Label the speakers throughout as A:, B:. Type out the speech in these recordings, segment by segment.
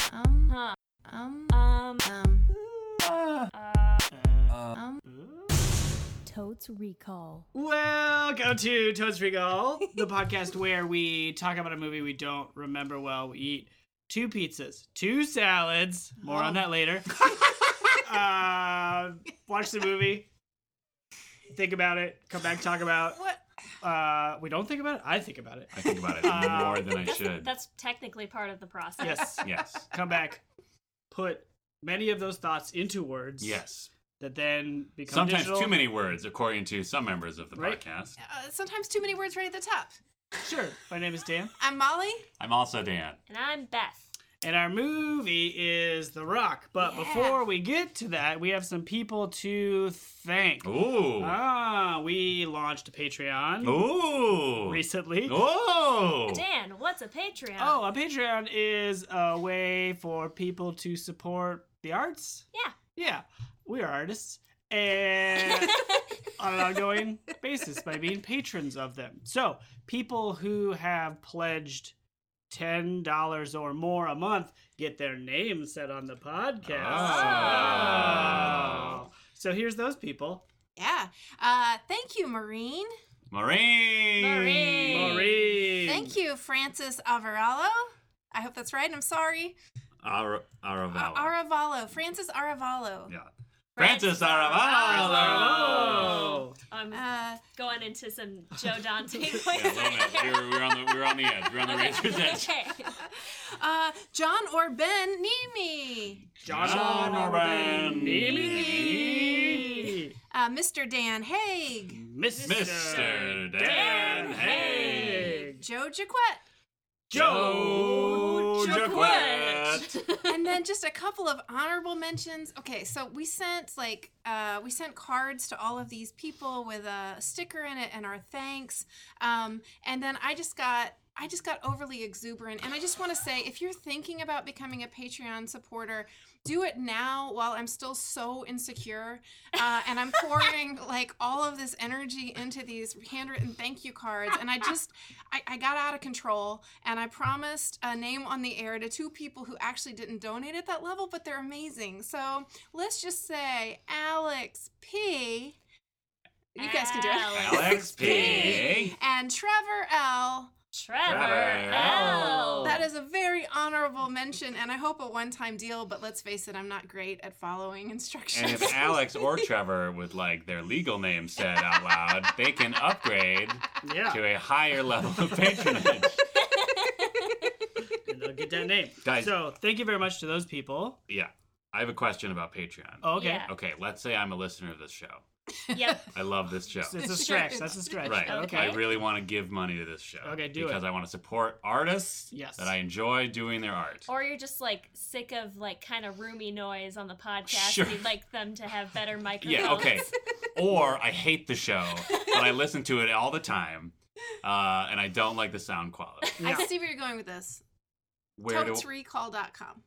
A: Huh.
B: Um.
A: Um.
B: Um. Um.
C: Totes Recall.
D: Welcome to Toast Regal, the podcast where we talk about a movie we don't remember well. We eat two pizzas, two salads. More on that later. uh, watch the movie, think about it, come back, talk about.
A: What?
D: Uh, we don't think about it. I think about it.
E: I think about it
D: Uh,
E: more than I should.
A: That's technically part of the process.
D: Yes.
E: yes.
D: Come back. Put many of those thoughts into words.
E: Yes.
D: That then become
E: Sometimes
D: digital.
E: too many words, according to some members of the
D: Right.
E: podcast.
B: Uh, sometimes too many words right at the top.
D: Sure. My name is Dan,
B: I'm Molly.
E: I'm also Dan.
A: And I'm Beth.
D: and our movie is The Rock. But
B: Yeah.
D: before we get to that, we have some people to thank.
E: Ooh.
D: Ah, we launched a Patreon
E: Ooh.
D: recently.
E: Ooh.
A: Dan, what's a Patreon?
D: Oh, a Patreon is a way for people to support the arts.
A: Yeah.
D: Yeah, we are artists. And on an ongoing basis by being patrons of them. So, people who have pledged $10 or more a month get their name said on the podcast.
E: Oh.
D: So, here's those people
B: Yeah. Uh, thank you, Maureen.
E: Maureen.
A: Maureen.
D: Maureen.
B: Thank you, Francis Avarallo. I hope that's right. I'm sorry.
E: Ara- Aravallo.
B: Aravallo. Francis Aravallo.
E: yeah. Francis Aravallo.
D: Oh.
A: I'm
B: Uh,
A: going into some Joe Dante.
E: Yeah, wait a minute. we, were, we, were on the, we were on the edge. We were on the razor's edge.
A: okay.
B: uh, John or Ben Nimi.
D: Josh
E: John
D: Orban.
E: Orban.
D: Nimi.
B: Uh, Mr. Dan Haig.
E: Mr. Dan Haig.
B: Joe Jaquette.
E: Joe Jaquette.
B: and then just a couple of honorable mentions. Okay, so we sent like uh, we sent cards to all of these people with a sticker in it and our thanks. Um, and then I just got I just got overly exuberant, and I just want to say if you're thinking about becoming a Patreon supporter, do it now while I'm still so insecure, uh, and I'm pouring like all of this energy into these handwritten thank you cards, and I just I, I got out of control and I promised a name on the air to two people who actually didn't donate at that level, but they're amazing. So let's just say Alex P. You guys can do it.
E: Alex P.
B: And Trevor L.
A: Trevor,
E: Trevor
A: L.
E: L.
B: That is a very honorable mention, and I hope a one time deal, but let's face it, I'm not great at following
E: And
B: instructions.
E: if Alex or Trevor would like their legal name said out loud, they can upgrade
D: Yeah.
E: to a higher level of patronage.
D: And they'll get that name.
E: Guys.
D: So, thank you very much to those people.
E: Yeah. I have a question about Patreon.
D: Oh, okay.
A: Yeah.
E: Okay, let's say I'm a listener of this show.
A: yep.
E: I love this show.
D: It's a stretch. That's a stretch.
E: Right.
D: Okay.
E: I really want to give money to this show.
D: Okay, do it.
E: Because I want to support artists
D: Yes.
E: that I enjoy doing their art.
A: Or you're just like sick of like kind of roomy noise on the podcast.
E: Sure.
A: You'd like them to have better microphones.
E: Yeah, okay. or I hate the show, but I listen to it all the time, uh, and I don't like the sound quality.
B: I can see where you're going with this.
E: Where do
B: Totesrecall.com.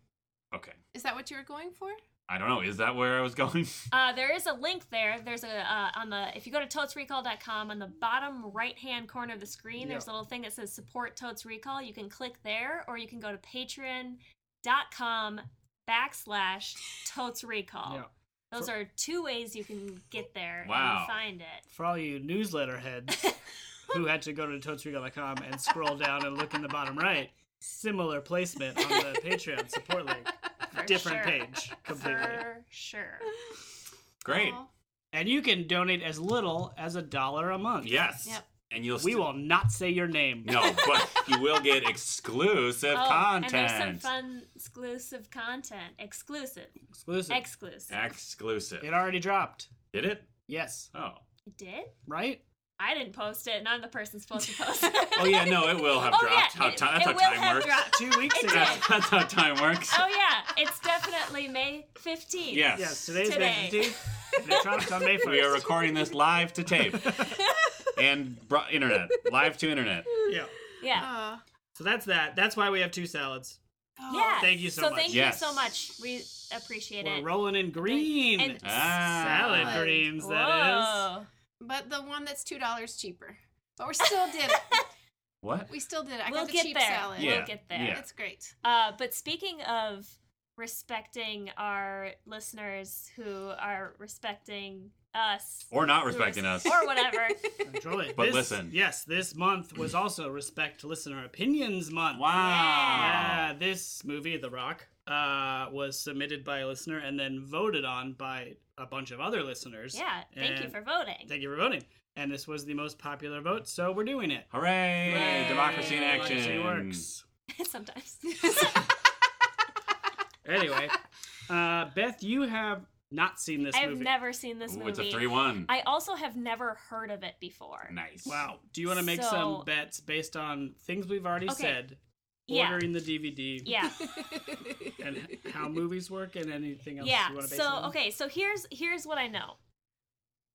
E: okay?
B: Is that what you were going for?
E: I don't know. Is that where I was going?
A: Uh, there is a link there. There's a uh, on the if you go to totesrecall.com on the bottom right hand corner of the screen. There's a little thing that says support Totes Recall. You can click there, or you can go to patreon.com backslash Totes Recall.
D: Yeah.
A: Those are two ways you can get there
E: Wow.
A: and find it.
D: For all you newsletter heads who had to go to totesregal.com and scroll down and look in the bottom right, similar placement on the Patreon support link.
A: For
D: Different
A: sure.
D: page completely.
A: For sure.
E: Great.
A: Oh.
B: Aw.
D: And you can donate as little as a dollar a month.
E: Yes.
B: Yep.
E: And you'll.
D: We
E: st-
D: will not say your name.
E: No, but you will get exclusive
A: Oh, and
E: content.
A: there's some fun exclusive content. Exclusive.
D: Exclusive.
A: Exclusive.
E: exclusive.
D: it already dropped.
E: Did it?
D: Yes.
E: Oh.
A: It did?
D: Right?
A: I didn't post it, and I'm the person supposed to post it.
E: Oh yeah. No, it will have
A: Oh,
E: dropped.
A: yeah,
E: How
A: it-
E: ti- that's
A: it
E: how
A: will
E: time
A: have
E: works.
A: dropped.
D: Two weeks ago.
E: That's, that's how time works.
A: Oh yeah, it's definitely May 15th.
E: Yes.
D: Yes, today's
A: Today.
D: May 15th. and it dropped on May 1st.
E: We are recording this live to tape and bro- internet, live to internet.
D: yeah.
A: Yeah.
B: Aw.
D: So that's that. That's why we have two salads.
B: Oh.
A: Yeah.
D: Thank you so
A: so
D: much.
A: thank
E: Yes.
A: you so much. We appreciate
D: We're
A: it.
D: rolling in green.
A: And-
E: Ah.
D: salad greens, that is.
A: Whoa.
B: But the one that's two dollars cheaper. But we still did it.
E: What?
B: We still did it. I
A: we'll
B: got the
A: get
B: cheap
A: there.
B: salad.
A: We'll
E: Yeah.
A: get there.
E: Yeah.
B: It's great.
A: Uh, but speaking of respecting our listeners who are respecting us
E: or not respecting us.
A: or whatever.
D: Enjoy.
E: But
D: This-
E: listen.
D: Yes, this month was also Respect Listener Opinions Month.
E: Wow.
D: Yeah, Uh, this movie, The Rock, uh, was submitted by a listener and then voted on by a bunch of other listeners.
A: yeah, thank you
D: And-
A: for voting.
D: Thank you for voting. And this was the most popular vote, so we're doing it.
E: Hooray!
A: Yay.
E: Democracy in action.
D: Democracy works.
A: Sometimes.
D: Anyway, uh, Beth, you have not seen this
A: I've
D: movie.
A: never seen this
E: Ooh,
A: movie.
E: it's a three-one.
A: I also have never heard of it before.
E: Nice.
D: Wow. Do you want to make some
A: So-
D: bets based on things we've already
A: Okay.
D: said,
A: Yeah.
D: ordering the DVD,
A: Yeah.
D: and how movies work, and anything else
A: yeah
D: you want to base it
A: so
D: on?
A: okay so here's here's what i know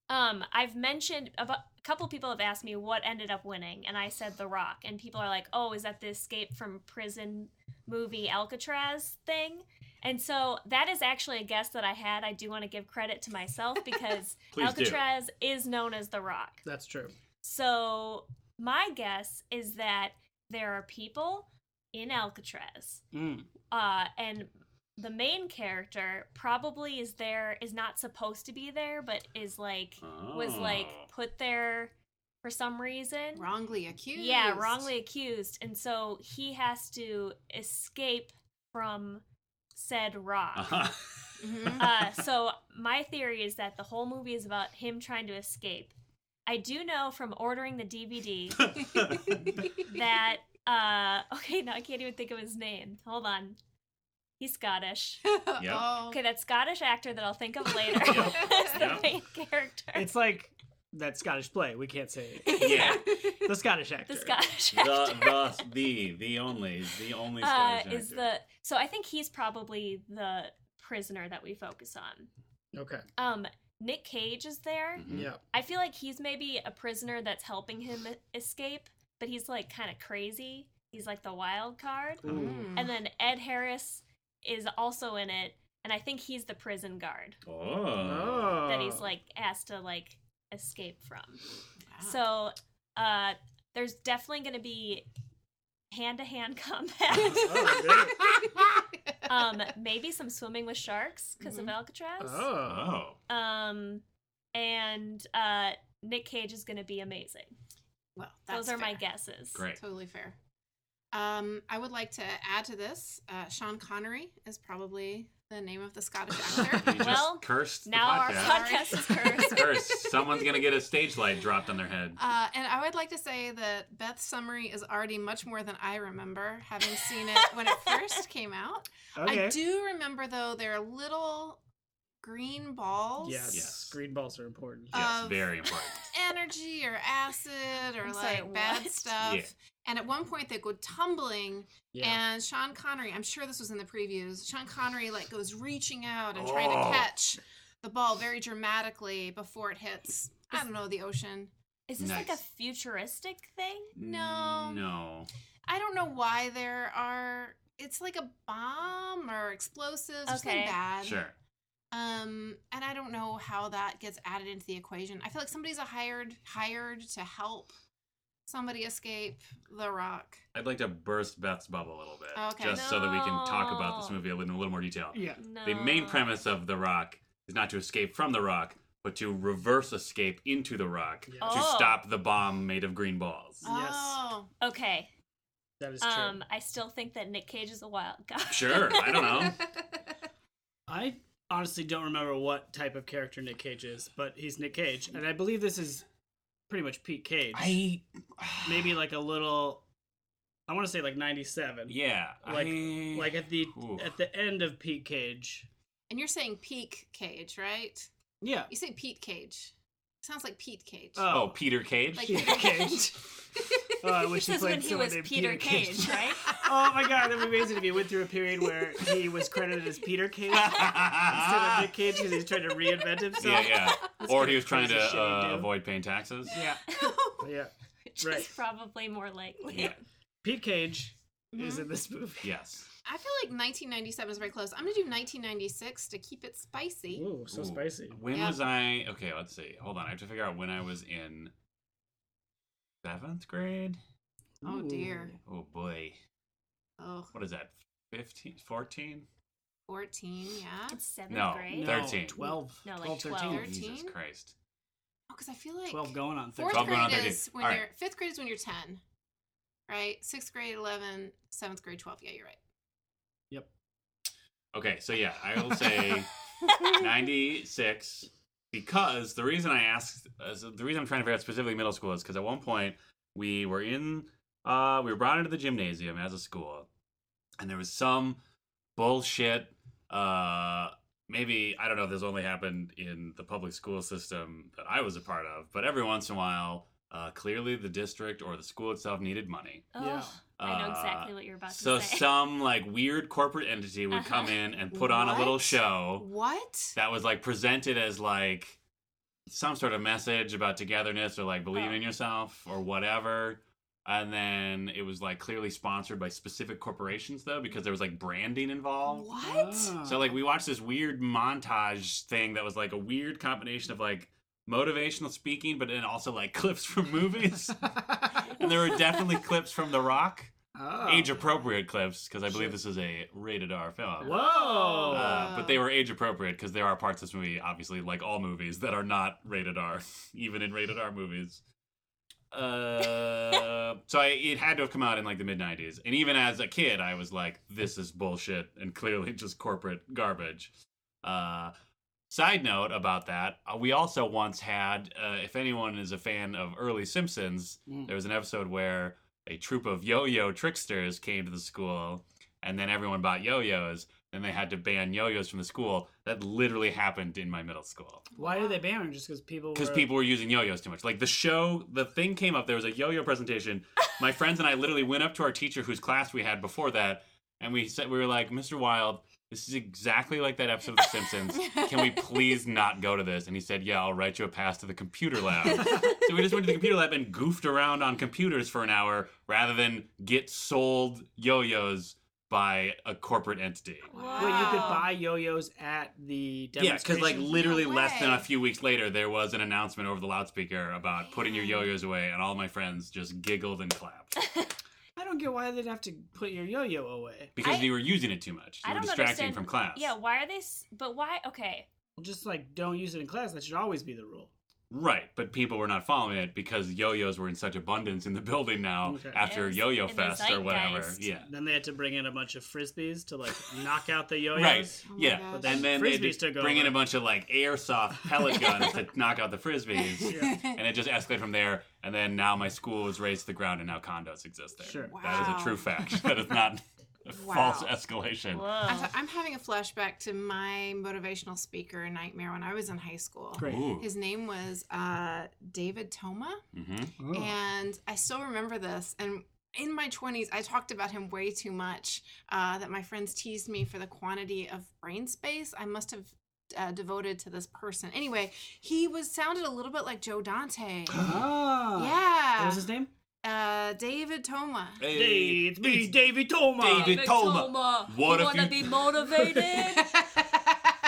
A: um i've mentioned a bu- a couple people have asked me what ended up winning and i said the rock and people are like oh is that the escape from prison movie alcatraz thing and so that is actually a guess that i had i do want to give credit to myself because
E: Please do.
A: alcatraz is known as the rock
D: That's true.
A: so my guess is that there are people in alcatraz
D: Mm.
A: uh, and the main character probably is there is not supposed to be there but is like was like
E: Oh.
A: put there for some reason
B: wrongly accused.
A: yeah wrongly accused and so he has to escape from said rock
E: Uh-huh.
B: Mhm.
A: uh, so my theory is that the whole movie is about him trying to escape i do know from ordering the dvd that uh okay now i can't even think of his name hold on he's scottish
E: Yeah.
B: Oh.
A: Okay, that Scottish actor that I'll think of later
E: Yep.
A: as the
E: Yep.
A: main character.
D: It's like that Scottish play. We can't say it.
E: yeah.
D: the Scottish actor.
A: the Scottish
E: The,
A: actor
E: the, the, the only, the only
A: uh,
E: Scottish
A: is the so I think he's probably the prisoner that we focus on.
D: Okay.
A: Um, Nick Cage is there.
E: Mhm.
D: Yeah.
A: I feel like he's maybe a prisoner that's helping him escape, but he's like kind of crazy. He's like the wild card.
D: Oh.
E: Hmm.
B: Mm.
A: And then Ed Harris is also in it, and I think he's the prison guard
E: Oh.
D: Oh.
A: that he's like asked to like escape from.
D: Ah.
B: Wow.
A: So uh, there's definitely going to be hand to hand combat.
D: Oh.
A: um, maybe some swimming with sharks because
D: Mm-hmm.
A: of Alcatraz.
D: oh.
E: Oh.
A: Um, and uh, Nick Cage is going to be amazing.
B: well, that's
A: Those are my
B: fair.
A: guesses.
E: Great.
B: Totally fair. Um, I would like to add to this. Uh, Sean Connery is probably the name of the Scottish
E: You
B: actor.
E: just
A: Well,
E: cursed
A: Now our
E: the
A: podcast
E: podcast.
A: is cursed.
E: Cursed. Someone's gonna get a stage light dropped on their head.
B: Uh, and I would like to say that Beth's summary is already much more than I remember, having seen it when it first came out.
D: Okay.
B: I do remember, though, there are little green balls.
D: Yes.
E: Yes.
D: Green balls are important.
A: Uh,
E: Yes,
B: of-
E: very important.
B: energy or acid or
A: I'm sorry,
B: like bad
A: what?
B: stuff.
E: Yeah.
B: And at one point they go tumbling
D: Yeah.
B: and Sean Connery, I'm sure this was in the previews, Sean Connery like goes reaching out and trying
E: Oh.
B: to catch the ball very dramatically before it hits I don't know the ocean.
A: Is this like a
E: Nice.
A: futuristic thing?
B: No.
E: No.
B: I don't know why there are it's like a bomb or explosives or something
A: Okay.
B: bad.
E: Sure.
B: Um and I don't know how that gets added into the equation. I feel like somebody's a hired hired to help somebody escape the rock.
E: I'd like to burst Beth's bubble a little bit,
B: Okay.
E: just so that we can talk about this
A: No.
E: movie in a little more detail.
D: Yeah.
A: No.
E: The main premise of The Rock is not to escape from The Rock, but to reverse escape into The Rock
D: Yeah.
E: to
A: Oh.
E: stop the bomb made of green balls.
D: Yes.
B: Oh.
A: Okay.
D: That is true.
A: Um, I still think that Nick Cage is a wild guy.
E: Sure, I don't know.
D: I honestly don't remember what type of character Nick Cage is, but he's Nick Cage, and I believe this is pretty much Pete Cage.
E: I
D: Maybe like a little. I want to say like '97.
E: yeah,
D: Like-
E: I-
D: Like at the
E: Ooh.
D: at the end of Pete Cage.
B: And you're saying peak cage, right?
D: Yeah.
B: You say Pete Cage. Sounds like Pete Cage.
D: Uh,
E: oh Peter Cage.
B: like
D: Pete Cage. Oh, I
A: This
D: wish he
A: is
D: played
A: when he
D: someone
A: was
D: named
A: Peter, Cage, right?
D: Oh my god, that'd be amazing if he went through a period where he was credited as Peter Cage instead of Nick Cage because he's trying to reinvent himself.
E: yeah, yeah. Or he was trying to
D: crazy shit he'd
E: uh,
D: do.
E: avoid paying taxes.
D: Yeah. Yeah.
A: Which
D: Right.
A: is probably more likely.
E: Yeah.
D: Pete Cage is
B: Mhm.
D: in this movie.
E: Yes.
B: I feel like 1997 is very close. I'm gonna do 1996 to keep it spicy.
D: Ooh, so
E: Ooh.
D: spicy.
E: When
B: Yeah.
E: was I? Okay, let's see. Hold on, I have to figure out when I was in seventh grade.
B: Oh dear.
E: Oh boy,
B: Oh.
E: what is that? 15, 14?
B: 14, yeah.
A: It's seventh
E: No,
A: grade.
D: No,
E: 13.
D: 12.
A: No, like
D: 12,
A: 12.
D: 13.
E: Jesus
B: 13?
E: Christ.
B: Because Oh, I feel like
D: 12 going on 13.
B: fourth
E: 12 going on
B: grade
E: 13.
B: is when
E: All right.
B: you're fifth grade is when you're 10, right? Sixth grade 11, seventh grade 12. Yeah, you're right.
E: Okay, so yeah, I will say 96 because the reason I asked, uh, so the reason I'm trying to figure out specifically middle school is because at one point we were in, uh, we were brought into the gymnasium as a school, and there was some bullshit. Uh, maybe I don't know if this only happened in the public school system that I was a part of, but every once in a while, uh, clearly the district or the school itself needed money.
A: Oh,
D: Yeah.
A: I know
E: Uh,
A: exactly what you're about to
E: So
A: say.
E: some like weird corporate entity would come
A: Uh-huh.
E: in and put on a little
B: What?
E: show
B: What?
E: that was like presented as like some sort of message about togetherness or like believing in yourself or whatever. And then it was like clearly sponsored by specific corporations though, because there was like branding involved.
B: What?
D: Ah.
E: So like we watched this weird montage thing that was like a weird combination of like motivational speaking, but then also like clips from movies. and there were definitely clips from The Rock,
D: Oh.
E: age appropriate clips, because I believe
D: Shit.
E: this is a rated R film.
D: Whoa.
E: Uh,
B: Wow.
E: but they were age appropriate because there are parts of this movie, obviously, like all movies, that are not rated R, even in rated R movies. Uh, so I, it had to have come out in like the mid '90s, and even as a kid, I was like, "This is bullshit," and clearly just corporate garbage. Uh, side note about that, uh, we also once had, uh, if anyone is a fan of early Simpsons,
D: Mm.
E: there was an episode where a troop of yo-yo tricksters came to the school, and then everyone bought yo-yos, and they had to ban yo-yos from the school. That literally happened in my middle school
D: Why did they ban him? Just because people
E: because
D: were-
E: people were using yo-yos too much. Like the show, the thing came up. There was a yo-yo presentation. My friends and I literally went up to our teacher, whose class we had before that, and we said we were like, "Mr. Wild, this is exactly like that episode of The Simpsons. Can we please not go to this?" And he said, "Yeah, I'll write you a pass to the computer lab." so we just went to the computer lab and goofed around on computers for an hour rather than get sold yo-yos by a corporate entity.
D: Wait, you could
B: Wow.
D: buy yo-yos at the
E: Yeah, because
D: demonstration.
E: like literally
B: No
E: less than
B: way.
E: a few weeks later, there was an announcement over the loudspeaker about putting your yo-yos away, and all my friends just giggled and clapped
D: I don't get why they'd have to put your yo-yo away.
E: because
A: I-
E: you were using it too much. You
A: I
E: were
A: don't
E: distracting
A: understand-
E: from class.
A: yeah, why are they? s- But why? Okay,
D: Just like don't use it in class. That should always be the rule.
E: right. But people were not following it because yo-yos were in such abundance in the building now
D: Okay.
E: after
A: It was
E: Yo-Yo
A: in the
E: Fest or whatever.
A: zeitgeist.
E: Yeah,
D: Then they had to bring in a bunch of frisbees to like knock out the yo-yos.
E: right.
B: Oh my
E: yeah,
B: gosh.
E: and then they
D: Frisbees
E: just
D: took
E: bring in
D: over.
E: a bunch of like airsoft pellet guns to knock out the frisbees.
D: Yeah.
E: And it just escalated from there, and then now my school was raised to the ground, and now condos exist there.
D: Sure.
E: That is
B: Wow.
E: a true fact. That is not a
B: Wow.
E: false escalation.
B: I'm,
A: whoa.
B: so- I'm having a flashback to my motivational speaker nightmare when I was in high school.
D: Great.
E: Ooh.
B: His name was uh, David Toma.
E: hmm
D: Oh.
B: And I still remember this. And in my 20s, I talked about him way too much uh, that my friends teased me for the quantity of brain space I must have uh, devoted to this person. Anyway, he was sounded a little bit like Joe Dante.
D: Ah.
B: yeah.
D: What was his name?
B: uh, David Toma.
E: Eh.
D: It's me, David Toma.
E: David Toma. What if you-
A: motivated?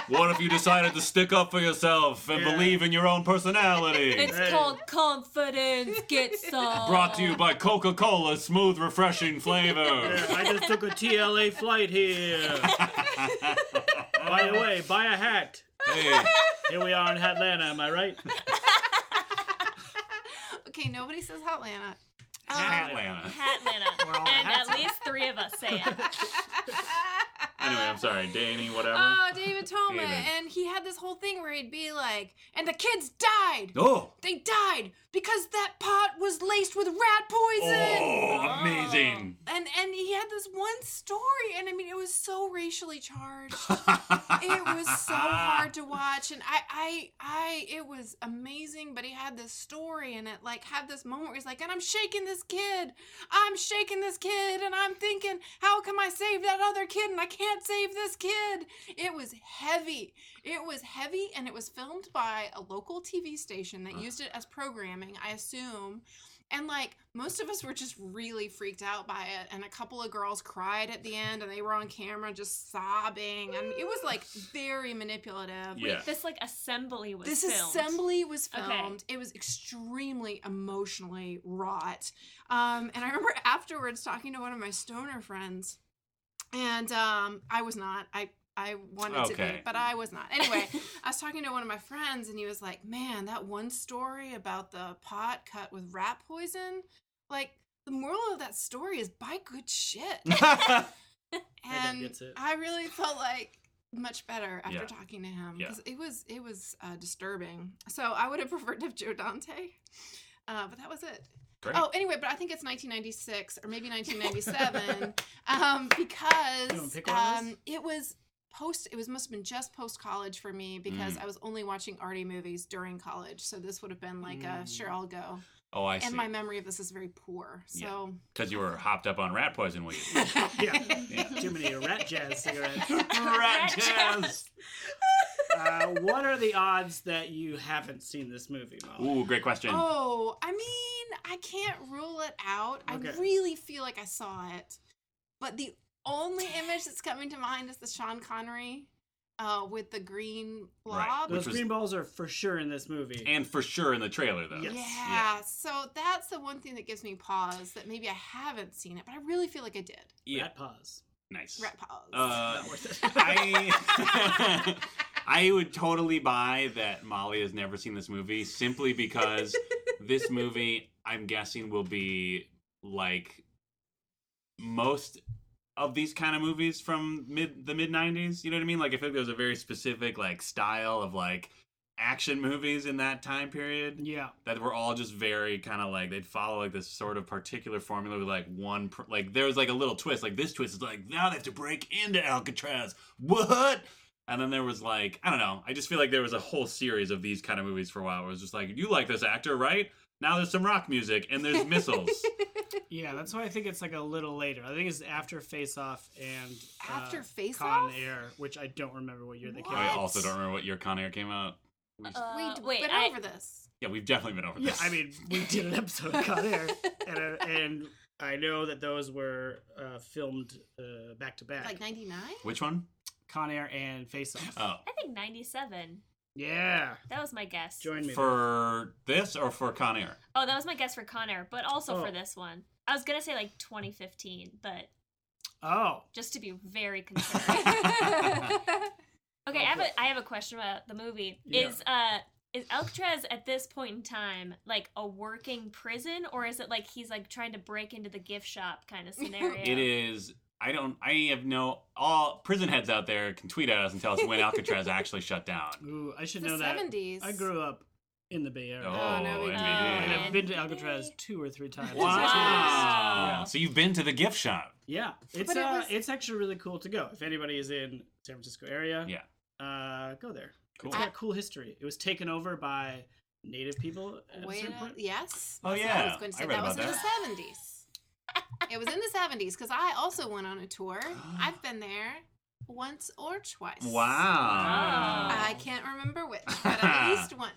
E: What if you decided to stick up for yourself and
D: Yeah.
E: believe in your own personality?
D: Hey.
A: confidence. Get some.
E: Brought to you by Coca Cola's smooth, refreshing flavor.
D: Yeah, I just took a TLA flight here. By the way, buy a hat.
E: Hey,
B: Uh,
D: Here we are in Atlanta. Am I right?
B: okay, nobody says Hotlanta.
E: Atlanta.
B: uh,
D: We're all
A: Hatlanta. And
D: hats.
A: at least three of us say it.
E: Anyway, I'm sorry, Danny, whatever.
B: Uh, Oh, David Toma.
E: David.
B: And he had this whole thing where he'd be like, and the kids died.
E: oh.
B: They died because that pot was laced with rat poison.
E: Oh, amazing.
B: And and he had this one story, and I mean, it was so racially charged. Oh. it was so hard to watch, and I I I it was amazing. But he had this story, and it like had this moment where he's like, and I'm shaking this kid, I'm shaking this kid, and I'm thinking, how can I save that other kid, and I can't save this kid. It was heavy. It was heavy, and it was filmed by a local TV station that used it as programming, I assume. And like most of us were just really freaked out by it. And a couple of girls cried at the end and they were on camera just sobbing. And it was like very manipulative.
E: Yeah.
A: This like assembly was
B: This
A: filmed.
B: assembly was
A: Okay.
B: filmed. It was extremely emotionally wrought. Um, and I remember afterwards talking to one of my stoner friends, and um, I was not. I I wanted to be,
E: Okay.
B: but I was not. Anyway, I was talking to one of my friends, and he was like, "Man, that one story about the pot cut with rat poison, like." The moral of that story is buy good shit.
D: that
B: and
D: gets it.
B: I really felt like much better after
E: Yeah.
B: talking to him
E: Yeah.
B: because it was it was uh, disturbing. So I would have preferred to have Joe Dante, uh, but that was it.
E: Great.
B: Oh, anyway, but I think it's 1996 or maybe 1997
D: You
B: um,
D: wanna
B: because
D: pick one of
B: um,
D: those?
B: it was post. It was must have been just post college for me because
D: Mm.
B: I was only watching arty movies during college. So this would have been like a
D: Mm.
B: sure I'll go.
E: Oh, I
B: and my
E: see.
B: memory of this is very poor.
E: Yeah.
B: So
E: Because you were hopped up on rat poison, were you?
D: Yeah.
E: Yeah.
D: Too many rat jazz cigarettes.
E: rat
A: jazz.
E: jazz.
D: Uh, what are the odds that you haven't seen this movie, Molly?
E: Ooh, great question.
B: Oh, I mean, I can't rule it out. I
D: Okay.
B: really feel like I saw it. But the only image that's coming to mind is the Sean Connery uh, with the green
E: Right.
B: blob.
D: Those
E: Which was-
D: green balls are for sure in this movie.
E: And for sure in the trailer, though.
D: Yes.
B: Yeah.
E: Yeah.
B: so that's the one thing that gives me pause that maybe I haven't seen it, but I really feel like I did.
E: Yeah.
D: Rat paws.
E: Nice.
B: Rat pause.
E: Uh,
D: Not worth it.
E: I I would totally buy that Molly has never seen this movie simply because this movie I'm guessing will be like most of these kind of movies from mid the mid 90s, you know what I mean? Like I feel like there was a very specific like style of like action movies in that time period
D: yeah.
E: that were all just very kind of like they'd follow like this sort of particular formula with like one pr- like there was like a little twist like this twist is like now they have to break into Alcatraz what and then there was like I don't know I just feel like there was a whole series of these kind of movies for a while where it was just like you like this actor right now there's some rock music and there's missiles
D: Yeah, that's why I think it's like a little later. I think it's after Face Off and uh,
B: After Face
D: Con
B: Off?
D: Air, which I don't remember what year they came
B: What?
E: I
D: out.
E: also don't remember what year Con Air came out We-
A: Uh,
B: We've
A: wait,
B: been
A: I-
B: over this.
E: yeah we've definitely been over
D: Yeah,
E: this
D: I mean, we did an episode of Con Air, and, uh, and I know that those were uh, filmed uh, back to back.
B: Like 99?
E: which one
D: Con Air and Face Off.
E: oh
A: I think 97.
D: Yeah,
A: That was my guess.
D: join me.
E: for this or for Con Air
A: Oh, that was my guess for Con Air, but also for
D: Oh.
A: this one. I was gonna say like 2015, but
D: oh,
A: just to be very conservative. okay, I have a I have a question about the movie.
E: Yeah.
A: Is uh is Alcatraz at this point in time like a working prison, or is it like he's like trying to break into the gift shop kind of scenario?
E: It is. I don't. I have no. All prison heads out there can tweet at us and tell us when Alcatraz actually shut down.
D: ooh, I should
B: the
D: know that.
B: 70s.
D: I grew up in the Bay Area,
E: Oh,
B: no, we
A: didn't.
E: and
D: and
E: we
D: I've
E: did.
D: been to Alcatraz two or three times.
E: Wow.
A: Yeah.
E: So you've been to the gift shop.
D: Yeah, it's
B: But it
D: uh,
B: was-
D: it's actually really cool to go. If anybody is in San Francisco area,
E: Yeah.
D: uh, go there.
E: Cool.
D: It's got cool history. It was taken over by native people at a
B: Wait,
D: certain
B: uh,
D: point.
B: yes.
E: Oh,
B: That's what I was
E: yeah.
B: going to
E: I
B: say
E: read
B: that was
E: about
B: in the seventies. it was in the seventies because I also went on a tour. I've been there once or twice.
E: Wow.
B: I can't remember which, but at least once.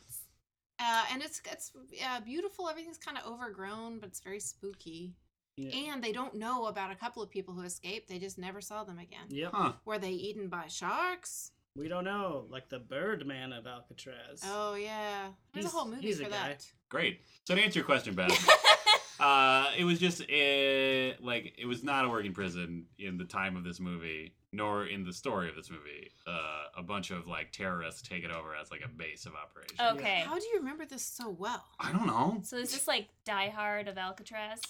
B: Uh, and it's it's uh, beautiful. Everything's kind of overgrown, but it's very spooky.
D: Yeah.
B: And they don't know about a couple of people who escaped. They just never saw them again.
D: Yep.
E: Huh.
B: Were they eaten by sharks?
D: We don't know, like the Birdman of Alcatraz.
B: Oh yeah, there's
D: He's-
B: a whole movie
D: he's a
B: for
D: guy.
B: that.
E: Great. So to answer your question, Beth, uh, it was just uh, like it was not a working prison in the time of this movie, nor in the story of this movie. Uh, a bunch of like terrorists take it over as like a base of operation.
A: okay.
B: How do you remember this so well?
E: I don't know.
A: So is this like Die Hard of Alcatraz?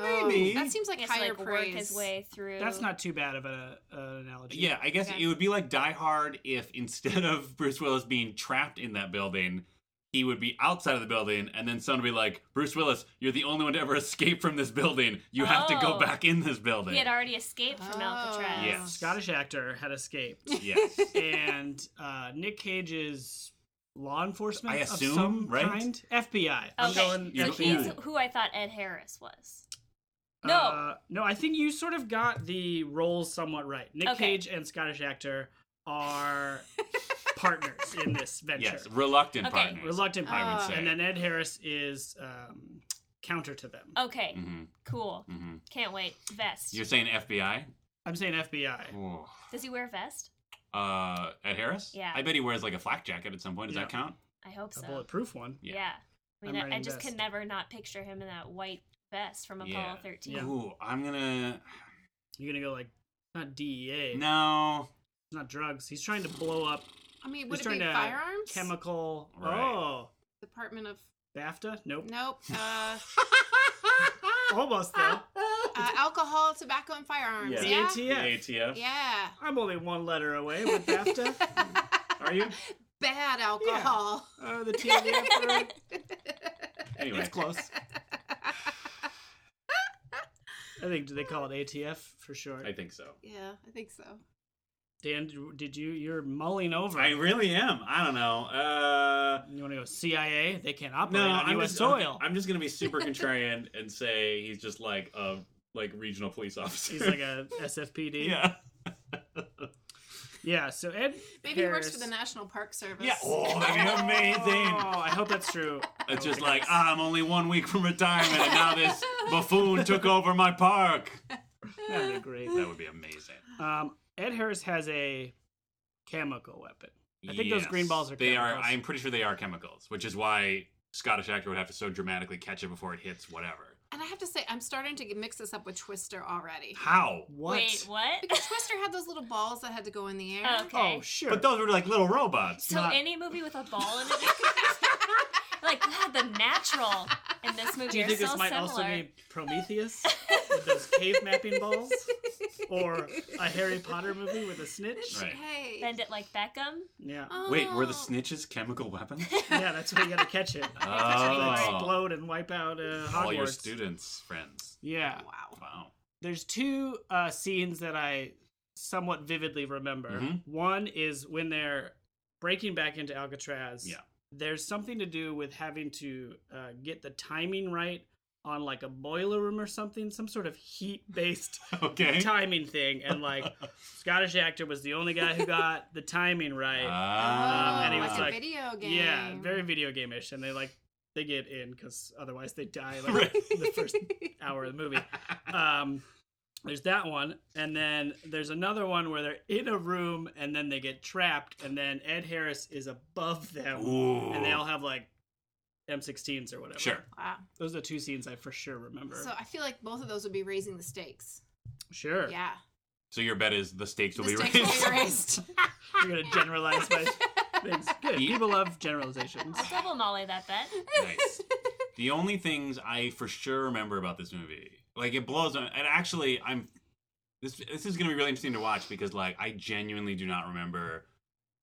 E: Maybe.
B: that seems like
A: He has to
B: higher
A: like
B: praise.
A: work his way through.
D: That's not too bad of a, uh, an analogy.
E: Yeah, I guess
A: Okay.
E: it would be like Die Hard if instead of Bruce Willis being trapped in that building, he would be outside of the building, and then someone would be like, Bruce Willis, you're the only one to ever escape from this building. You have to
A: Oh.
E: go back in this building.
A: He had already escaped from
B: Oh.
A: Alcatraz.
E: Yes.
D: Scottish actor had escaped,
E: yes.
D: and uh, Nick Cage's law enforcement
E: I
D: of
E: assume,
D: some
E: right?
D: kind, FBI. I'm
A: Okay,
D: going
E: Yeah.
A: so
E: Beautiful.
A: he's
D: FBI.
A: who I thought Ed Harris was. No.
D: Uh, no, I think you sort of got the roles somewhat right. Nick
A: Okay.
D: Cage and Scottish actor are partners in this venture.
E: Yes. Reluctant
A: Okay.
E: partners.
D: Reluctant
B: I would
D: partners.
E: say.
D: And then Ed Harris is um, counter to them.
A: Okay,
E: hmm
A: cool.
E: hmm
A: Can't wait. Vest.
E: You're saying FBI?
D: I'm saying FBI.
E: Oh.
A: Does he wear a vest?
E: Uh, Ed Harris?
A: Yeah.
E: I bet he wears like a flak jacket at some point. Does
D: Yeah.
E: that count?
A: I hope so.
D: A bulletproof one.
A: yeah.
E: Yeah.
A: I mean,
D: I'm
A: I, I
D: writing
A: just can
D: vest.
A: never not picture him in that white vest from Apollo
E: Yeah.
A: 13.
D: Yeah.
E: Ooh, I'm gonna.
D: You're gonna go like not DEA.
E: No.
D: E not drugs. He's trying to blow up.
B: I mean,
D: He's
B: would it
D: trying
B: be
D: to
B: firearms?
D: chemical.
E: Right.
D: Oh,
B: Department of
D: BAFTA? Nope.
B: Nope. Uh,
D: Almost though.
B: uh, alcohol, tobacco, and firearms.
E: Yeah.
B: Yeah.
D: ATF.
E: The ATF.
B: Yeah.
D: I'm only one letter away with BAFTA.
E: Are you?
B: Bad alcohol.
D: uh, the TNF.
E: Anyway.
D: It's close. I think do they call it ATF for short?
E: I think so.
B: Yeah, I think so.
D: Dan, did you? You're mulling over.
E: I really am. I don't know. Uh,
D: you want to go CIA? They can't operate
E: no,
D: on
E: I'm
D: U.S.
E: just,
D: soil.
E: I'm just gonna be super contrarian and say he's just like a like regional police officer.
D: He's like a SFPD.
E: yeah.
D: Yeah. So Ed.
B: Maybe he works for
D: Harris-
B: the National Park Service.
E: Yeah. Oh, that'd be amazing.
D: Oh, I hope that's true.
E: It's just like ah, I'm only one week from retirement, and now this buffoon took over my park.
D: That'd be great.
E: That would be amazing.
D: Um, Ed Harris has a chemical weapon. I think those green balls are
E: They are.
D: chemicals.
E: I'm pretty sure they are chemicals, which is why Scottish actor would have to so dramatically catch it before it hits whatever.
B: And I have to say, I'm starting to get- mix this up with Twister already.
E: How?
D: What?
A: Wait, what?
B: Because Twister had those little balls that had to go in the air.
A: okay.
D: Oh, sure.
E: But those were like little robots.
A: so
D: not-
A: any movie with a ball in it, you can- like God, the natural in this movie
D: Do you
A: are
D: think
A: so
D: this might
A: similar.
D: also be Prometheus with those cave mapping balls, or a Harry Potter movie with a snitch?
E: Right.
B: Hey.
A: Bend it like Beckham.
D: Yeah,
E: Wait, were the
B: Oh.
E: snitches chemical weapons?
D: yeah, that's where you gotta catch it.
E: Oh.
D: Explode and wipe out uh, Hogwarts.
E: All your students, friends.
D: Yeah,
B: Wow.
E: Wow.
D: there's two uh, scenes that I somewhat vividly remember.
E: Mhm.
D: One is when they're breaking back into Alcatraz.
E: Yeah.
D: There's something to do with having to uh, get the timing right on like a boiler room or something, some sort of heat based
E: Okay.
D: timing thing. And like Scottish actor was the only guy who got the timing right.
E: Ah.
B: oh,
D: and he was
B: like,
D: like-
B: a video game.
D: yeah, very video game ish. And they like, they get in because otherwise they die like
E: Right.
D: the first hour of the movie. Um, there's that one, and then there's another one where they're in a room and then they get trapped, and then Ed Harris is above them,
E: Ooh.
D: um, and they all have like M16s or whatever.
E: Sure.
B: Wow.
D: those are the two scenes I for sure remember.
B: So I feel like both of those would be raising the stakes.
D: sure,
B: Yeah.
E: So your bet is the stakes
B: The
E: will be
B: stakes
E: raised.
B: will be raised.
D: you're gonna generalize my things. Good, people love generalizations.
A: I'll double molly that bet.
E: nice. The only things I for sure remember about this movie, like it blows. And actually, I'm this. This is gonna be really interesting to watch because, like, I genuinely do not remember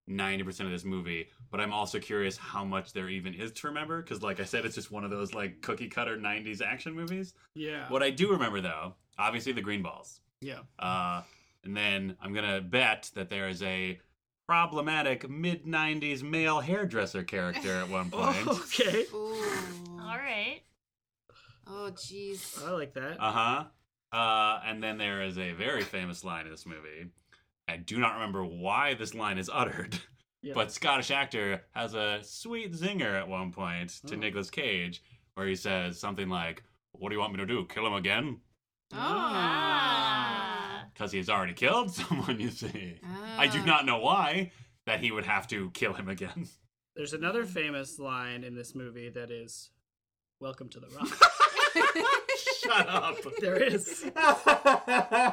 E: ninety percent of this movie. But I'm also curious how much there even is to remember because, like I said, it's just one of those like cookie cutter '90s action movies.
D: Yeah,
E: What I do remember, though, obviously the green balls.
D: yeah.
E: Uh, and then I'm gonna bet that there is a problematic mid '90s male hairdresser character at one point.
D: Oh, okay,
B: Ooh.
A: All right.
B: Oh, jeez.
D: I like that.
E: Uh-huh. Uh And then there is a very famous line in this movie. I do not remember why this line is uttered,
D: Yeah.
E: but Scottish actor has a sweet zinger at one point to
D: Oh.
E: Nicolas Cage, where he says something like, "What do you want me to do? Kill him again?"
B: Oh,
A: Ah.
E: Because he's already killed someone. You see, I do
A: Uh.
B: Ah.
E: not know why that he would have to kill him again.
D: There's another famous line in this movie that is, "Welcome to the Rock."
E: Shut up.
D: there is.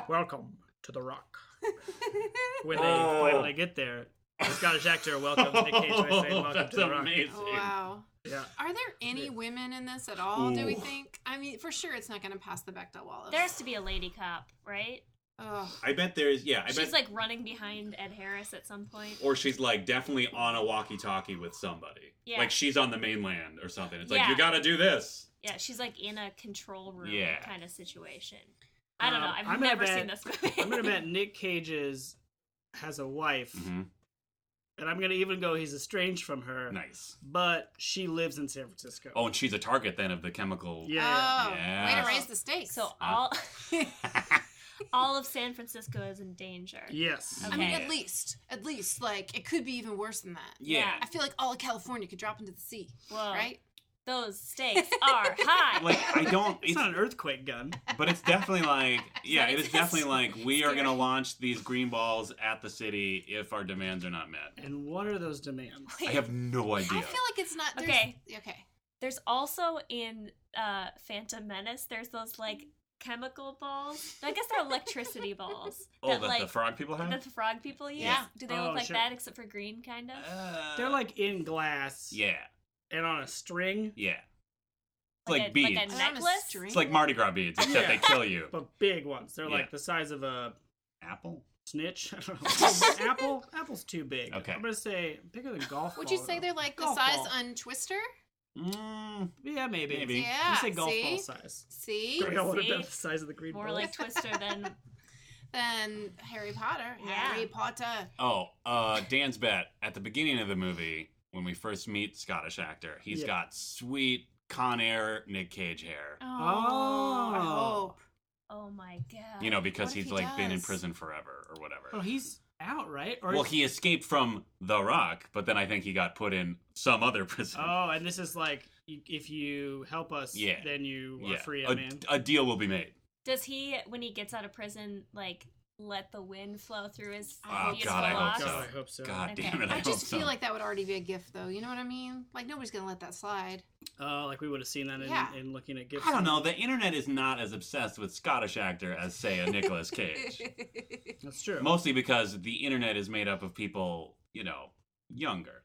D: Welcome to the Rock. When they
E: Oh.
D: finally get there, the Scottish actor welcomes Nick Cage by saying, "Welcome
E: That's
D: to the Rock."
E: amazing.
B: Oh. Wow.
D: Yeah,
B: Are there any women in this at all, do we
E: Ooh.
B: think? I mean, for sure it's not going to pass the Bechdel Wallace.
A: There has to be a lady cop, right?
B: Oh,
E: I bet there is. Yeah, I bet
A: She's like running behind Ed Harris at some point.
E: or she's like definitely on a walkie-talkie with somebody.
A: Yeah.
E: Like she's on the mainland or something. It's like
A: Yeah.
E: you got to do this.
A: Yeah, she's like in a control room
E: Yeah.
A: kind of situation. I don't
D: Um,
A: know. I've
D: I'm gonna
A: never seen
D: bet-
A: this movie.
D: I'm gonna bet Nick Cage's has a wife,
E: Mm-hmm.
D: and I'm gonna even go he's estranged from her,
E: Nice.
D: but she lives in San Francisco.
E: Oh, and she's a target then of the chemical.
D: Yeah, yeah.
B: Oh, way
E: Yeah.
B: to raise the stakes.
A: So all all of San Francisco is in danger.
D: yes,
B: I mean,
A: Okay.
B: at least, at least, like, it could be even worse than that.
E: Yeah.
B: I feel like all of California could drop into the sea,
A: Whoa,
B: right?
A: those stakes are high.
E: Like I don't.
D: it's
E: It's,
D: not an earthquake gun.
E: but it's definitely like yeah, it is
A: It's
E: definitely like we are gonna
A: scary.
E: launch these green balls at the city if our demands are not met.
D: And what are those demands?
E: I have no idea.
B: I feel like it's not. there's-
A: Okay.
B: Okay.
A: There's also in uh, Phantom Menace. There's those like chemical balls? I guess they're electricity balls.
E: Oh, that, the frog people have.
A: that the frog people use.
E: Yeah.
A: Do they
D: Oh,
A: look like
D: sure.
A: that except for green, kind of?
E: Uh,
D: They're like in glass
E: yeah,
D: and on a string,
E: yeah. It's like,
A: a,
E: beads.
A: like a
B: Is it on a
A: necklace.
B: string?
E: it's like Mardi Gras beads, except they
D: Yeah.
E: kill you.
D: but big ones. They're
E: Yeah.
D: like the size of a
E: Apple.
D: snitch. I don't know. Apple. Apple's too big.
E: Okay.
D: I'm gonna say bigger than golf.
B: Would you
D: ball,
B: say
D: though.
B: they're like the
A: Oh,
D: Golf
B: size
D: ball.
B: on Twister?
E: Mm,
D: Yeah, maybe.
E: Maybe.
D: I'm
B: Yeah.
D: gonna say golf
B: see?
D: ball size.
B: See?
D: We all would have
A: See?
D: been the size of the green
A: More
D: ball.
A: like Twister than
B: Then Harry Potter.
A: Yeah.
B: Harry Potter.
E: oh, uh, Dan's bet at the beginning of the movie when we first meet Scottish actor, he's
D: Yeah.
E: got sweet Con Air Nick Cage hair.
B: Oh, I
D: Oh.
E: Ah.
B: hope.
A: Oh my god.
E: You know, because
B: What if
E: he's
B: he
E: like been in
B: does?
E: prison forever or whatever.
D: oh, he's out, right? Or
E: well, he escaped from The Rock, but then I think he got put in some other prison.
D: Oh, and this is like you- if you help us,
E: Yeah.
D: then you are
E: yeah, Oh,
D: free.
E: a,
D: man.
E: a deal will be made.
A: Does he, when he gets out of prison, like let the wind flow through his
B: Oh,
A: beautiful
E: God, I hope
A: locks?
E: so.
D: God, I hope so.
E: God
A: Okay.
E: damn it! I,
B: I
E: hope
B: just feel
E: so.
B: like that would already be a gift, though. You know what I mean? Like nobody's gonna let that slide.
D: Oh, like we would have seen that in,
B: Yeah.
D: in looking at gifts.
E: I don't know. The internet is not as obsessed with Scottish actor as, say, a Nicolas Cage.
D: That's true.
E: Mostly because the internet is made up of people, you know, younger.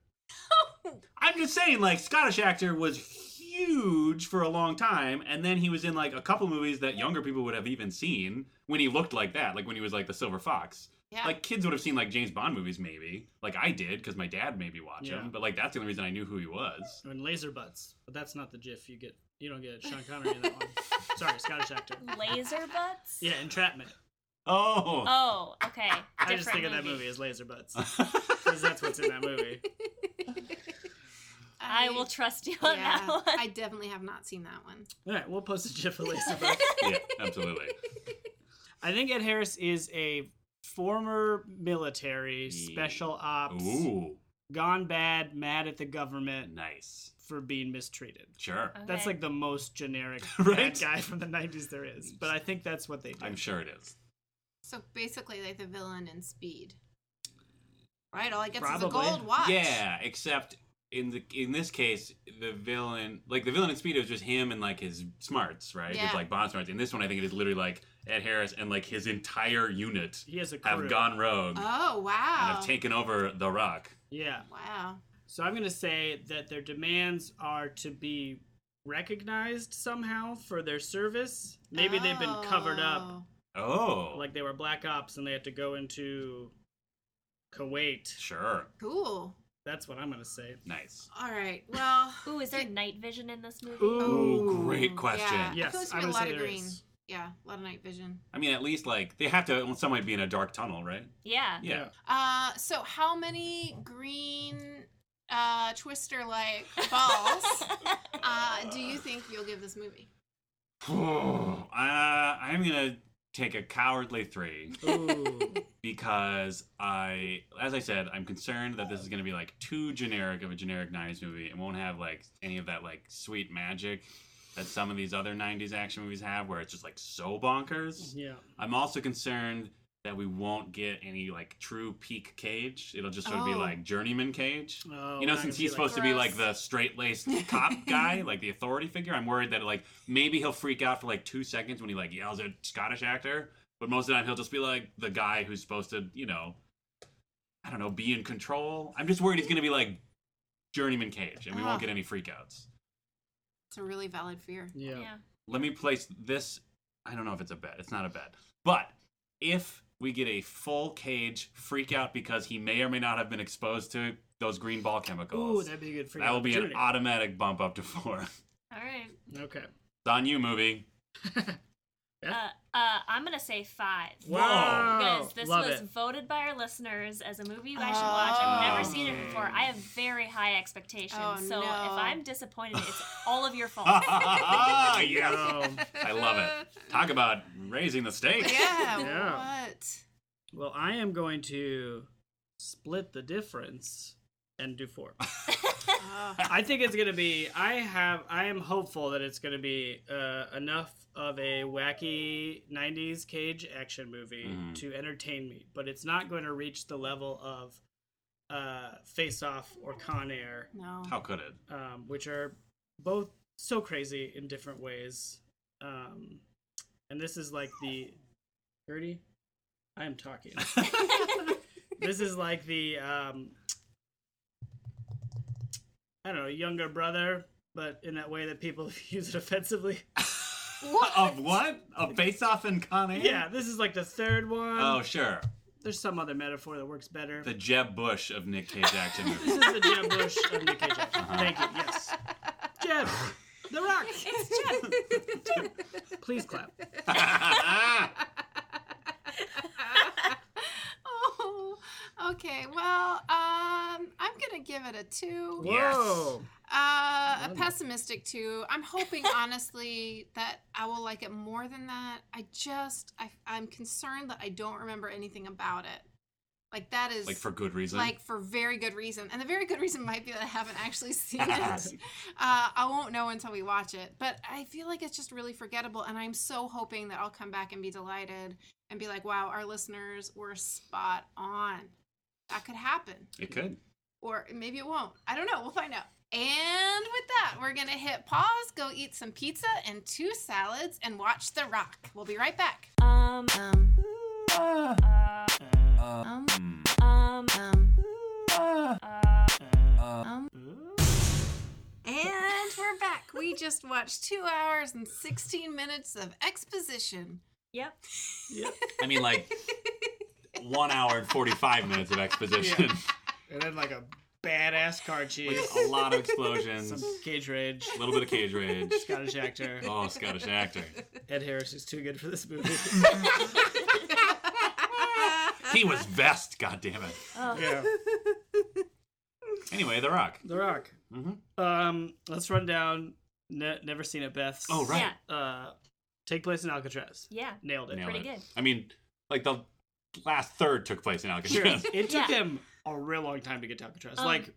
E: I'm just saying, like, Scottish actor was huge for a long time, and then he was in, like, a couple movies that younger people would have even seen when he looked like that, like when he was, like, the Silver Fox.
B: yeah.
E: Like, kids would have seen, like, James Bond movies, maybe. Like, I did, because my dad made me watch
D: Yeah.
E: them, but, like, that's the only reason I knew who he was.
D: and laser butts, but that's not the GIF you get. You don't get Sean Connery in that one. Sorry, Scottish actor.
A: Laser butts?
D: Yeah, Entrapment.
E: Oh!
A: Oh, okay.
D: I just
A: Different
D: think of that movie as laser butts because that's what's in that movie.
A: I will trust you on that
B: yeah,
A: one.
B: I definitely have not seen that one.
D: All right, we'll post a GIF of laser butts.
E: yeah, absolutely.
D: I think Ed Harris is a former military
E: Yeah.
D: special ops,
E: Ooh,
D: gone bad, mad at the government
E: nice.
D: for being mistreated.
E: Sure.
D: That's
A: Okay.
D: like the most generic
E: Right?
D: bad guy from the 90s there is. But I think that's what they do.
E: I'm sure it is.
B: So basically, like the villain in Speed. Right. All I gets is a
D: Probably.
B: gold watch.
E: Yeah, except in the in this case, the villain like the villain in Speedo is just him and like his smarts, right?
B: Yeah.
E: His like bond smarts. In this one, I think it is literally like Ed Harris and like his entire unit
D: He has a crew.
E: have gone rogue
B: Oh
E: and
B: wow.
E: have taken over the Rock.
D: Yeah.
B: wow.
D: So I'm going to say that their demands are to be recognized somehow for their service. Maybe they've been covered up,
B: Oh.
E: Oh,
D: like they were black ops and they had to go into Kuwait.
E: sure,
B: Cool.
D: That's what I'm going to say.
E: nice.
B: All right. Well.
A: Ooh, is there night vision in this movie?
D: Ooh.
E: Ooh, Oh, great
B: yeah.
E: question.
B: I
D: Yes,
B: feel like it's
D: I'm going to
B: been a lot
D: say
B: of
D: there
B: green.
D: is.
B: Yeah, a lot of night vision.
E: I mean, at least like they have to in some way be in a dark tunnel, right?
A: Yeah.
E: Yeah.
B: Uh, so how many green uh, twister like balls uh, do you think you'll give this movie?
E: uh, I'm gonna take a cowardly three.
D: Ooh.
E: because I, as I said, I'm concerned that this is going to be like too generic of a generic '90s movie. It won't have like any of that like sweet magic that some of these other '90s action movies have, where it's just like so bonkers.
D: yeah.
E: I'm also concerned that we won't get any like true peak Cage. It'll just sort of be
B: Oh.
E: like journeyman Cage.
D: Oh,
E: You know,
D: I'm
E: since
D: gonna
E: he's
D: be like,
E: supposed to be
B: Gross.
E: like the straight laced cop guy, like the authority figure, I'm worried that like maybe he'll freak out for like two seconds when he like yells at Scottish actor, but most of the time he'll just be like the guy who's supposed to, you know, I don't know, be in control. I'm just worried he's gonna be like journeyman Cage, and we
D: Uh-huh.
B: Ugh.
E: won't get any freakouts.
B: It's a really valid fear.
D: Yeah.
A: Yeah.
E: Let me place this. I don't know if it's a bet. It's not a bet, but if we get a full Cage freakout because he may or may not have been exposed to those green ball chemicals.
D: Ooh, that'd be a good freaking
E: That will be an
D: opportunity.
E: automatic bump up to four. It's
A: All right.
D: Okay.
E: on you, movie.
A: Uh, uh, I'm going to say five.
E: Wow.
A: Because this
D: Love
A: was
D: it.
A: voted by our listeners as a movie I should watch. I've never
E: Oh.
A: seen it before. I have very high expectations.
B: Oh,
A: so
B: no.
A: if I'm disappointed, it's all of your fault.
B: Oh.
E: Ah, yes.
D: Um,
E: I love it. Talk about raising the stakes.
B: Yeah.
D: Yeah.
B: What?
D: well, I am going to split the difference and do four.
B: Oh,
D: I think it's gonna be. I have. I am hopeful that it's gonna be uh, enough of a wacky '90s cage action movie
E: Mhm.
D: to entertain me, but it's not going to reach the level of uh, Face Off or Con Air,
B: no.
E: How could it?
D: um, which are both so crazy in different ways. Um, and and this is like the Gertie. I am talking. this is like the um, I don't know, younger brother, but in that way that people use it offensively.
E: of what? Of Face Off and Con Air?
D: Yeah, this is like the third one.
E: Oh, sure.
D: There's some other metaphor that works better.
E: The Jeb Bush of Nick Cage action movies.
D: This is the Jeb Bush of Nick Cage.
E: Uh-huh.
D: Thank you. Yes, Jeb, The Rock. Please clap.
B: Oh, okay. Well, um, I'm gonna give it a two.
E: Yes.
B: Uh, a pessimistic two. I'm hoping honestly that I will like it more than that. I just I, I'm concerned that I don't remember anything about it. Like that is
E: like for good reason.
B: like for very good reason, and the very good reason might be that I haven't actually seen it. uh, I won't know until we watch it, but I feel like it's just really forgettable, and I'm so hoping that I'll come back and be delighted and be like, "Wow, our listeners were spot on." That could happen
E: it could.
B: or maybe it won't. I don't know. We'll find out. And with that, we're going to hit pause, go eat some pizza and two salads, and watch The Rock. We'll be right back.
A: Um,
B: Um, um,
E: Hmm.
A: um,
B: um, um. And we're back. We just watched two hours and 16 minutes of exposition.
A: yep.
D: Yep.
E: I mean, like one hour and forty-five minutes of exposition.
D: And then like a badass car chase,
E: With a lot of explosions.
D: some cage rage,
E: A little bit of cage rage.
D: Scottish actor.
E: Oh, Scottish actor.
D: Ed Harris is too good for this movie.
E: He was vest. God damn it.
A: Oh,
D: yeah,
E: Anyway, The Rock.
D: The Rock.
E: Mhm.
D: Um, let's run down. Ne- never seen it, Beth's.
E: Oh right.
A: Yeah.
D: Uh, take place in Alcatraz.
A: Yeah.
D: Nailed it.
E: Nailed
A: Pretty
E: it.
A: good.
E: I mean, like the last third took place in
D: Sure.
E: Alcatraz.
D: It took
A: Yeah.
D: them a real long time to get to Alcatraz.
A: Um,
D: like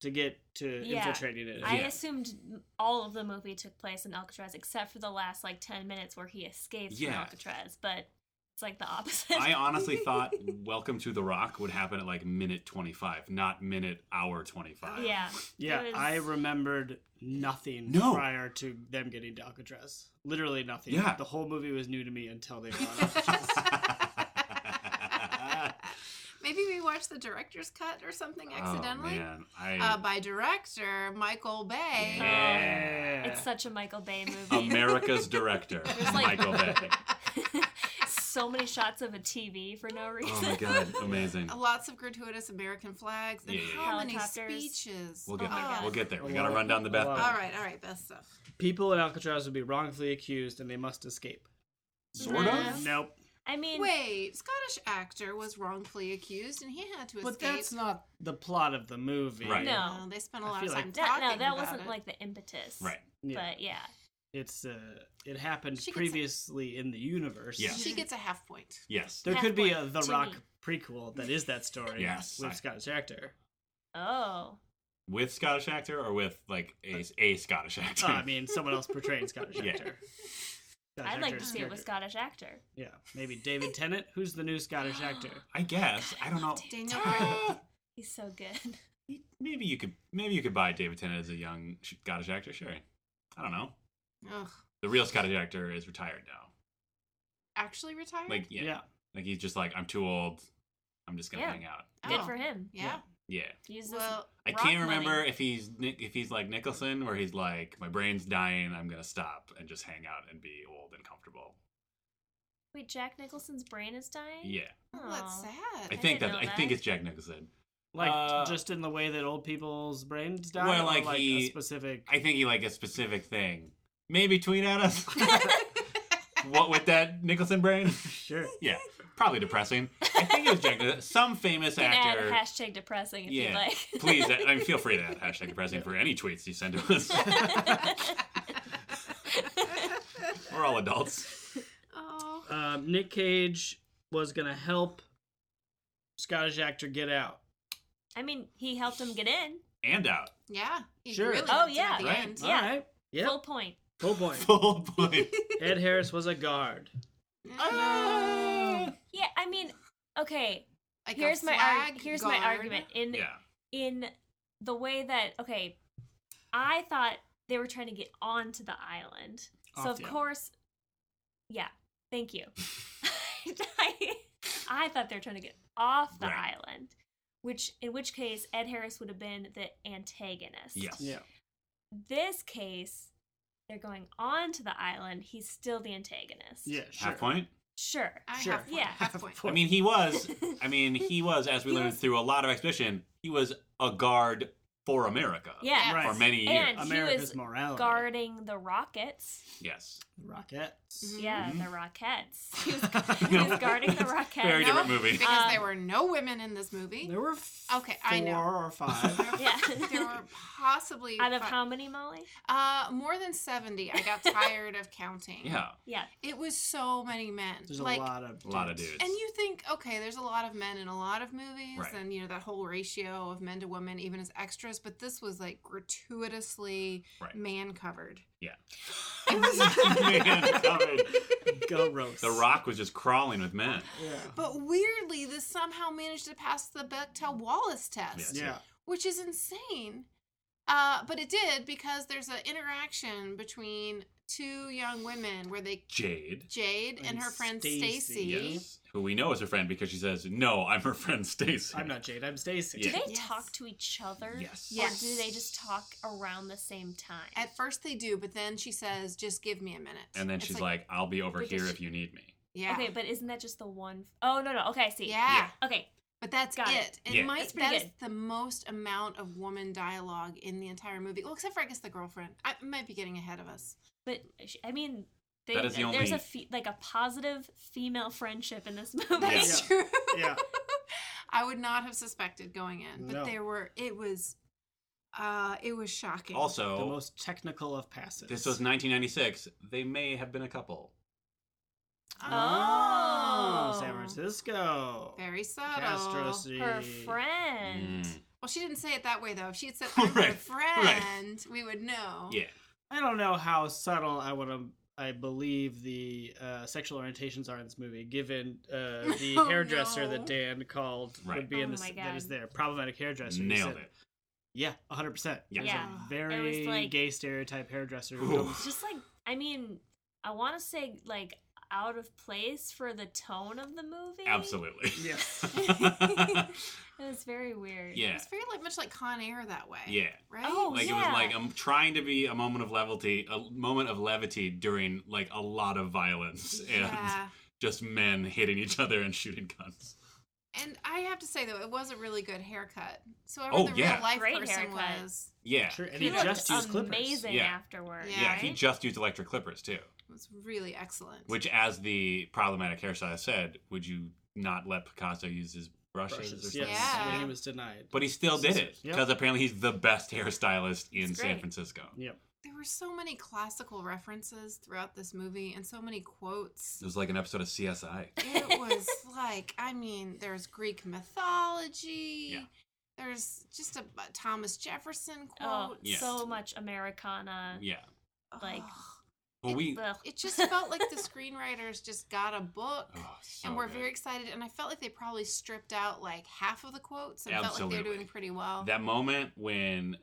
D: to get to
A: yeah.
D: infiltrating it.
A: I
E: Yeah.
A: assumed all of the movie took place in Alcatraz except for the last like 10 minutes where he escapes from
E: Yeah.
A: Alcatraz, but it's like the opposite.
E: I honestly thought Welcome to the Rock would happen at like minute 25, not minute hour 25.
A: yeah.
D: yeah,
A: It was-
D: I remembered nothing
E: No.
D: prior to them getting to Alcatraz. Literally nothing.
E: Yeah.
D: The whole movie was new to me until they were on Alcatraz.
B: Maybe we watched the director's cut or something
E: Oh,
B: accidentally.
E: man. I,
B: uh, by director Michael Bay.
E: yeah.
A: It's such a Michael Bay movie.
E: America's director,
A: There's like-
E: Michael Bay.
A: so many shots of a TV for no reason.
E: Oh my god, amazing.
B: Lots of gratuitous American flags and
E: Yeah, yeah,
B: how
A: yeah.
B: many
A: Helicopters.
B: speeches.
E: We'll get
A: Oh my
E: there.
A: God.
E: We'll get there. We gotta run down the Beth.
D: Wow.
B: All
E: Bed.
B: right, all right, best stuff.
D: People in Alcatraz would be wrongfully accused and they must escape.
E: Sort of.
D: Nope.
A: I mean,
B: Wait, Scottish actor was wrongfully accused and he had to escape.
D: But that's not the plot of the movie.
E: Right.
A: No.
B: Uh, they spent a
D: I
B: lot of
D: feel like-
B: time
A: that,
B: talking
A: no, that
B: about
A: wasn't
B: it.
A: like the impetus.
E: Right.
D: Yeah.
A: But yeah.
D: It's uh it happened
B: She gets-
D: previously in the universe.
E: Yeah.
B: She gets a half point.
E: Yes.
D: There
A: Half
D: could be a
A: point
D: The
A: to
D: Rock
A: me.
D: prequel that is that story
E: Yes.
D: with Scottish actor.
A: Oh.
E: With Scottish actor or with like a, a Scottish actor?
D: Oh, I mean, someone else portraying Scottish
E: Yeah.
D: actor. Scottish
A: I'd like
D: actor's
A: to see it with
D: character.
A: Scottish actor.
D: Yeah, maybe David Tennant. Who's the new Scottish actor?
E: I guess. I don't know.
B: Daniel Craig.
A: He's so good.
E: Maybe you could maybe you could buy David Tennant as a young Scottish actor. Sure, I don't know.
B: Ugh,
E: The real Scottish actor is retired now.
B: actually retired?
A: Mm,
E: Like yeah,
D: Yeah.
E: like he's just like I'm too old. I'm just gonna
A: Yeah.
E: hang out.
A: Good
B: Oh,
A: for him.
B: Yeah.
E: Yeah,
A: Use this.
B: Well,
E: I
A: Rock
E: can't remember
A: money.
E: if he's Nic- if he's like Nicholson where he's like my brain's dying. I'm gonna stop and just hang out and be old and comfortable.
A: Wait, Jack Nicholson's brain is dying?
E: Yeah,
B: well, that's
A: Aw.
E: I
B: sad.
E: think
A: didn't
E: that
A: know
E: I think
A: that.
E: it's Jack Nicholson.
D: Like
E: Uh,
D: just in the way that old people's brains die,
E: Well,
D: or
E: like
D: like,
E: he-
D: a specific.
E: I think he like a specific thing. Maybe tweet at us. what with that Nicholson brain?
D: Sure.
E: Yeah, probably depressing. I think it was Jack. Nicholson. Some famous
A: You can add
E: actor.
A: hashtag depressing if you'd
E: Yeah,
A: like.
E: please. I mean, feel free to add hashtag depressing for any tweets you send to us. We're all adults.
B: Oh,
D: Um, Nick Cage was gonna help Scottish actor get out.
A: I mean, he helped him get in.
E: And out.
B: yeah. he
D: Sure.
B: really
A: Oh,
B: helped him
A: yeah.
B: At the
E: Right.
B: end.
A: Yeah.
D: All right. Yeah.
A: Full point.
D: Full point.
E: Full point.
D: Ed Harris was a guard.
E: Ah.
A: Yeah, I mean, okay.
B: Like a
A: here's my arg-
B: flag
A: here's
B: guard.
A: my argument in
E: Yeah.
A: in the way that okay, I thought they were trying to get onto the island, so
D: Off
A: of
D: the island.
A: course, yeah. Thank you. I, I thought they were trying to get off the
E: Right.
A: island, which in which case Ed Harris would have been the antagonist.
E: Yes.
D: Yeah.
A: This case, they're going on to the island. He's still the antagonist.
D: Yeah. Sure.
E: Half point.
A: Sure.
B: I
D: Sure.
B: have one.
A: Yeah.
B: Half point.
E: I mean, he was. I mean, uh, he was. As we
A: He
E: learned
A: was-
E: through a lot of exposition, he was a guard for America.
A: Yeah.
D: Right.
E: For many years.
A: And he
D: America's
A: was
E: Oh,
D: morality.
A: Guarding the rockets.
E: yes.
D: Rockets.
A: Yeah,
E: Mhm.
A: the Rockettes. He was, he was guarding the Rockettes.
E: Very
B: No,
E: different movie.
B: Because
A: Um,
B: there were no women in this movie.
D: There were f-
B: Okay, I know.
D: four or five.
A: Yeah.
B: Mm-hmm. there were possibly
A: Out of
B: fi-
A: how many, Molly?
B: uh, more than 70. I got tired of counting.
E: Yeah.
A: Yeah.
B: It was so many men.
D: There's
B: like,
D: a lot of
E: A lot of dudes.
B: And you think, okay, there's a lot of men in a lot of movies,
E: Right.
B: and you know that whole ratio of men to women, even as extras. But this was like gratuitously
E: Right.
B: man covered.
E: Man covered.
D: Go roast.
E: The Rock was just crawling with men.
D: Yeah.
B: But weirdly, this somehow managed to pass the Bechtel Wallace test,
E: Yes.
D: Yeah.
B: which is insane. Uh, but it did because there's an interaction between two young women where they
E: Jade.
B: Jade and,
D: And
B: her friend
D: Stacy.
B: Stacy.
E: Yes. Who we know is her friend because she says, "No, I'm her friend Stacy."
D: I'm not Jade. I'm Stacy.
A: Do they
B: Yes.
A: talk to each other?
E: Yes.
A: Or do
B: Yes.
A: they just talk around the same time?
B: At first they do, but then she says, "Just give me a minute."
E: And then
B: It's
E: she's like, "I'll be over
A: Because
E: here
A: she-
E: if you need me."
B: "Yeah,
A: Okay, but isn't that just the one? Oh, no, no. Okay, I see.
B: yeah."
E: Yeah.
A: Okay.
B: But that's
A: Got
B: it.
A: it.
B: And
E: Yeah.
B: might
A: That's pretty
B: that is
A: good.
B: the most amount of woman dialogue in the entire movie. Well, except for I guess the girlfriend. I might be getting ahead of us.
A: But, sh- I mean, they,
E: That is the
A: there's
E: only-
A: a fe- like a positive female friendship in this movie.
E: Yeah.
B: That's true.
D: Yeah.
B: I would not have suspected going in, but
D: No.
B: there were. It was. Uh, it was shocking.
E: Also,
D: The most technical of passes.
E: Oh. this was 1996. They may have been a couple.
D: Oh, San
A: Oh.
D: Francisco.
B: Uh, very subtle.
D: Castro
A: Her
D: City.
A: friend.
E: Mm.
B: Well, she didn't say it that way though. If she had said I'm her
E: Right,
B: friend,
E: right.
B: we would know.
E: Yeah.
D: I don't know how subtle I would have. I believe the uh, sexual orientations are in this movie, given uh, the
B: Oh,
D: hairdresser
B: no.
D: that Dan called
E: Right.
D: would be in
A: Oh
D: this.
A: my
D: That is
A: God.
D: there. Problematic hairdresser. He
E: Nailed
D: said-
E: it.
D: Yeah, 100%.
E: Yeah.
D: There's
A: Yeah.
D: a very
A: was like-
D: gay stereotype hairdresser who
E: Ooh.
D: comes.
A: Just like, I mean, I want to say, like, out of place for the tone of the movie.
E: Absolutely.
D: Yes.
A: It was very weird.
E: yeah.
B: It's very like much like Con Air that way.
E: Yeah.
B: Right.
A: Oh,
E: Like it was
A: yeah.
E: like I'm trying to be a moment of levity, a moment of levity during like a lot of violence and
B: yeah.
E: just men hitting each other and shooting guns.
B: And I have to say though, it was a really good haircut. So whoever
E: Oh,
B: the
E: yeah.
B: real life
A: Great
B: person
A: haircut.
B: was,
E: Yeah.
D: True, and
A: He,
D: he,
A: looked
D: just used clippers.
A: amazing
E: Yeah.
A: afterward.
E: Yeah,
B: Yeah,
E: he
A: right?
E: just used electric clippers too,
B: was really excellent.
E: which, as the problematic hairstylist said, would you not let Picasso use his brushes, or
D: Brushes,
E: something?
D: yes.
B: Yeah.
D: When he was denied.
E: But he still did it
D: Yep.
E: because apparently he's the best hairstylist in
A: It's
E: San
A: great.
E: Francisco.
D: Yep.
B: there were so many classical references throughout this movie, and so many quotes.
E: It was like an episode of CSI.
B: it was like, I mean, there's Greek mythology.
E: Yeah.
B: There's just a, a Thomas Jefferson quote.
A: Oh,
E: Yeah.
A: so much Americana.
E: Yeah.
A: like,
B: Ugh.
E: Well, we.
A: Ugh.
B: it just felt like the screenwriters just got a book.
E: Oh, so
B: and we're
E: good.
B: very excited, and I felt like they probably stripped out like half of the quotes and felt like they were
E: Absolutely.
B: doing pretty well.
E: That moment when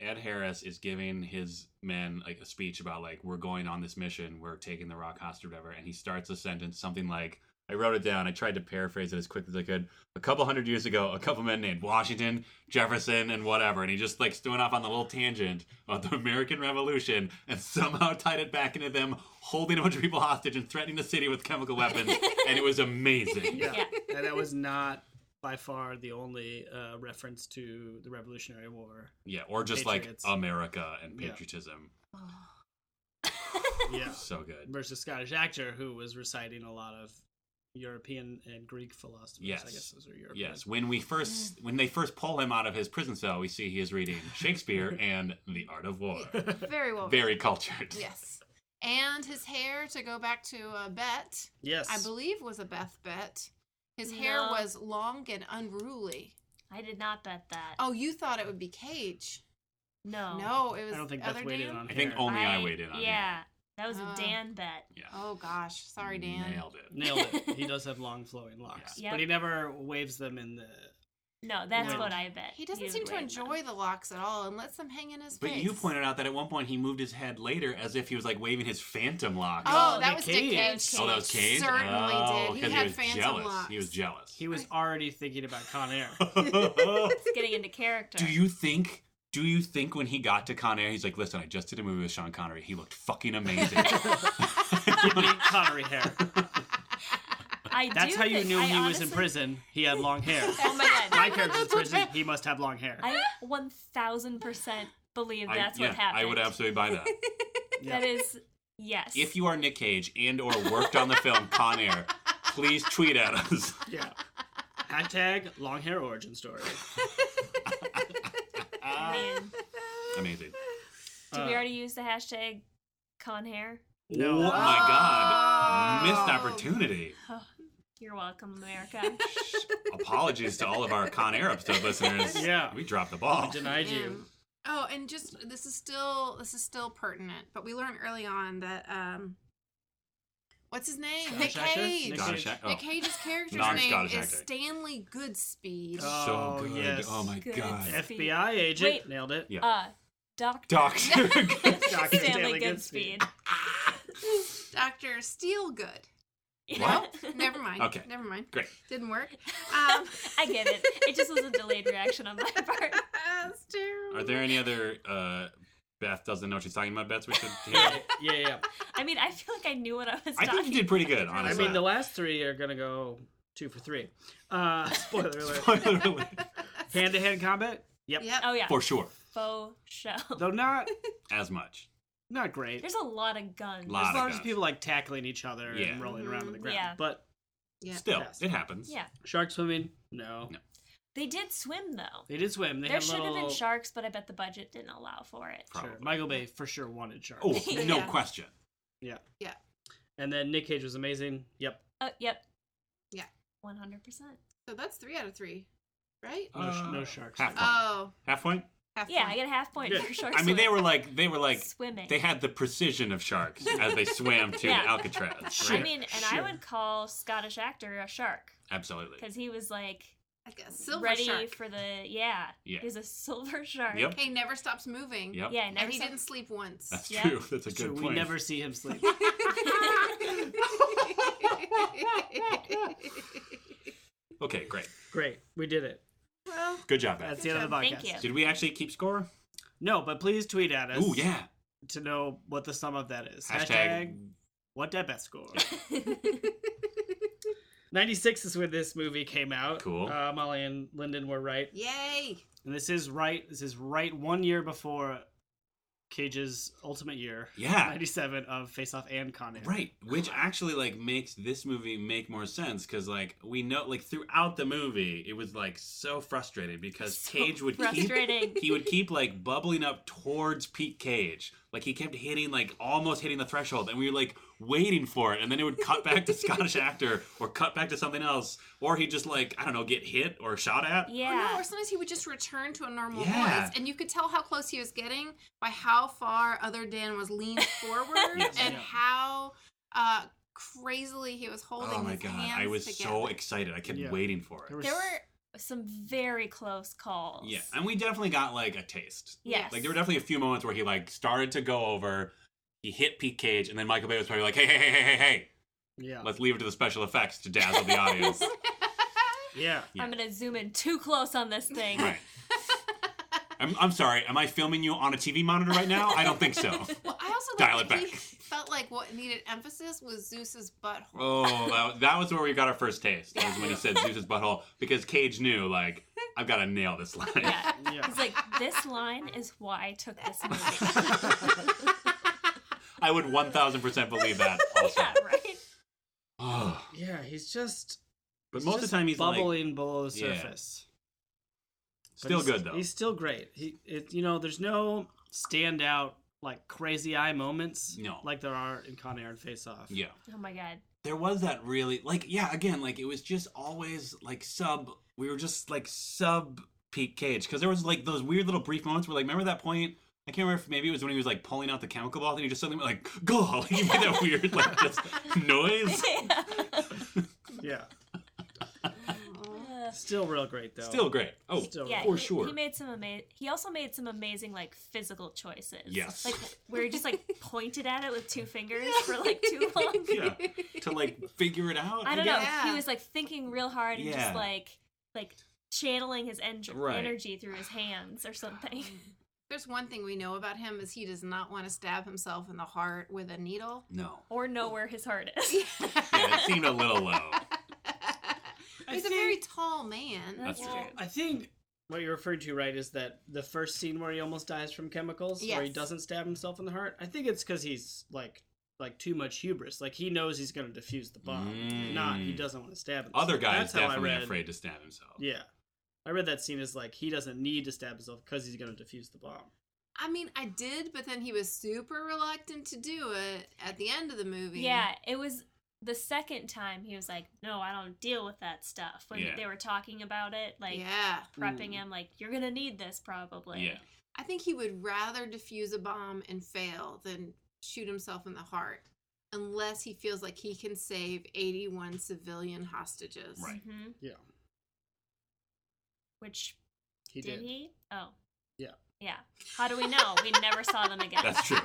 E: Ed Harris is giving his men like a speech about like we're going on this mission, we're taking the rock hostage, or whatever, and he starts a sentence something like. I wrote it down. I tried to paraphrase it as quick as I could. A couple hundred years ago, a couple men named Washington, Jefferson, and whatever, and he just like went off on the little tangent about the American Revolution, and somehow tied it back into them holding a bunch of people hostage and threatening the city with chemical weapons, and it was amazing.
D: Yeah.
A: Yeah.
D: and that was not by far the only uh, reference to the Revolutionary War.
E: Yeah, or just
D: Patriots.
E: like America and
D: Yeah.
E: patriotism.
A: Oh.
D: Yeah.
E: So good.
D: Versus Scottish actor who was reciting a lot of European and Greek philosophers.
E: Yes.
D: I guess those are European.
E: Yes, when we
B: Mm.
E: first when they first pull him out of his prison cell, we see he is reading Shakespeare and The Art of War.
B: Very well.
E: Very cultured.
B: Yes. And his hair, to go back to a bet,
D: Yes.
B: I believe was a Beth bet. His hair
A: No.
B: was long and unruly.
A: I did not bet that.
B: Oh, you thought it would be Cage.
A: no.
B: No, it was
D: I don't think
B: other
D: Beth waited
B: Dan?
D: on
E: I think
D: hair.
E: only I, weighed in on
A: Yeah. That was
B: Oh.
A: a Dan bet.
E: that. Yeah.
B: Oh gosh, sorry Dan.
E: Nailed it.
D: Nailed it. He does have long flowing locks,
A: Yeah.
D: but he never waves them in the
A: No, that's
E: No.
A: what I bet.
B: He doesn't
A: you
B: seem to
A: would
B: enjoy the locks at all and lets them hang in his
E: But
B: face.
E: you pointed out that at one point he moved his head later as if he was like waving his phantom lock.
B: Oh,
D: Oh,
B: that
D: Nick
B: was Dick
D: Cage.
B: Cage.
E: Oh, that was Cage.
B: Certainly
E: oh,
B: did. He
E: 'cause
B: had
E: was
B: phantom
E: jealous.
B: locks.
E: He was jealous.
D: He was already thinking about Con Air.
A: It's getting into character.
E: do you think? Do you think when he got to Con Air, he's like, "Listen, I just did a movie with Sean Connery. He looked fucking amazing."
D: Give me Connery hair.
A: I
D: That's
A: do
D: how you
A: think-
D: knew
A: I
D: he was in
A: honestly-
D: prison. He had long hair.
A: Oh my god.
D: My character's in prison. He must have long hair.
A: I 1000% believe
E: I-
A: that's
E: yeah,
A: what happened.
E: I would absolutely buy that.
A: That is yes.
E: if you are Nick Cage and or worked on the film Con Air, please tweet at us.
D: Yeah. Hashtag long hair origin story.
A: I
E: Ah,
A: mean,
E: amazing.
A: did
D: Uh,
A: we already use the hashtag conhair?
E: Oh
D: No.
E: my god.
D: Oh.
E: Missed opportunity.
A: You're welcome, America.
E: Apologies to all of our Con Air episode listeners.
D: Yeah.
E: We dropped the ball.
D: Denied you.
B: Oh, and just this is still this is still pertinent, but we learned early on that um, what's his name?
D: Scottish
B: Nick
D: actor?
B: Cage.
D: Nick
B: Nick,
E: Scottish ac- oh.
B: Cage's character's name
E: Non-Scottish
B: is
E: actor.
B: Stanley Goodspeed.
D: Oh.
E: so good.
D: yes.
E: Oh my
A: Good.
E: god.
D: FBI agent.
A: Wait.
D: Nailed it.
E: Yeah.
A: Uh, Doctor
E: Doctor.
D: Doctor
A: Stanley,
D: Stanley
A: Goodspeed.
D: Goodspeed.
B: Dr. Steelgood.
A: Yeah.
B: Never mind.
E: Okay.
B: Never mind.
E: Great.
B: Didn't work. Um,
A: I get it. It just was a delayed reaction on my part.
B: that's terrible.
E: Are there any other uh Beth doesn't know what she's talking about, Beth, we should hear?
D: Yeah, yeah.
A: I mean, I feel like I knew what I was
E: I
A: talking
E: think you did pretty good,
A: about.
D: I
E: honestly.
D: mean, the last three are gonna go two for three. Uh, spoiler alert.
E: Spoiler alert.
D: Hand to hand combat. Yep.
B: Yep.
A: Oh, yeah.
E: For sure.
A: Faux show.
D: Though not
E: As much.
D: not great.
A: There's a lot of guns.
E: Lot.
D: as long as
E: guns.
D: people like tackling each other
E: Yeah.
D: and rolling around on the ground.
A: Yeah.
D: But
B: Yeah.
E: Still,
D: Yes.
E: it happens.
A: Yeah.
D: shark swimming, no.
E: No.
A: They did swim, though.
D: They did swim. They
A: there
D: had
A: should have
D: little-
A: been sharks, but I bet the budget didn't allow for it.
E: Probably.
D: Sure. Michael Bay for sure wanted sharks.
E: Oh, no
B: Yeah.
E: question.
D: Yeah.
B: Yeah.
D: And then Nick Cage was amazing. Yep.
A: Oh, yep.
B: Yeah.
A: 100%.
B: So that's three out of three, right?
D: No, sh-
E: Uh,
D: no sharks.
E: half point.
B: Oh,
E: half point?
B: half
A: Yeah,
B: one.
A: I get a half point
D: Good.
A: for sharks.
E: I mean, they were like they were like
A: swimming.
E: they had the precision of sharks as they swam to
A: Yeah.
E: Alcatraz. Right?
A: I mean, and I
D: Sure.
A: would call Scottish actor a shark
E: Absolutely.
A: because he was like
B: like a silver
A: ready
B: shark.
A: for the yeah.
E: Yeah.
A: He was a silver shark.
E: Yep.
B: Hey, never stops moving.
E: Yep.
A: Yeah, I never
B: and he
A: saw-
B: didn't sleep once.
E: That's
A: Yeah.
E: true. That's a
D: So
E: good
D: we
E: point.
D: never see him sleep.
E: Okay, great.
D: Great. We did it.
B: well,
E: Good job, Matt.
D: That's the end of the podcast.
A: Thank you.
E: Did we actually keep score?
D: No, but please tweet at us
E: Ooh, yeah.
D: to know what the sum of that is.
E: Hashtag.
D: what that best score. 96 is when this movie came out.
E: Cool.
D: Uh, Molly and Lyndon were right.
B: yay! Oh,
D: And this is right. This is right one year before Cage's ultimate year.
E: Yeah.
D: 97 of Face Off and Con Air.
E: Ah. Right, which actually like makes this movie make more sense because like we know like throughout the movie it was like so frustrating because Cage would keep
A: Frustrating.
E: he would keep like bubbling up towards Pete Cage. Like he kept hitting, like almost hitting the threshold, and we were like waiting for it, and then it would cut back to Scottish actor or cut back to something else, or he'd just like I don't know, get hit or shot at.
B: Or no,
A: yeah.
B: or sometimes he would just return to a normal
E: Yeah.
B: voice, and you could tell how close he was getting by how far Other Dan was leaned forward
E: Yes.
B: and
D: Yeah.
B: how uh, crazily he was holding.
E: Oh my
B: his
E: god,
B: hands
E: I was
B: together.
E: so excited. I kept
D: Yeah.
E: waiting for it.
A: There
D: s-
A: were some very close calls.
E: Yeah, and we definitely got like a taste.
A: Yes.
E: Like there were definitely a few moments where he like started to go over. He hit Pete Cage, and then Michael Bay was probably like, "Hey, hey, hey, hey, hey, hey!
D: Yeah.
E: Let's leave it to the special effects to dazzle the audience."
D: Yeah.
A: I'm going to zoom in too close on this thing.
E: right. I'm, I'm sorry. Am I filming you on a TV monitor right now? I don't think so.
B: Well, I also
E: Dial
B: think that
E: it back.
B: He felt like what needed emphasis was Zeus's butthole.
E: Oh, that, that was where we got our first taste. Was when he said Zeus's butthole because Cage knew like I've got to nail this line.
A: Yeah.
D: Yeah.
A: He's like, this line is why I took this movie.
E: I would 1000% believe that. Also.
A: yeah, right?
E: Oh.
D: Yeah. He's just.
E: But
D: he's
E: most of the
D: just
E: time he's like
D: bubbling below the
E: Yeah.
D: surface. But
E: still
D: he's-
E: good though.
D: He's still great. He, it, you know, there's no standout like crazy eye moments.
E: No.
D: like there are in Con Air and Face Off.
E: yeah.
A: Oh my God.
E: There was that really like yeah again like it was just always like sub we were just like sub Pete Cage because there was like those weird little brief moments where like remember that point. I can't remember if maybe it was when he was like pulling out the chemical ball and he just suddenly went like go like, he made that weird like just noise
A: Yeah.
D: yeah.
B: Aw.
D: Still real great though.
E: Still great. Oh,
D: Still
A: yeah,
E: for
A: he,
E: sure.
A: He made some amazing. He also made some amazing like physical choices.
E: Yes.
A: like where he just like pointed at it with two fingers for like too long.
E: yeah. To like figure it out.
A: I don't know.
E: guess.
B: Yeah.
A: He was like thinking real hard and
E: Yeah.
A: just like like channeling his en-
E: Right.
A: energy through his hands or something.
B: There's one thing we know about him is he does not want to stab himself in the heart with a needle.
E: No.
A: or know where his heart is.
E: Yeah, it seemed a little low.
D: I
B: He's a
D: think-
B: very tall man.
E: That's
A: That's
E: true.
A: true.
D: I think what you're referring to, right, is that the first scene where he almost dies from chemicals, where he
B: Yes.
D: doesn't stab himself in the heart. I think it's because he's like like too much hubris. Like he knows he's going to defuse the bomb, not he
E: Mm.
D: doesn't want to stab himself.
E: Other
D: That's
E: guy's
D: how I
E: definitely
D: read-
E: afraid to stab himself.
D: Yeah, I read that scene as like he doesn't need to stab himself because he's going to defuse the bomb.
B: I mean, I did, but then he was super reluctant to do it at the end of the movie.
A: Yeah, it was the second time he was like, "No, I don't deal with that stuff." When
E: Yeah.
A: they were talking about it, like
B: yeah.
A: prepping
D: Mm.
A: him, like you're gonna need this probably.
E: Yeah.
B: I think he would rather defuse a bomb and fail than shoot himself in the heart unless he feels like he can save 81 civilian hostages.
E: Right.
A: hmm
D: Yeah,
A: Which
D: he
A: did,
D: did.
A: he? Oh.
D: Yeah.
A: Yeah. How do we know? We never saw them again.
E: That's true.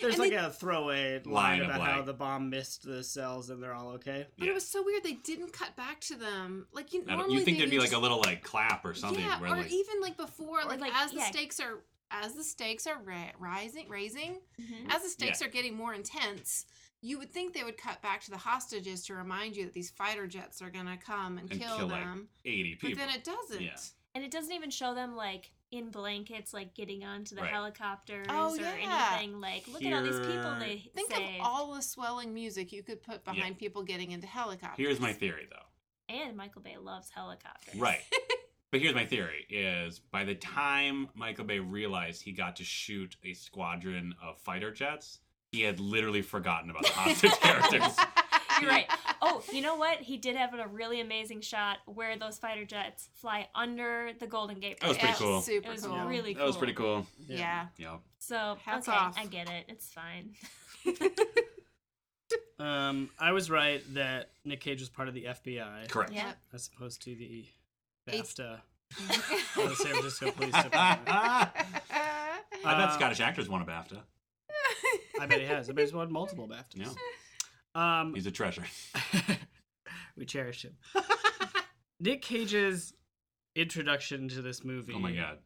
D: There's
B: And
D: like
B: they-
D: a throwaway
E: Line
D: line
E: of,
D: about how
E: like-
D: the bomb missed the cells and they're all okay.
B: But
E: Yeah.
B: it was so weird. They didn't cut back to them. Like you
E: I don't-
B: normally
E: you think
B: they
E: there'd be
B: would
E: like a
B: just-
E: little like clap or something
B: Yeah,
E: where
B: or e
E: like
B: even like before, like,
A: like,
B: as the
A: yeah.
B: stakes are as the stakes are ri- rising, raising,
A: Mhm.
B: as the stakes
E: Yeah.
B: are getting more intense. You would think they would cut back to the hostages to remind you that these fighter jets are gonna come and,
E: And
B: kill,
E: kill, like,
B: them,
E: 80
B: but
E: people.
B: then it doesn't.
E: Yeah.
A: And it doesn't even show them like in blankets, like getting onto the
E: Right.
A: helicopters
B: Oh,
A: or
B: yeah.
A: anything. Like, look at all these people
E: Here-
A: they
B: Think
A: saved.
B: of all the swelling music you could put behind people getting into helicopters.
E: Here's my theory though.
A: and Michael Bay loves helicopters.
E: Right. but here's my theory is by the time Michael Bay realized he got to shoot a squadron of fighter jets, he had literally forgotten about the hostage characters.
A: You're right. Oh, you know what? He did have a really amazing shot where those fighter jets fly under the Golden Gate.
E: That was
A: Bridge.
E: pretty
B: Yeah,
E: cool.
B: Super
A: It was
B: cool.
A: really cool.
E: That was pretty cool.
B: Yeah.
E: Yep.
A: So
B: Hats
A: okay,
B: off.
A: I get it. It's fine.
D: Um, I was right that Nick Cage was part of the FBI
E: Correct.
A: Yeah.
D: as opposed to the
B: Eight-
D: BAFTA. of the San Francisco Police Department.
E: I bet
D: Uh,
E: Scottish actors won a BAFTA.
D: I bet he has. I bet he's won multiple BAFTAs. Um,
E: He's a treasure.
D: we cherish him. Nick Cage's introduction to this movie.
E: Oh my god.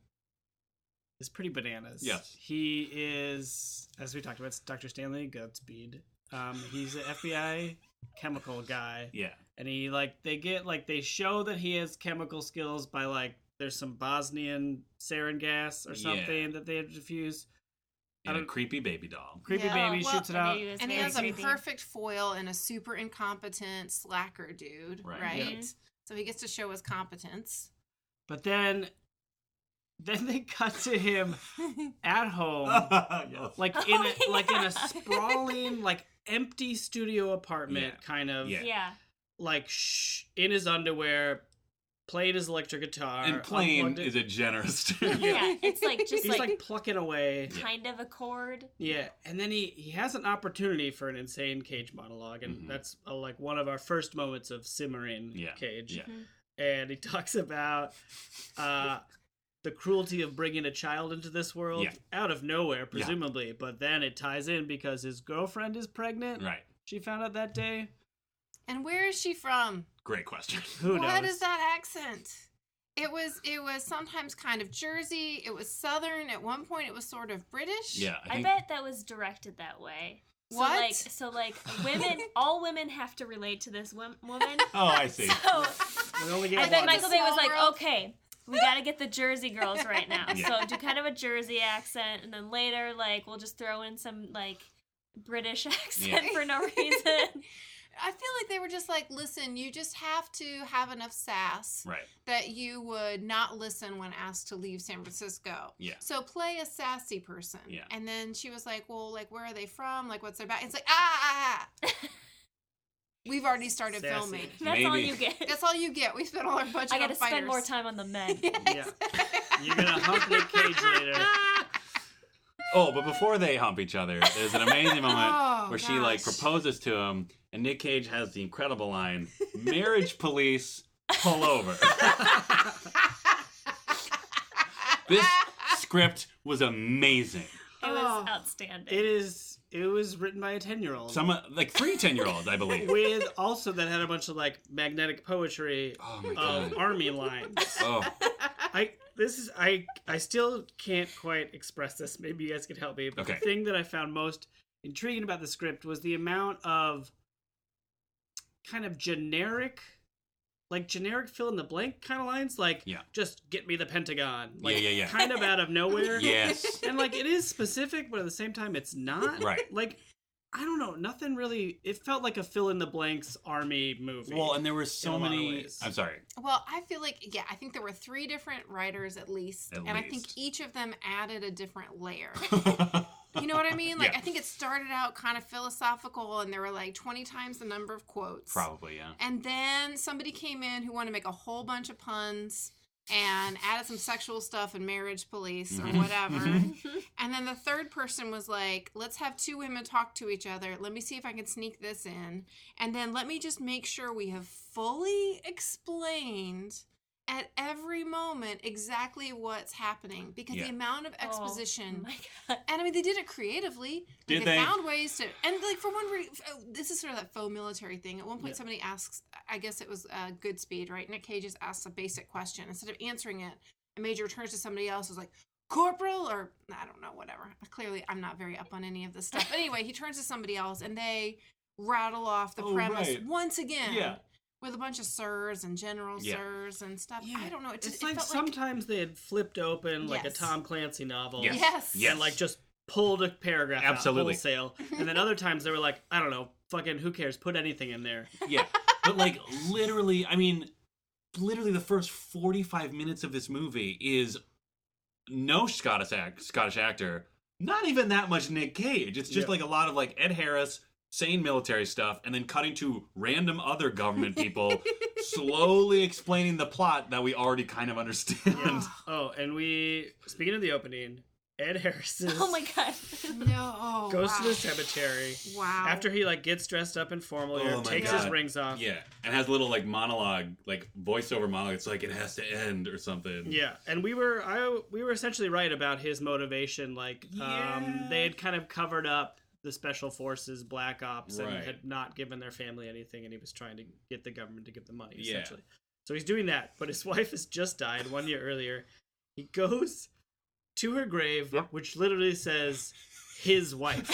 D: is pretty bananas.
E: Yes.
D: he is. As we talked about, it's Dr. Stanley Godspeed. Um, he's an FBI chemical guy,
E: Yeah.
D: and he like they get like they show that he has chemical skills by like there's some Bosnian sarin gas or
E: Yeah.
D: something that they had diffused. I
E: And a
D: don't-
E: creepy baby doll.
D: Creepy
B: Yeah.
D: baby
B: Oh, Well,
D: shoots it
A: I
D: out.
A: knew was
E: Uh,
B: and he
A: very
B: has a
A: creepy.
B: perfect foil and a super incompetent slacker dude,
E: Right.
B: right?
E: Yeah.
B: So he gets to show his competence.
D: But then, then they cut to him at home,
E: Yes.
D: like
A: Oh
D: in a,
A: my
D: like in a
A: God.
D: sprawling, like empty studio apartment,
E: Yeah.
D: kind of
E: Yeah.
A: Yeah.
D: like shh, in his underwear, playing his electric guitar.
E: and plain
D: unplugged it.
E: is a generous
A: yeah,
E: term.
A: It's like just
D: He's like,
A: like,
D: plucking away.
E: Yeah.
A: kind of a chord.
D: Yeah, and then he he has an opportunity for an insane Cage monologue, and
E: Mhm.
D: that's uh like one of our first moments of simmering
E: Yeah.
D: Cage.
E: Yeah.
D: and he talks about uh, the cruelty of bringing a child into this world
E: Yeah.
D: out of nowhere, presumably. But then it ties in because his girlfriend is pregnant.
E: Right.
D: She found out that day.
B: And where is she from?
E: Great question.
D: Who
B: What is
D: knows?
B: that accent? It was it was sometimes kind of Jersey. It was Southern. At one point, it was sort of British.
E: Yeah.
A: I, bet that was directed that way. So
B: What?
A: like so like women all women have to relate to this wom- woman.
E: Oh, I see.
A: So
D: We only get
A: and then
D: one.
A: Michael Bay was
B: Small
A: like,
B: world.
A: okay, we gotta get the Jersey girls right now.
E: Yeah.
A: So do kind of a Jersey accent, and then later, like, we'll just throw in some like British accent
B: Yeah.
A: for no reason.
B: I feel like they were just like, listen, you just have to have enough sass
E: Right.
B: that you would not listen when asked to leave San Francisco.
E: Yeah.
B: So play a sassy person.
E: Yeah.
B: And then she was like, well, like, where are they from? Like, what's their back? It's like, ah, ah, ah. We've already started
D: Sassy.
B: filming.
A: That's all
E: Maybe.
A: you get.
B: That's all you get. We spent all our budget
A: I gotta
B: on
A: spend
B: fighters.
A: more time on the men.
D: Yeah. You're going to hump Nick Cage later.
E: Oh, but before they hump each other, there's an amazing moment
B: Oh,
E: where she like
B: gosh.
E: proposes to him, and Nick Cage has the incredible line, "Marriage police pull over. this script was amazing.
A: It was
B: Oh.
A: outstanding.
D: It is. It was written by a ten-year-old.
E: Some uh, like three 10 year olds, I believe.
D: with also that had a bunch of like magnetic poetry
E: Oh my
D: of
E: god.
D: army lines.
E: Oh,
D: I this is I I still can't quite express this. Maybe you guys could help me. But
E: Okay.
D: the thing that I found most intriguing about the script was the amount of kind of generic like generic fill in the blank kind of lines like
E: Yeah.
D: just get me the pentagon like
E: yeah, yeah.
D: kind of out of nowhere
E: yes.
D: and like it is specific but at the same time it's not
E: Right.
D: like i don't know nothing really it felt like a fill in the blanks army movie
E: Well, and there were
D: In
E: so
D: a lot of
E: many.
D: ways.
E: I'm sorry.
B: Well, I feel like yeah, I think there were three different writers at least,
E: At
B: and I think
E: least.
B: each of them added a different layer. You know what I mean? Like
E: Yeah.
B: I think it started out kind of philosophical, and there were like twenty times the number of quotes.
E: Probably, yeah.
B: And then somebody came in who wanted to make a whole bunch of puns and added some sexual stuff and marriage police or
E: Mhm.
B: whatever.
A: Mhm.
B: and then the third person was like, let's have two women talk to each other. Let me see if I can sneak this in. And then let me just make sure we have fully explained at every moment exactly what's happening because
E: Yeah.
B: the amount of
A: Oh,
B: exposition
A: my God.
B: and I mean, they did it creatively. Like,
E: Did they?
B: found ways to, and like for one reason, oh, this is sort of that faux military thing. At one point,
D: Yeah.
B: somebody asks, I guess it was uh, Goodspeed, right? Nick Cage just asks a basic question instead of answering it. A major turns to somebody else, is like, "Corporal," or I don't know, whatever. Clearly, I'm not very up on any of this stuff. But anyway, he turns to somebody else, and they rattle off the
E: Oh,
B: premise
E: right.
B: once again.
E: Yeah.
B: With a bunch of sirs and general
E: Yeah.
B: sirs and stuff. I don't know. It
D: it's
B: just, it
D: like
B: felt
D: sometimes they had flipped open like a
B: Yes.
D: tom clancy novel
E: Yes.
B: Yes.
E: Yes.
D: and like just pulled a paragraph
E: Absolutely.
D: out wholesale and then other times they were like i don't know fucking who cares put anything in there
E: Yeah. But like literally, I mean, literally the first 45 minutes of this movie is no Scottish act, Scottish actor, not even that much Nick Cage. It's just
D: Yeah.
E: like a lot of like Ed Harris saying military stuff and then cutting to random other government people slowly explaining the plot that we already kind of understand.
D: oh and we speaking of the opening ed harris's
A: Oh my god.
B: no.
D: goes to
B: Oh, wow.
D: the cemetery
B: Wow.
D: after he like gets dressed up in formal
E: Oh
D: gear,
E: my
D: takes his
E: God.
D: rings off
E: Yeah, and has a little like monologue, like voiceover monologue. It's like it has to end or something.
D: Yeah, and we were I we were essentially right about his motivation. Like, um,
E: Yeah.
D: they had kind of covered up the special forces, black ops, and
E: Right.
D: had not given their family anything, and he was trying to get the government to give them money.
E: Yeah.
D: Essentially, so he's doing that. But his wife has just died one year earlier. He goes to her grave,
E: Yep.
D: which literally says his wife,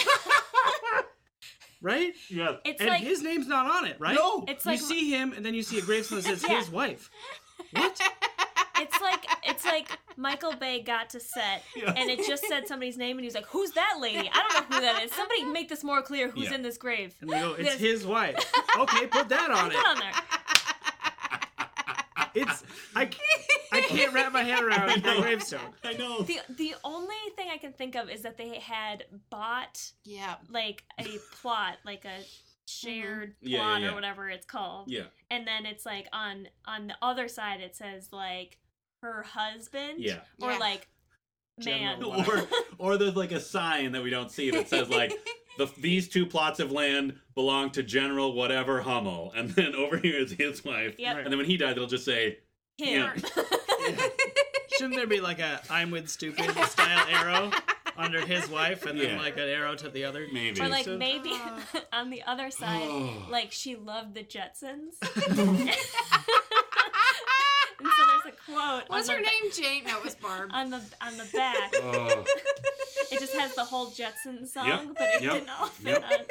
D: right?
E: yeah.
A: It's
D: and
A: like
D: his name's not on it, right?
E: No.
A: It's
D: you
A: like-
D: see him, and then you see a gravestone that says
A: Yeah.
D: his wife. What?
A: it's like it's like Michael Bay got to set
E: Yeah.
A: and it just said somebody's name and he was like, "Who's that lady? I don't know who that is. Somebody make this more clear who's
E: Yeah.
A: in this grave."
D: And they go, it's
A: Yes.
D: his wife. Okay, put that on
A: Put
D: it.
A: that on there.
D: It's I, c- I can't wrap my head around that gravestone.
E: I know.
A: The the only thing I can think of is that they had bought
B: Yeah.
A: like a plot, like a shared plot
E: Mm-hmm. Yeah, yeah, yeah.
A: or whatever it's called.
E: Yeah.
A: And then it's like on on the other side it says like her husband
E: Yeah.
A: or
B: Yeah.
A: like man.
D: General.
E: Or or there's like a sign that we don't see that says like the these two plots of land belong to General whatever Hummel, and then over here is his wife,
A: Yep.
D: Right.
E: and then when he dies, it'll just say
A: Him.
D: Shouldn't there be like a I'm with stupid style arrow under his wife, and then
E: Yeah.
D: like an arrow to the other?
E: maybe.
A: Or like
D: So-
A: maybe
B: Oh.
A: on the other
E: Oh.
A: side, like she loved the Jetsons. and so there's a quote.
B: What's
A: on
B: her
A: the,
B: name? Jane? No, it was Barb.
A: On the on the back,
E: Oh.
A: it just has the whole Jetson song,
E: Yep.
A: but it
E: Yep.
A: didn't all fit
E: Yep.
A: on.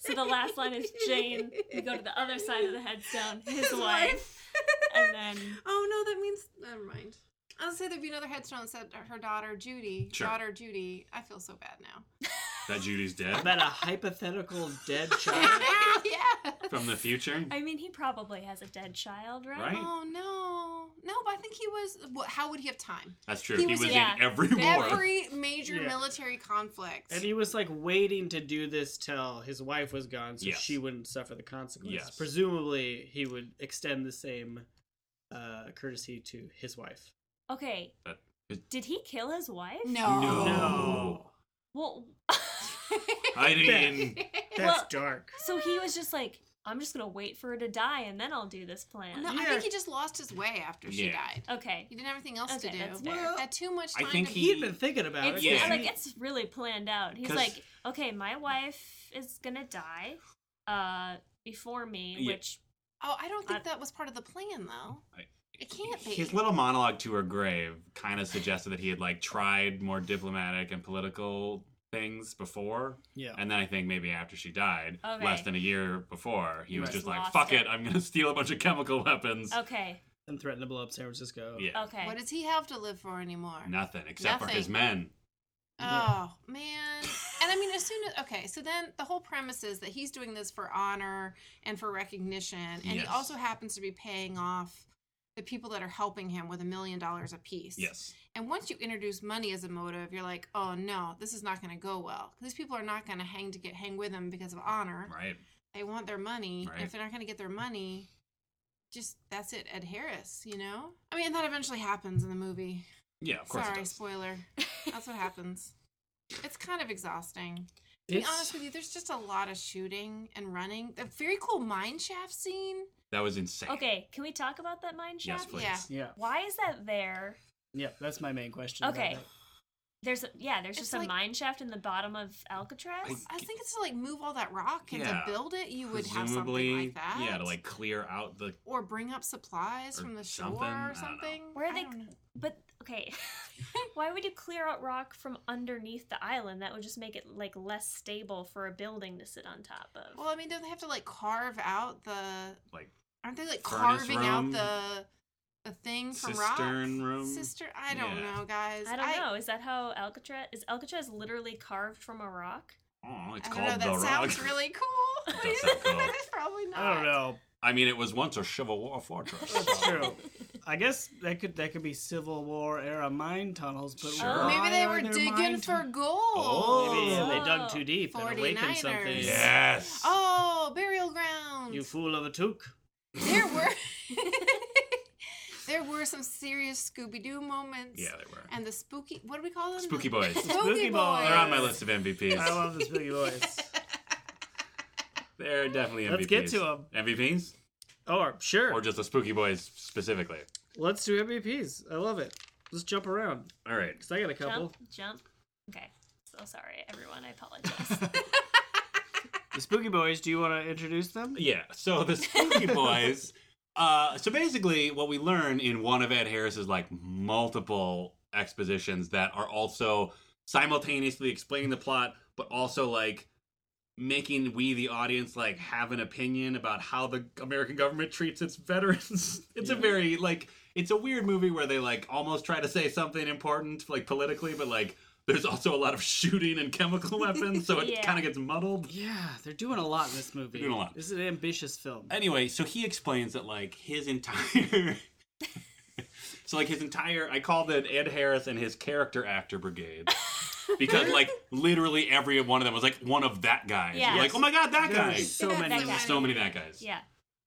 A: So the last line is Jane. We go to the other side of the headstone, his,
B: His
A: wife, and then
B: oh no, that means never mind. I'll say there'd be another headstone that said her daughter Judy.
E: Sure.
B: Daughter Judy. I feel so bad now.
E: that Judy's dead
D: About a hypothetical dead child.
B: yeah.
E: from the future.
A: I mean he probably has a dead child, right?
E: Right.
B: Oh no. No, but I think he was. Well, how would he have time?
E: That's true.
B: He
E: He,
B: was
E: was,
A: in- Yeah.
E: in every war.
B: Every major
D: Yeah.
B: military conflict.
D: And he was like waiting to do this till his wife was gone, so
E: Yes.
D: she wouldn't suffer the consequences.
E: Yes.
D: Presumably, he would extend the same uh, courtesy to his wife.
A: Okay.
E: But it-
A: Did he kill his wife?
B: no.
E: No.
D: No,
A: Well,
E: I mean,
D: that's
A: Well-
D: dark.
A: so he was just like, I'm just gonna wait for her to die and then I'll do this plan.
B: No, I
D: Yeah.
B: think he just lost his way after she
E: Yeah.
B: died.
A: Okay.
B: He didn't have anything else
A: Okay,
B: to do.
A: that's fair.
D: Well,
B: had too much
E: I
B: time.
E: think
B: to
E: he-
D: He'd been thinking about
A: It's
D: it.
E: Yeah.
A: like it's really planned out. He's
E: 'Cause-
A: like, okay, my wife is gonna die, uh, before me,
E: Yeah.
A: which
B: Oh, I don't think
A: I-
B: that was part of the plan, though.
E: I-
B: It can't be.
E: His little monologue to her grave kind of suggested that he had like tried more diplomatic and political things before,
D: yeah.
E: and then I think maybe after she died,
A: Okay.
E: less than a year before, he was
D: Right.
E: just like,
A: Lost
E: "Fuck
A: it.
E: it, I'm gonna steal a bunch of chemical weapons."
A: okay,
D: And threatened to blow up San Francisco.
E: Yeah,
A: okay.
B: What does he have to live for anymore?
E: nothing except for
B: Nothing.
E: his men.
D: Yeah.
B: Oh man. And I mean as soon as okay, so then the whole premise is that he's doing this for honor and for recognition and he
E: Yes.
B: also happens to be paying off the people that are helping him with a million dollars apiece.
E: Yes,
B: And once you introduce money as a motive, you're like, "Oh no, this is not going to go well. These people are not going to hang to get hang with him because of honor.
E: right.
B: They want their money. And
E: Right.
B: If they're not going to get their money, just that's it. Ed Harris, you know. I mean, and that eventually happens in the movie.
E: Yeah, of course. it
B: Sorry,
E: does.
B: spoiler. That's what happens. It's kind of exhausting. To be
D: It's-
B: honest with you, there's just a lot of shooting and running. The very cool mine shaft scene.
E: That was insane.
A: Okay, can we talk about that mine
E: Yes,
A: shaft?
E: please.
B: Yeah.
D: Yeah.
A: Why is that there?
D: Yeah. That's my main question. about
A: Okay.
D: it.
A: There's a, yeah, there's
B: It's
A: just a
B: like-
A: mine shaft in the bottom of Alcatraz.
E: I-
B: I think it's to like move all that rock and
E: Yeah.
B: to build it, you would have
E: Presumably,
B: something like that.
E: yeah, to like clear out the.
B: or bring up supplies
E: or
B: from the shore
E: something, I
B: or
E: don't know.
B: something.
A: Where are
B: I
A: they-
B: don't know.
A: But okay, why would you clear out rock from underneath the island? That would just make it like less stable for a building to sit on top of.
B: Well, I mean, don't they have to like carve out the
E: Like,
B: Aren't they like
E: furnace
B: carving
E: room?
B: out the the thing from
E: Cistern
B: rock?
E: room?
B: Sister, I don't
E: Yeah.
B: know, guys.
A: I don't know. Is that how Alcatraz is Alcatraz literally carved from a rock?
E: oh, it's
B: I
E: called
B: don't know. That
E: the
B: sounds
E: rock.
B: really cool.
E: It does sound cool.
B: It's probably not.
D: I don't know.
E: I mean, it was once a Civil War fortress.
D: That's
E: so-
D: true. I guess that could that could be Civil War era mine tunnels, but
A: Sure.
B: Maybe
D: why
B: they were
D: are there mine
B: digging for
D: tun-
B: gold.
E: Oh.
D: Maybe
A: Oh.
D: they dug too deep and awakened
B: 49ers.
D: something.
E: Yes.
B: Oh, burial grounds.
D: You fool of a toque.
B: there were there were some serious Scooby Doo moments.
E: Yeah, they were.
B: And the spooky. What do we call them?
E: Spooky
B: The-
E: boys.
B: Spooky,
D: Spooky boys.
B: boys.
E: They're on my list of
D: I
E: MVPs.
D: love this boogie voice.
E: They're definitely MVPs.
D: Let's get to 'em.
E: MVPs?
D: Or sure.
E: Or just the Spooky Boys specifically?
D: Let's do MVPs. I love it. Let's jump around
E: All right.
D: because I got a couple.
A: Jump, jump. Okay. So sorry, everyone. I apologize.
D: The Spooky Boys. Do you want to introduce them?
E: Yeah. So the Spooky Boys. Uh, so basically, what we learn in one of Ed Harris's like multiple expositions that are also simultaneously explaining the plot, but also like making we the audience like have an opinion about how the American government treats its veterans. it's a
D: Yeah.
E: very like it's a weird movie where they like almost try to say something important like politically, but like there's also a lot of shooting and chemical weapons, so it
A: Yeah.
E: kind of gets muddled.
D: Yeah, they're doing a lot in this movie.
E: They're doing a lot.
D: This is an ambitious film.
E: anyway, so he explains that like his entire So like his entire I called it Ed Harris and his character actor brigade. Because like literally every one of them was like one of that guy.
A: Yeah.
E: Like, oh my god, that
D: There are
E: guy.
D: so many.
A: That guy.
E: So many that guys.
A: yeah.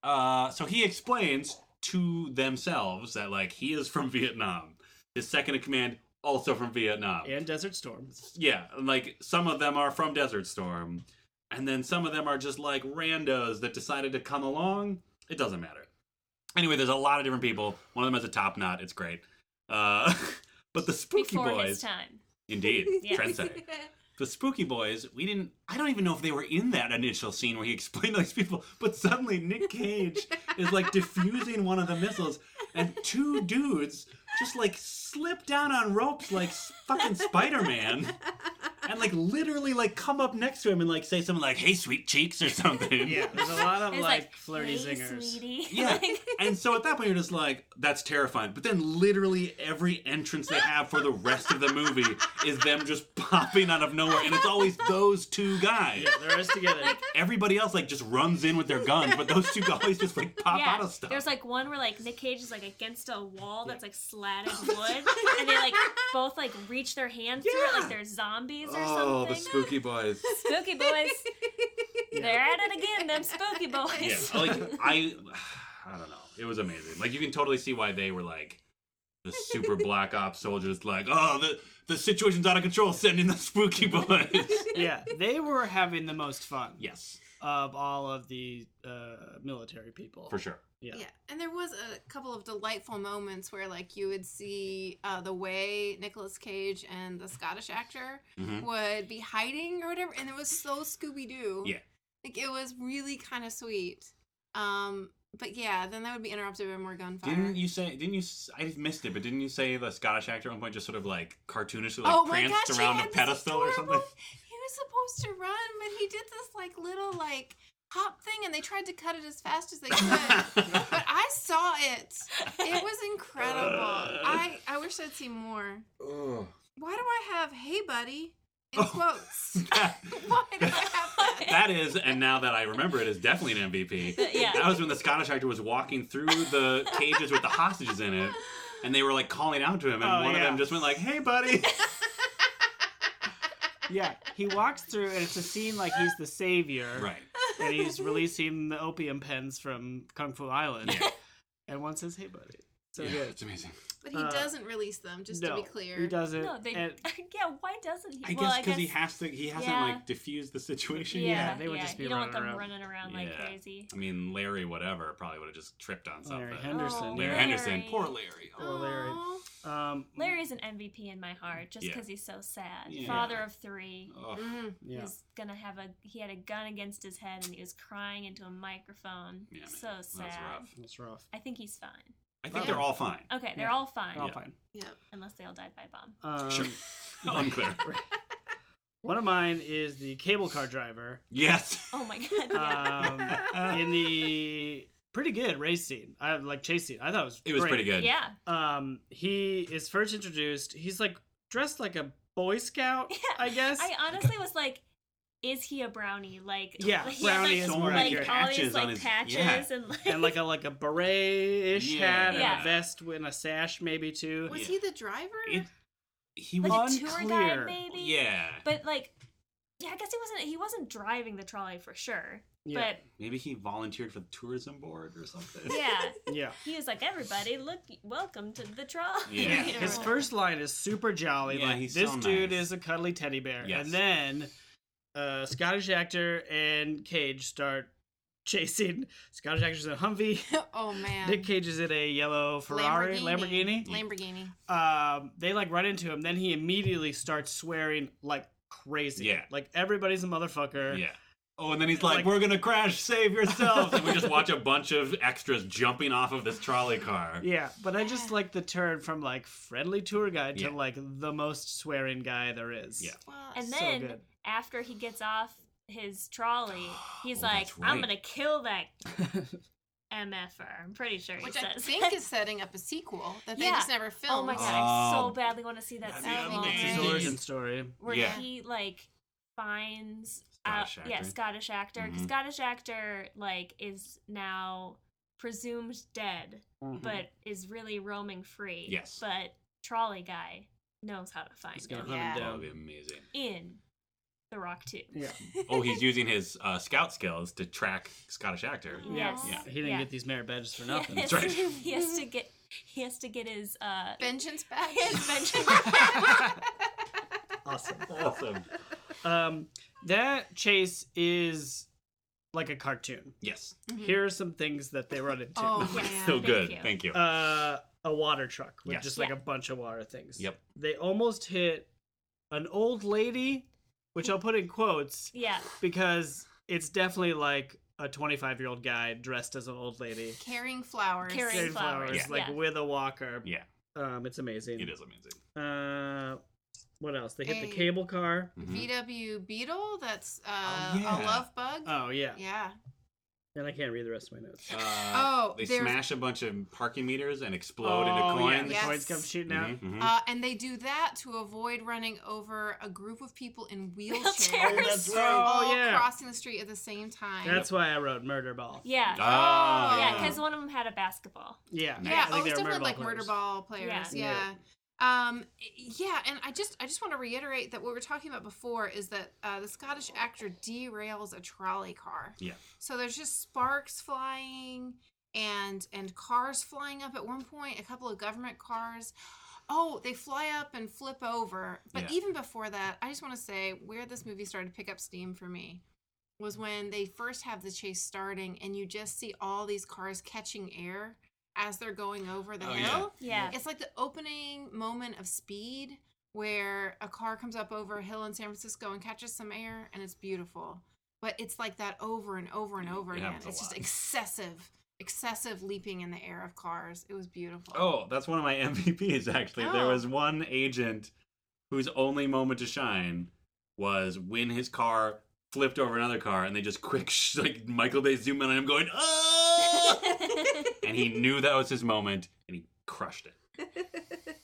E: Uh, so he explains to themselves that like he is from Vietnam. His second in command also from Vietnam.
D: And Desert Storm.
E: Yeah, and, like some of them are from Desert Storm, and then some of them are just like randos that decided to come along. It doesn't matter. Anyway, there's a lot of different people. One of them has a top knot. It's great. Uh, but the spooky
A: Before
E: boys,
A: his time.
E: indeed,
A: Yeah.
E: trendsetter. The spooky boys. We didn't. I don't even know if they were in that initial scene where he explained all these people. But suddenly Nick Cage is like diffusing one of the missiles, and two dudes just like slip down on ropes like s- fucking Spider Man and like literally like come up next to him and like say something like "Hey, sweet cheeks" or something.
D: Yeah, there's a lot of
A: It's
D: like, flirty
A: hey,
D: zingers.
A: sweetie.
E: Yeah. And so at that point you're just like, that's terrifying. But then literally every entrance they have for the rest of the movie is them just popping out of nowhere, and it's always those two guys.
D: Yeah, they're always together.
E: Everybody else like just runs in with their guns, but those two guys just like pop
A: yeah.
E: out of stuff.
A: There's like one where like Nick Cage is like against a wall that's like slatted wood, and they like both like reach their hands through it like they're zombies or
E: oh, the
A: something. uh,
E: spooky boys.
A: spooky boys. They're at it again, them spooky
E: yeah,
A: boys.
E: like I, I don't know. It was amazing. Like you can totally see why they were like the super black ops soldiers. Like, oh, the the situation's out of control. Send in the spooky boys.
D: yeah, they were having the most fun.
E: yes,
D: of all of the uh, military people.
E: for sure.
D: Yeah.
B: Yeah, and there was a couple of delightful moments where, like, you would see uh, the way Nicolas Cage and the Scottish actor
E: Mhm.
B: would be hiding or whatever, and it was so Scooby Doo.
E: Yeah.
B: like it was really kind of sweet. Um, but yeah, then that would be interrupted by more gunfire.
E: Didn't you say? Didn't you? s- I just missed it, but didn't you say the Scottish actor at one point just sort of like cartoonishly like
B: oh my
E: pranced
B: gosh, he
E: around
B: had
E: a
B: this
E: pedestal or
B: adorable-
E: something?
B: He was supposed to run, but he did this like little like hop thing, and they tried to cut it as fast as they could. but I saw it. It was incredible. I, I wish I'd seen more.
E: Ugh.
B: Why do I have "Hey, buddy" in quotes? Why do I have that?
E: that is, and now that I remember it, is definitely an MVP.
A: Yeah.
E: That was when the Scottish actor was walking through the cages with the hostages in it, and they were like calling out to him, and
D: Oh,
E: one of
D: yeah.
E: them just went like, "Hey, buddy."
D: Yeah, he walks through, and it's a scene like he's the savior,
E: right.
D: and he's releasing the opium pens from Kung Fu Island.
E: Yeah.
D: And one says, "Hey, buddy." So
E: yeah,
D: good.
E: it's amazing.
B: But he
D: Uh,
B: doesn't release them, just to
D: No,
B: be clear.
D: he doesn't.
A: No, they.
D: and-
A: yeah, why doesn't he?
E: I
A: well,
E: guess
A: I
E: because
A: guess
E: he has to. He hasn't
A: yeah.
E: like diffused the situation.
A: Yeah,
D: Yeah, they would
A: yeah,
D: just be
A: you don't want them
D: running around.
A: running around like
E: Yeah.
A: crazy.
E: I mean, Larry, whatever, probably would have just tripped on something.
D: Larry Henderson.
A: Oh,
E: Larry
D: yeah.
E: Henderson.
A: Larry.
E: Poor Larry. Oh,
D: Poor Larry.
B: Aw.
D: Um,
A: Larry's an MVP in my heart just
E: Yeah.
A: because he's so sad.
E: Yeah.
A: Father of three.
E: Oh,
B: Mm.
D: Yeah.
A: He's gonna have a. He had a gun against his head and he was crying into a microphone.
E: Yeah, man,
A: so
E: that was
A: sad.
E: rough.
D: That's rough.
A: I think he's fine.
E: I think they're all fine.
A: Okay, they're
D: Yeah.
A: all fine
D: All
E: Yeah.
D: fine.
A: unless they all died by bomb.
D: Um,
E: Sure. Unclear.
D: One of mine is the cable car driver
E: yes.
A: Oh my god. Yeah.
D: um, in the pretty good race scene. I like chase scene. I thought it was
E: It was
D: great.
E: pretty good.
A: yeah.
D: Um, he is first introduced. He's like dressed like a boy scout,
A: Yeah,
D: I guess.
A: I honestly was like, is he a brownie? Like,
D: Yeah,
A: he had,
D: brownie
A: like,
D: is
A: like,
D: more accurate.
A: all
E: Patches
A: these
E: on
A: like
E: his-
A: patches
E: yeah.
A: and like,
D: and like a like a beret-ish
E: Yeah.
D: hat and
A: Yeah.
D: a vest and a sash maybe too.
B: Was
E: Yeah.
B: he the driver?
E: It, he
A: like
E: was.
A: a tour guide
D: unclear.
A: maybe.
E: Yeah.
A: but like, yeah, I guess he wasn't. He wasn't driving the trolley for sure.
D: Yeah.
E: Maybe he volunteered for the tourism board or something.
A: But yeah,
D: yeah.
A: he was like, everybody, look, welcome to the trolley.
E: Yeah.
B: Yeah.
D: His first line is super jolly.
E: Yeah,
D: like
E: he's
D: this
E: so
D: dude
E: nice.
D: is a cuddly teddy bear.
E: Yes.
D: And then uh, Scottish actor and Cage start chasing. Scottish actor's in a Humvee.
B: oh man.
D: Nick Cage is in a yellow Ferrari Lamborghini.
B: Lamborghini.
D: Um, they like run into him. Then he immediately starts swearing like crazy.
E: Yeah.
D: like everybody's a motherfucker.
E: Yeah. Oh, and then he's like,
D: Like-
E: "We're gonna crash! Save yourselves!" and we just watch a bunch of extras jumping off of this trolley car.
D: Yeah, but I just like the turn from like friendly tour guide
E: Yeah.
D: to like the most swearing guy there is.
E: Yeah.
B: Well,
A: And
D: So
A: then
D: good.
A: after he gets off his trolley, he's
E: Oh,
A: like,
E: that's
A: I'm
E: right.
A: gonna kill that mf'er. I'm pretty sure he
B: which I
A: says.
B: think is setting up a sequel that they
A: Yeah.
B: just never filmed.
A: Oh my god, I so
E: Um,
A: badly want to see that
E: that'd
B: be
A: sequel.
B: amazing.
D: It's his
E: Hey.
D: origin story.
A: where
E: Yeah.
A: he like finds
E: Scottish
A: out, yeah
E: actor.
A: Scottish actor 'cause
E: Mhm.
A: Scottish actor like is now presumed dead but is really roaming free.
E: Mm-hmm. Yes.
A: but trolley guy knows how to find
D: he's gonna
A: him
D: hunt him
B: Yeah.
E: that
D: down.
E: would be amazing.
A: in The Rock Two.
D: Yeah.
E: Oh, he's using his uh, scout skills to track Scottish actor.
A: Yes,
E: Yeah.
D: Mm-hmm. He didn't
A: Yeah.
D: get these merit badges for nothing.
A: Yes.
E: That's right.
A: he has to get he has to get his uh
B: Vengeance back.
A: his vengeance.
D: awesome.
E: Awesome.
D: Um, that chase is like a cartoon.
E: Yes.
A: Hmm.
B: Mhm.
D: Here are some things that they run into.
B: Oh
A: Yes.
B: man.
E: so
A: Thank
E: good.
A: you.
E: Thank you.
D: Uh, a water truck with
E: Yes.
D: just like
A: Yeah.
D: a bunch of water things.
E: Yep.
D: They almost hit an old lady, which I'll put in quotes
A: yeah,
D: because it's definitely like a 25 year old guy dressed as an old lady
B: Carrying flowers.
A: Carrying
D: carrying flowers,
A: flowers,
D: like
A: yeah.
D: with a walker.
E: Yeah.
D: Um, it's amazing.
E: It is amazing.
D: Uh, what else? They hit the
B: A-
D: cable car.
E: Mhm.
B: VW Beetle. That's uh,
E: Oh, yeah.
B: a love bug.
D: Oh yeah.
B: yeah.
D: And I can't read the rest of my notes.
E: Uh,
B: Oh,
E: they
B: there's-
E: smash a bunch of parking meters and explode
D: Oh,
E: into
D: Yeah,
E: coins.
D: the
B: Yes.
D: coins come shooting out.
E: Mhm, mhm.
B: Uh, and they do that to avoid running over a group of people in wheelchairs.
A: Wheelchairs.
D: That's right.
B: All
D: Oh, yeah.
B: crossing the street at the same time. Oh,
D: That's why I wrote Murder Ball.
A: yeah,
E: Ah.
A: yeah. Because one of them had a basketball.
D: Yeah.
B: yeah,
D: I
B: oh,
D: think
B: it's
D: they were
B: definitely like
D: Ball
B: murder
D: players.
B: ball players.
D: Yeah.
B: Yeah. Um, yeah, and I just I just want to reiterate that what we were talking about before is that uh, the Scottish actor derails a trolley car.
E: Yeah.
B: So there's just sparks flying and and cars flying up at one point, a couple of government cars. Oh, they fly up and flip over. But
E: Yeah.
B: even before that, I just want to say where this movie started to pick up steam for me was when they first have the chase starting and you just see all these cars catching air as they're going over the
E: Oh, yeah.
B: hill.
A: Yeah.
B: It's like the opening moment of speed where a car comes up over a hill in San Francisco and catches some air and it's beautiful. But it's like that over and over and over
E: It
B: again.
E: happens a
B: It's just
E: lot.
B: excessive, excessive leaping in the air of cars. It was beautiful.
E: Oh, that's one of my MVPs actually. There
B: Oh.
E: was one agent whose only moment to shine was when his car flipped over another car and they just quick sh- like Michael Bay zoom in on him going, "Oh!" and he knew that was his moment and he crushed it.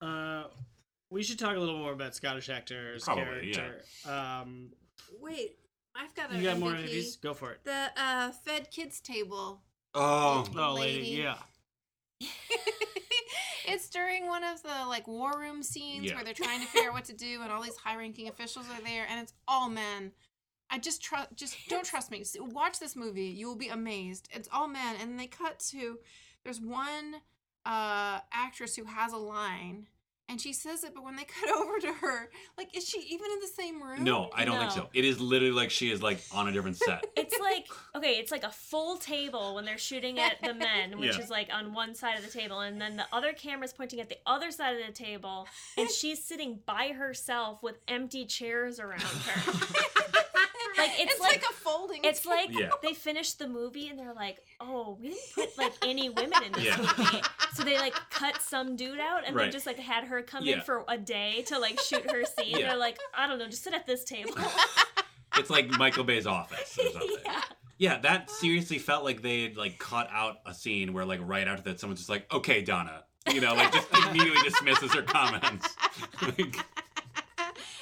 D: Uh, we should talk a little more about Scottish actors
E: Probably,
D: character. Um,
B: Wait, I've got
D: you
B: an
D: got more
B: MVP.
D: MVPs? Go for it.
B: The uh, Fed Kids table.
E: Oh,
D: Oh, lady,
B: Lady.
D: yeah.
B: it's during one of the like war room scenes
E: Yeah.
B: where they're trying to figure out what to do, and all these high-ranking officials are there, and it's all men. I just trust, just don't trust me. S- Watch this movie; you will be amazed. It's all men, and they cut to there's one uh, actress who has a line, and she says it, but when they cut over to her, like, is she even in the same room?
E: no, I don't think
A: No.
E: so. It is literally like she is like on a different set.
A: It's like okay, it's like a full table when they're shooting at the men, which
E: Yeah.
A: is like on one side of the table, and then the other camera's pointing at the other side of the table, and she's sitting by herself with empty chairs around her. Like, it's
B: it's like,
A: like-
B: a folding.
A: It's like
E: Yeah.
A: they finished the movie and they're like, "Oh, we didn't put like any women in this
E: Yeah.
A: movie," so they like cut some dude out and they
E: Right.
A: just like had her come in
E: Yeah.
A: for a day to like shoot her scene.
E: Yeah.
A: They're like, "I don't know, just sit at this table."
E: It's like Michael Bay's office or something.
A: yeah.
E: Yeah, that seriously felt like they had like cut out a scene where like right after that someone's just like, okay, Donna. You know, like just immediately dismisses her comments. Like,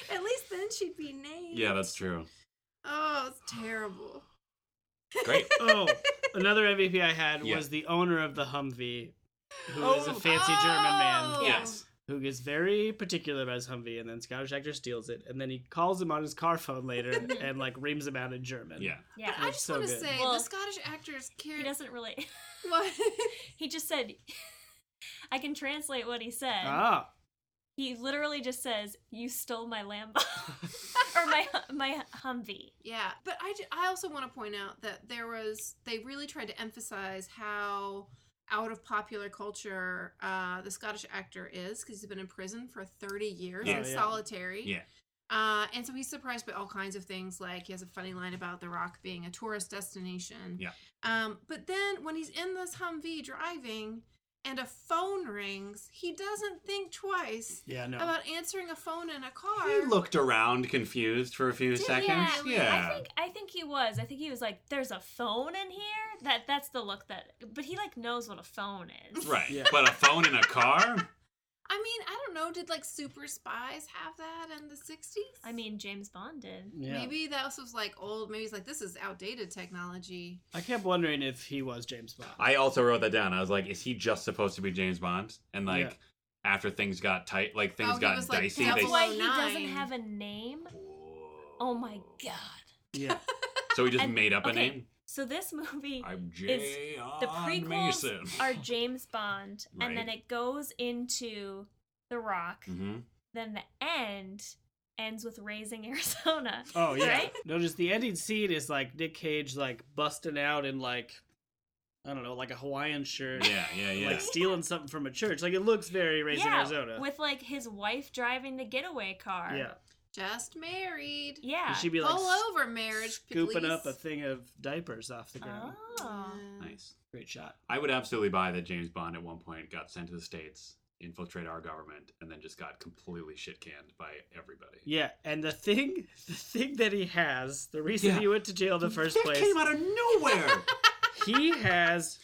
B: At least then she'd be named.
E: yeah, that's true.
B: Oh, it's terrible.
E: Great.
D: Oh, another MVP I had
E: Yeah.
D: was the owner of the Humvee, who is a
E: Oh.
D: fancy German man
B: Oh.
E: Yes.
D: who gets very particular about his Humvee, and then Scottish actor steals it, and then he calls him on his car phone later and like reams him out in German.
E: Yeah.
A: Yeah.
B: I
D: It's
B: just
D: so
B: want to
D: good.
B: say
A: Well,
B: the Scottish actors
A: He
B: carry.
A: doesn't really.
B: What?
A: He just said, "I can translate what he said."
D: Ah,
A: He literally just says, "You stole my Lambo or my my Humvee."
B: yeah, but I, ju- I also want to point out that there was they really tried to emphasize how out of popular culture uh, the Scottish actor is because he's been in prison for thirty years
D: Yeah.
B: in
D: Oh, yeah.
B: solitary.
E: Yeah.
B: Uh, and so he's surprised by all kinds of things. Like he has a funny line about The Rock being a tourist destination.
E: Yeah.
B: Um, but then when he's in this Humvee driving and a phone rings, he doesn't think twice
D: yeah, no.
B: about answering a phone in a car.
E: He looked around confused for a few
B: he
E: seconds.
B: really?
E: Yeah.
A: I think I think he was. I think he was like, "There's a phone in here." That that's the look that. But he like knows what a phone is.
E: Right.
D: Yeah.
E: But a phone in a car?
B: I mean, I don't know. Did like super spies have that in the 60s?
A: I mean, James Bond did.
D: yeah.
B: Maybe that was like old. Maybe it's like this is outdated technology.
D: I kept wondering if he was James Bond.
E: I also wrote that down. I was like, is he just supposed to be James Bond? And like
D: Yeah.
E: after things got tight like things
B: Oh, he
E: got
B: was, like,
E: dicey,
A: That's
E: they
B: double-
A: why he doesn't
B: 009.
A: have a name. Oh my god!
D: yeah,
E: So he just
A: And-
E: made up a
A: okay.
E: name?
A: So this movie.
E: I'm
A: It's-
E: J.
A: the
E: R.
A: prequels
E: Mason.
A: are James Bond,
E: Right.
A: and then it goes into The Rock.
E: hmm
A: Then the end ends with raising Arizona.
D: oh yeah.
A: Right?
D: Notice the ending scene is like Nick Cage like busting out in like I don't know, like a Hawaiian shirt,
E: Yeah, yeah, yeah.
D: like stealing something from a church. Like it looks very Raising
A: yeah,
D: Arizona.
A: with like his wife driving the getaway car.
D: yeah,
B: Just married.
A: yeah.
D: you should be like
B: Pull
D: s-
B: over, marriage.
D: scooping
B: please.
D: up a thing of diapers off the ground.
A: Oh.
E: nice.
D: Great shot.
E: I would absolutely buy that James Bond at one point got sent to the states, infiltrate our government, and then just got completely shit canned by everybody.
D: Yeah, and the thing, the thing that he has, the reason
E: Yeah.
D: he went to jail in the first
E: that
D: place,
E: came out of nowhere.
D: he has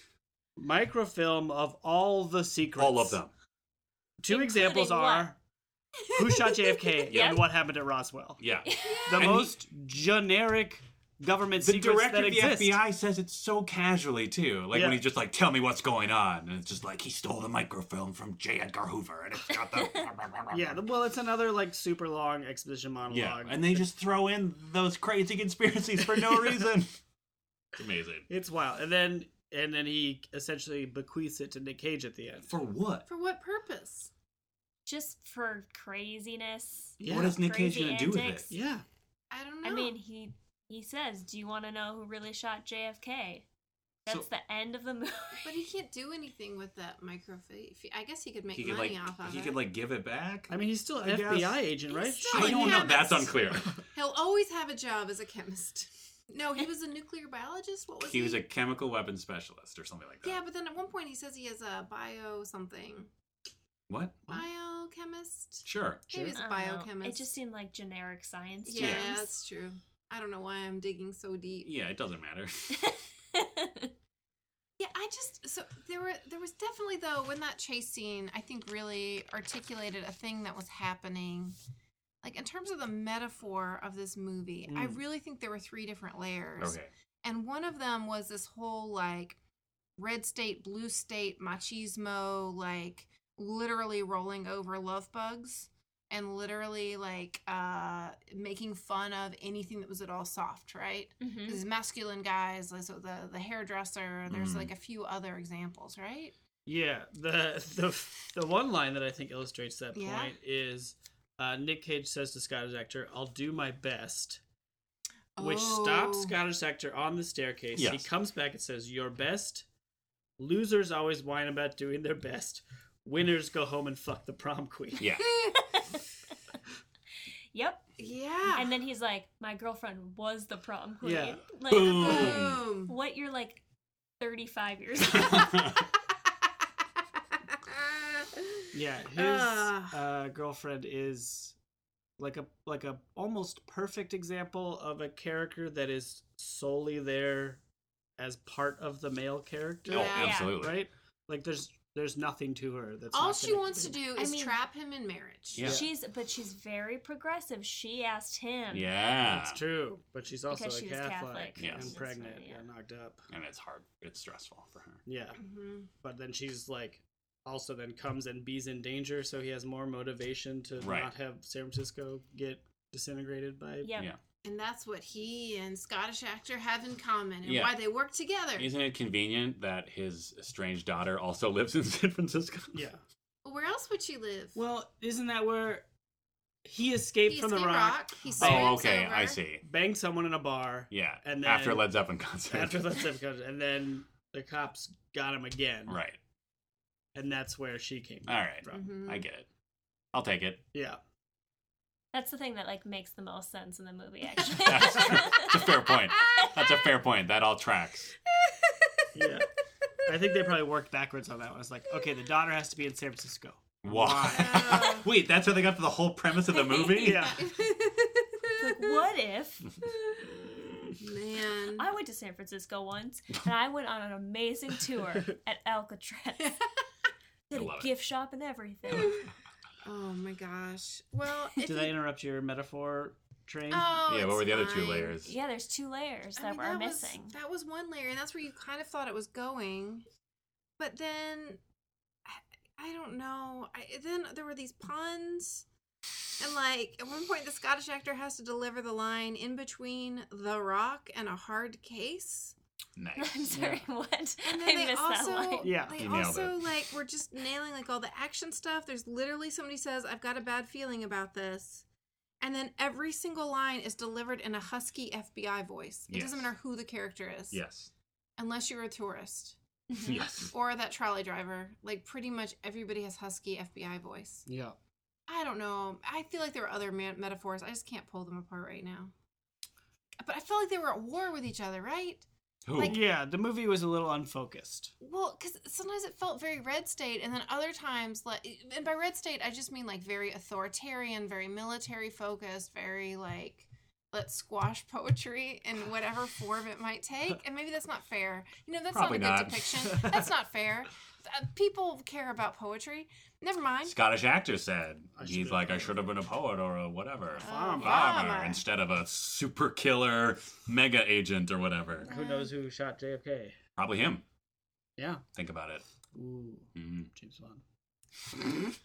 D: microfilm of all the secrets.
E: All of them.
D: Two examples
A: Including
D: are who shot JFK
A: Yeah.
D: and what happened at Roswell.
E: Yeah.
D: The
E: And he-
D: most generic government
E: The
D: secrets
E: director
D: that
E: of the
D: exist.
E: FBI says it so casually too. Like
D: Yeah.
E: when he's just like, "Tell me what's going on," and it's just like he stole the microfilm from J. Edgar Hoover, and it's got the
D: Yeah, the- well, it's another like super long exposition monologue.
E: yeah, and they just throw in those crazy conspiracies for no reason. it's amazing.
D: it's wild. And then and then he essentially bequeaths it to Nick Cage at the end.
E: For what?
B: For what purpose?
A: Just for craziness.
D: Yeah,
E: What is Nick Cage
A: Crazy
E: gonna do with it?
A: antics.
D: yeah.
B: I don't know.
A: I mean, he he says, "Do you want to know who really shot JFK?" That's
E: So-
A: the end of the movie.
B: But he can't do anything with that microfiche. I guess he could make
E: he could like
B: money off of
E: he
B: it.
E: could like give it back.
D: I mean, he's still an
F: I guess-
D: FBI agent, right?
B: still
E: I
B: like,
E: don't know.
B: yeah,
E: That's
B: that's-
E: unclear.
B: He'll always have a job as a chemist. No, he was a nuclear biologist. What was he?
E: he was a chemical weapons specialist or something like that.
B: Yeah, but then at one point he says he has a bio something.
E: What?
B: Biochemist?
E: Sure.
B: Maybe it's
A: I
B: a
A: don't know.
B: biochemist.
A: It just seemed like generic science.
B: yeah,
A: terms.
B: that's true. I don't know why I'm digging so deep.
E: Yeah, it doesn't matter.
B: Yeah, I just so there were there was definitely though when that chase scene I think really articulated a thing that was happening. Like in terms of the metaphor of this movie, I
D: Mm.
B: really think there were three different layers.
E: okay.
B: And one of them was this whole like red state, blue state machismo, like literally rolling over love bugs and literally like uh making fun of anything that was at all soft, right?
A: Mhm.
B: These masculine guys, like so the the hairdresser, there's
A: Mm.
E: Mhm.
B: like a few other examples, right?
D: Yeah, the the the one line that I think illustrates that
B: Yeah.
D: point is uh, Nick Cage says to Scottish actor, "I'll do my best," which stops
B: Oh.
D: Scottish actor on the staircase. He
E: Yes.
D: comes back and says, "Your best." Losers always whine about doing their best. Winners go home and fuck the prom queen.
E: Yeah.
A: Yep.
B: Yeah.
A: And then he's like, "My girlfriend was the prom queen."
D: Yeah.
A: Like,
E: Boom.
B: Boom.
A: What? You're like 35 years old.
D: Yeah, his
B: Ah.
D: uh, girlfriend is like a like a almost perfect example of a character that is solely there as part of the male character,
E: Oh,
B: Yeah.
E: absolutely.
D: right? Like there's there's nothing to her that's
B: All
D: not
B: she
D: gonna-
B: wants to do
A: I
B: is
A: mean-
B: trap him in marriage.
E: Yeah.
A: She's but she's very progressive. She asked him.
E: Yeah.
D: That's true, but she's also
A: Because
D: a
A: she was
D: Catholic,
A: Catholic.
E: Ah. Yes. That's
D: and
E: right,
D: pregnant
A: yeah.
D: and knocked up.
E: And it's hard. It's stressful for her.
D: Yeah,
B: hmm
D: but then she's like also then comes and bees in danger, so he has more motivation to
E: Right.
D: not have San Francisco get disintegrated by
A: Yep.
E: Yeah.
B: And that's what he and Scottish actor have in common and
E: Yeah.
B: why they work together.
E: Isn't it convenient that his estranged daughter also lives in San Francisco?
D: yeah.
B: Where else would she live?
D: Well, isn't that where he
B: He
D: escaped from the
B: escaped
D: rock,
B: He
E: Oh,
B: swims
E: okay.
B: over.
E: I see.
D: banged someone in a bar
E: Yeah.
D: And
E: after
D: then-
E: Led Zeppelin concert.
D: after the Zip comes, and then the cops got him again.
E: Right.
D: And that's where she came
E: All right.
D: from.
B: Mhm.
E: I get it. I'll take it.
D: Yeah.
A: That's the thing that like makes the most sense in the movie actually.
E: That's true. It's a fair point. That's a fair point. That all tracks.
D: Yeah. I think they probably worked backwards on that one. It's like, okay, the daughter has to be in San Francisco.
E: Why? Wait, that's how they got to the whole premise of the movie?
D: Yeah.
A: It's like, what if
B: Man.
A: I went to San Francisco once and I went on an amazing tour at Alcatraz. Did a
E: love it.
A: gift shop and everything.
B: Oh my gosh. Well, if
D: Did
B: you-
D: I interrupt your metaphor train?
B: Oh,
E: yeah, what were
B: it's
E: the other two
B: fine.
E: layers?
A: Yeah, there's two layers that
B: I mean,
A: we're
B: that
A: missing.
B: Was, that was one layer, and that's where you kind of thought it was going, but then I- I don't know. I, then there were these puns, and like at one point, the Scottish actor has to deliver the line in between "The Rock" and a hard case.
A: I'm
E: Nice.
A: sorry, what?
B: And
A: I
B: then they
A: missed that
B: also,
A: line.
D: Yeah.
B: they
E: You nailed
B: also
E: it.
B: like were just nailing like all the action stuff. There's literally somebody says, "I've got a bad feeling about this," and then every single line is delivered in a husky FBI voice. It doesn't
E: Yes.
B: matter who the character is,
E: Yes.
B: unless you're a tourist
E: Yes.
B: or that trolley driver. Like pretty much everybody has husky FBI voice.
D: Yeah.
B: I don't know. I feel like there were other ma- metaphors. I just can't pull them apart right now. But I felt like they were at war with each other, right?
E: Who?
B: Like-
D: Yeah, the movie was a little unfocused.
B: Well, because sometimes it felt very red state, and then other times, like, and by red state, I just mean like very authoritarian, very military focused, very like, let's squash poetry in whatever form it might take. And maybe that's not fair. You know, that's
E: Probably
B: not a
E: not.
B: good depiction. That's not fair. Uh, people care about poetry. Never mind.
E: Scottish actor said
D: I
E: he's
D: should've-
E: like I should have been a poet or a whatever
D: Farmer.
E: farmer
B: Farmer.
E: instead of a super killer mega agent or whatever.
D: Who knows who shot JFK?
E: Probably him.
D: Yeah.
E: Think about it. Mm-hmm.
D: Ooh,
E: Mhm.
D: James Bond.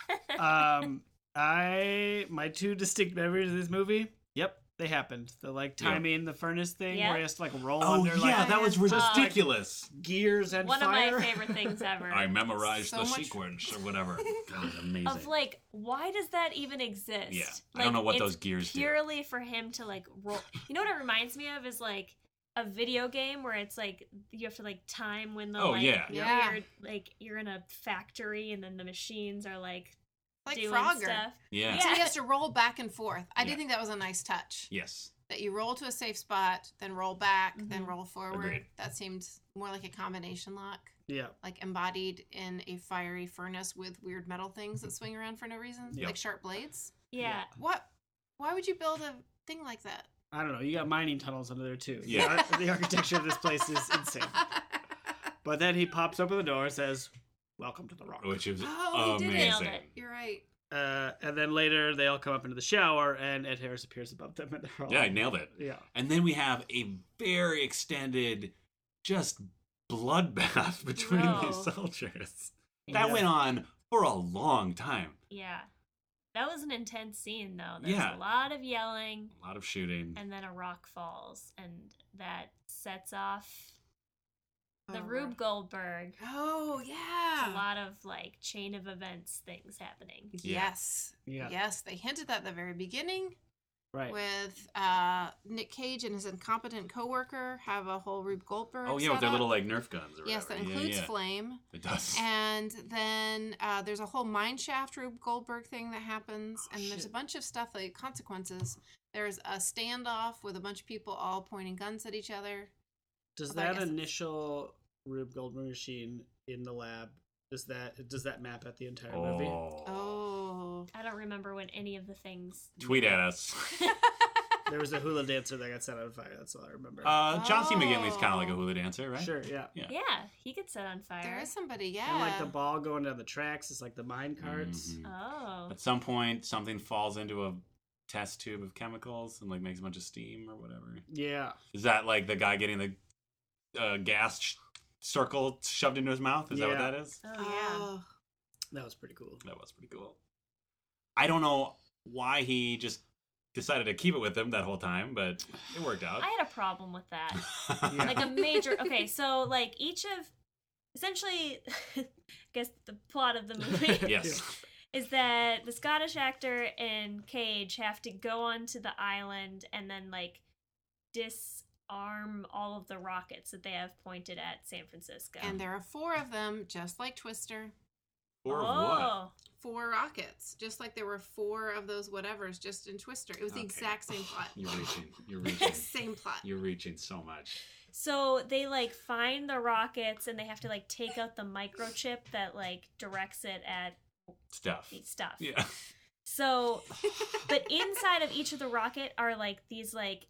D: um, I my two distinct memories of this movie. Yep, they happened. The like timing the furnace thing
A: Yeah.
D: where he has to like roll
E: Oh
D: under
E: yeah,
D: like
E: that was
A: Uh,
E: ridiculous.
D: gears and
A: One
D: fire.
A: of my favorite things ever.
E: I memorized
B: So
E: the
B: much-
E: sequence or whatever. God, amazing.
A: of like, why does that even exist?
E: Yeah. I
A: Like,
E: don't know what
A: it's
E: those gears do.
A: purely for him to like roll. You know what it reminds me of is like a video game where it's like you have to like time when the
E: Oh,
A: like
E: yeah.
B: Yeah.
A: weird like you're in a factory and then the machines are like,
B: like
A: doing
B: Frogger.
A: stuff.
E: yeah.
A: Yeah.
B: So he has to roll back and forth. I
E: Yeah.
B: do think that was a nice touch.
E: Yes.
B: That you roll to a safe spot, then roll back, then
A: Mhm.
B: roll forward.
E: Mm-hmm. Agreed.
B: That seemed more like a combination lock,
D: yeah.
B: like embodied in a fiery furnace with weird metal things that swing around for no reason,
E: Yeah.
B: like sharp blades.
A: Yeah.
B: What? Why would you build a thing like that?
D: I don't know. You got mining tunnels under there too.
E: Yeah.
D: The, ar- the architecture of this place is insane. But then he pops open the door and says, "Welcome to the rock."
E: Which is
B: Oh, he did it.
E: amazing.
A: Nailed it.
B: You're right.
D: Uh, and then later they all come up into the shower, and Ed Harris appears above them, and they're all
E: Yeah, I nailed it.
D: Yeah.
E: And then we have a very extended, just bloodbath between
A: Whoa.
E: these soldiers. That
D: Yeah.
E: went on for a long time.
A: Yeah. That was an intense scene though. There's
E: Yeah.
A: a lot of yelling
E: A lot of shooting.
A: and then a rock falls and that sets off the
B: Oh,
A: Rube Goldberg.
B: Oh
A: It's A
B: yeah.
A: lot of like chain of events things happening.
E: Yeah.
B: Yes.
D: Yeah.
B: Yes. They hinted that at the very beginning
D: Right.
B: with uh, Nick Cage and his incompetent coworker have a whole Rube Goldberg.
E: Oh yeah, with their
B: setup.
E: little like Nerf guns. Or
B: Yes, that
E: whatever. Yeah,
B: includes
E: yeah.
B: Flame.
E: It does.
B: And then uh, there's a whole mine shaft Rube Goldberg thing that happens,
D: Oh,
B: and there's a
D: shit.
B: bunch of stuff like consequences. There's a standoff with a bunch of people all pointing guns at each other.
D: Does
B: Although I
D: that
B: guess-
D: initial Rube Goldberg machine in the lab does that does that map out the entire movie?
E: oh.
B: Oh,
A: I don't remember when any of the things
E: Tweet at us.
D: There was a hula dancer that got set on fire. That's all I remember.
E: Uh, John C.
B: Oh.
E: McGinley's kind of like a hula dancer, right?
D: Sure. Yeah.
E: Yeah.
A: Yeah, he gets set on fire.
B: there is somebody. Yeah.
D: And like the ball going down the tracks, it's like the mine carts.
E: Mhm.
A: Oh.
E: At some point, something falls into a test tube of chemicals and like makes a bunch of steam or whatever.
D: Yeah.
E: Is that like the guy getting the uh, gas sh- circle shoved into his mouth? Is that
D: Yeah.
E: what that is?
A: Oh
B: Oh.
D: That was pretty cool.
E: That was pretty cool. I don't know why he just decided to keep it with him that whole time, but it worked
A: yeah.
E: out.
A: I had a problem with that.
D: Yeah.
A: Like a major Okay, so like each of essentially I guess the plot of the movie
E: yes.
A: is that the Scottish actor and Cage have to go onto the island and then like disarm all of the rockets that they have pointed at San Francisco.
B: And there are four of them, just like Twister.
E: Or what?
A: oh,
B: Four rockets, just like there were four of those whatevers, just in Twister. It was the
E: Okay.
B: exact same plot.
E: You're reaching. You're reaching.
B: same plot.
E: You're reaching so much.
A: So they like find the rockets and they have to like take out the microchip that like directs it at
E: Stuff.
A: the stuff.
E: Yeah.
A: So, but inside of each of the rocket are like these like,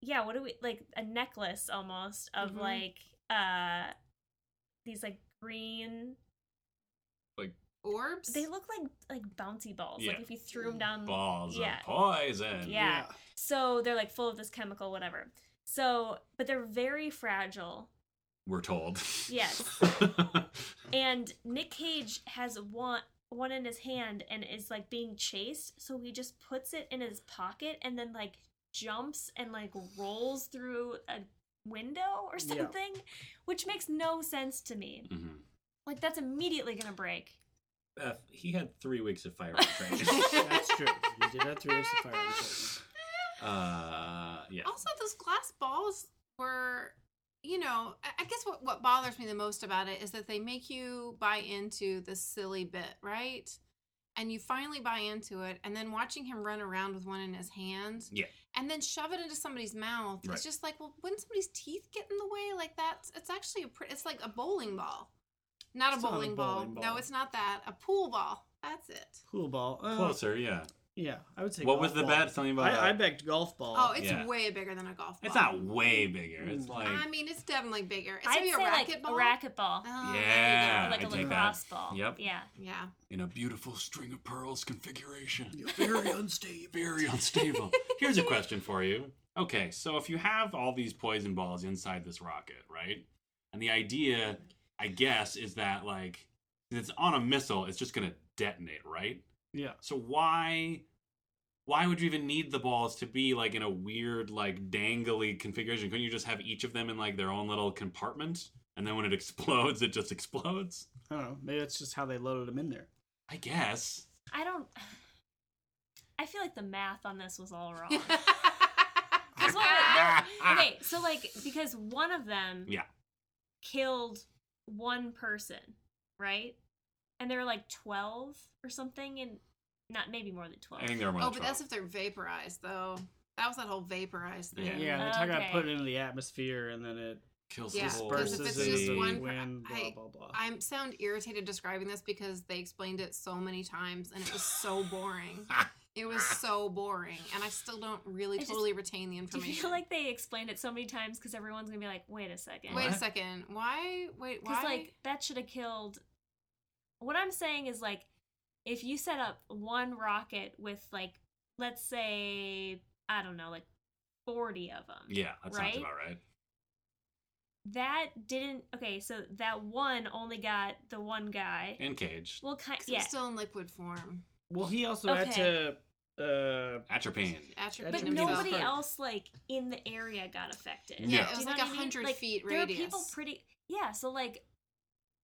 A: yeah, what do we like a necklace almost of
E: Mm-hmm.
B: Mhm.
A: like uh these like green.
B: Orbs.
A: They look like like bouncy balls.
E: Yeah.
A: Like if you threw them down.
E: Balls
A: Yeah.
E: of poison.
A: Yeah. So they're like full of this chemical, whatever. So, but they're very fragile.
E: We're told.
A: Yes. and Nick Cage has one one in his hand and is like being chased, so he just puts it in his pocket and then like jumps and like rolls through a window or
D: Yeah.
A: something, which makes no sense to me.
E: hmm
A: Like that's immediately gonna break.
E: Uh, he had three weeks of firearm training.
D: That's true. You did have three weeks of fire. retardant.
E: uh, yeah.
D: Oh.
B: Also, those glass balls were, you know, I- I guess what, what bothers me the most about it is that they make you buy into this silly bit, right? And you finally buy into it, and then watching him run around with one in his hand,
E: Yeah.
B: and then shove it into somebody's mouth.
E: Right.
B: It's just like, well, wouldn't somebody's teeth get in the way? Like that's it's actually a pre- it's like a bowling ball, not a
D: It's not a
B: bowling, ball.
D: bowling ball.
B: No, it's not that. A pool ball. That's it.
D: Pool ball. Uh,
E: Closer, yeah.
D: Yeah, I would say.
E: What
D: golf
E: was the
D: ball.
E: bet? Something about
D: I, I
E: that?
D: begged golf ball.
B: Oh, it's
E: Yeah.
B: way bigger than a golf ball.
E: It's not way bigger. It's
D: Mm.
E: like
B: I mean, it's definitely bigger. It's
A: I'd
B: maybe
A: say
B: a
A: like
B: racket
A: a
B: ball.
A: racquetball, ball,
B: Oh, there you
E: Yeah,
A: or like
E: Uh, I
A: a
E: take
A: lacrosse
E: that.
A: ball.
E: Yep.
A: Yeah.
B: go. Yeah.
E: in a beautiful string of pearls configuration.
D: Very unstable.
E: Very unstable. Here's a question for you. Okay, so if you have all these poison balls inside this rocket, right? And the idea, I guess, is that like if it's on a missile, it's just gonna detonate, right?
D: Yeah.
E: So why why would you even need the balls to be like in a weird like dangly configuration? Couldn't you just have each of them in like their own little compartment? And then when it explodes, it just explodes.
D: I don't know. Maybe that's just how they loaded them in there.
E: I guess.
A: I don't. I feel like the math on this was all wrong. 'Cause what were- there- okay, so like because one of them
E: Ah. Yeah.
A: killed one person, right? And there were like twelve or something, and not maybe more than twelve.
E: I think they're more
B: oh,
E: than
B: but that's
E: 12.
B: if they're vaporized, though. That was that whole vaporized
E: Yeah.
B: thing.
D: Yeah, they talk about
A: Okay.
D: put it into the atmosphere and then it
E: kills
B: Yeah,
E: the whole
B: 'cause if it's
D: disperses
B: just
D: in the
B: one-
D: wind, blah
B: I-
D: blah blah.
B: I sound irritated describing this because they explained it so many times and it was so boring. it was so boring, and I still don't really
A: I just-
B: totally retain the
A: Do
B: information.
A: you feel like they explained it so many times because everyone's gonna be like, wait a second,
B: Wait a
E: What?
B: second. Why? Wait. Why?
A: Because like that should have killed. What I'm saying is like, if you set up one rocket with like, let's say I don't know, like forty of them.
E: yeah, that sounds
A: Right?
E: about right.
A: That didn't. Okay, so that one only got the one guy.
E: And caged.
A: Well, kind
B: 'Cause it
A: yeah.
B: was still in liquid form.
D: well, he also had
A: Okay.
D: to. Uh,
E: Atropine.
B: Atropine
A: but
D: Atropine
B: himself.
A: nobody
D: hurt.
A: else like in the area got affected.
E: Yeah, it
A: Do you
B: was
A: know
B: like
A: what I
B: 100
A: mean?
B: feet
A: There are people
B: radius.
A: pretty. Yeah, so like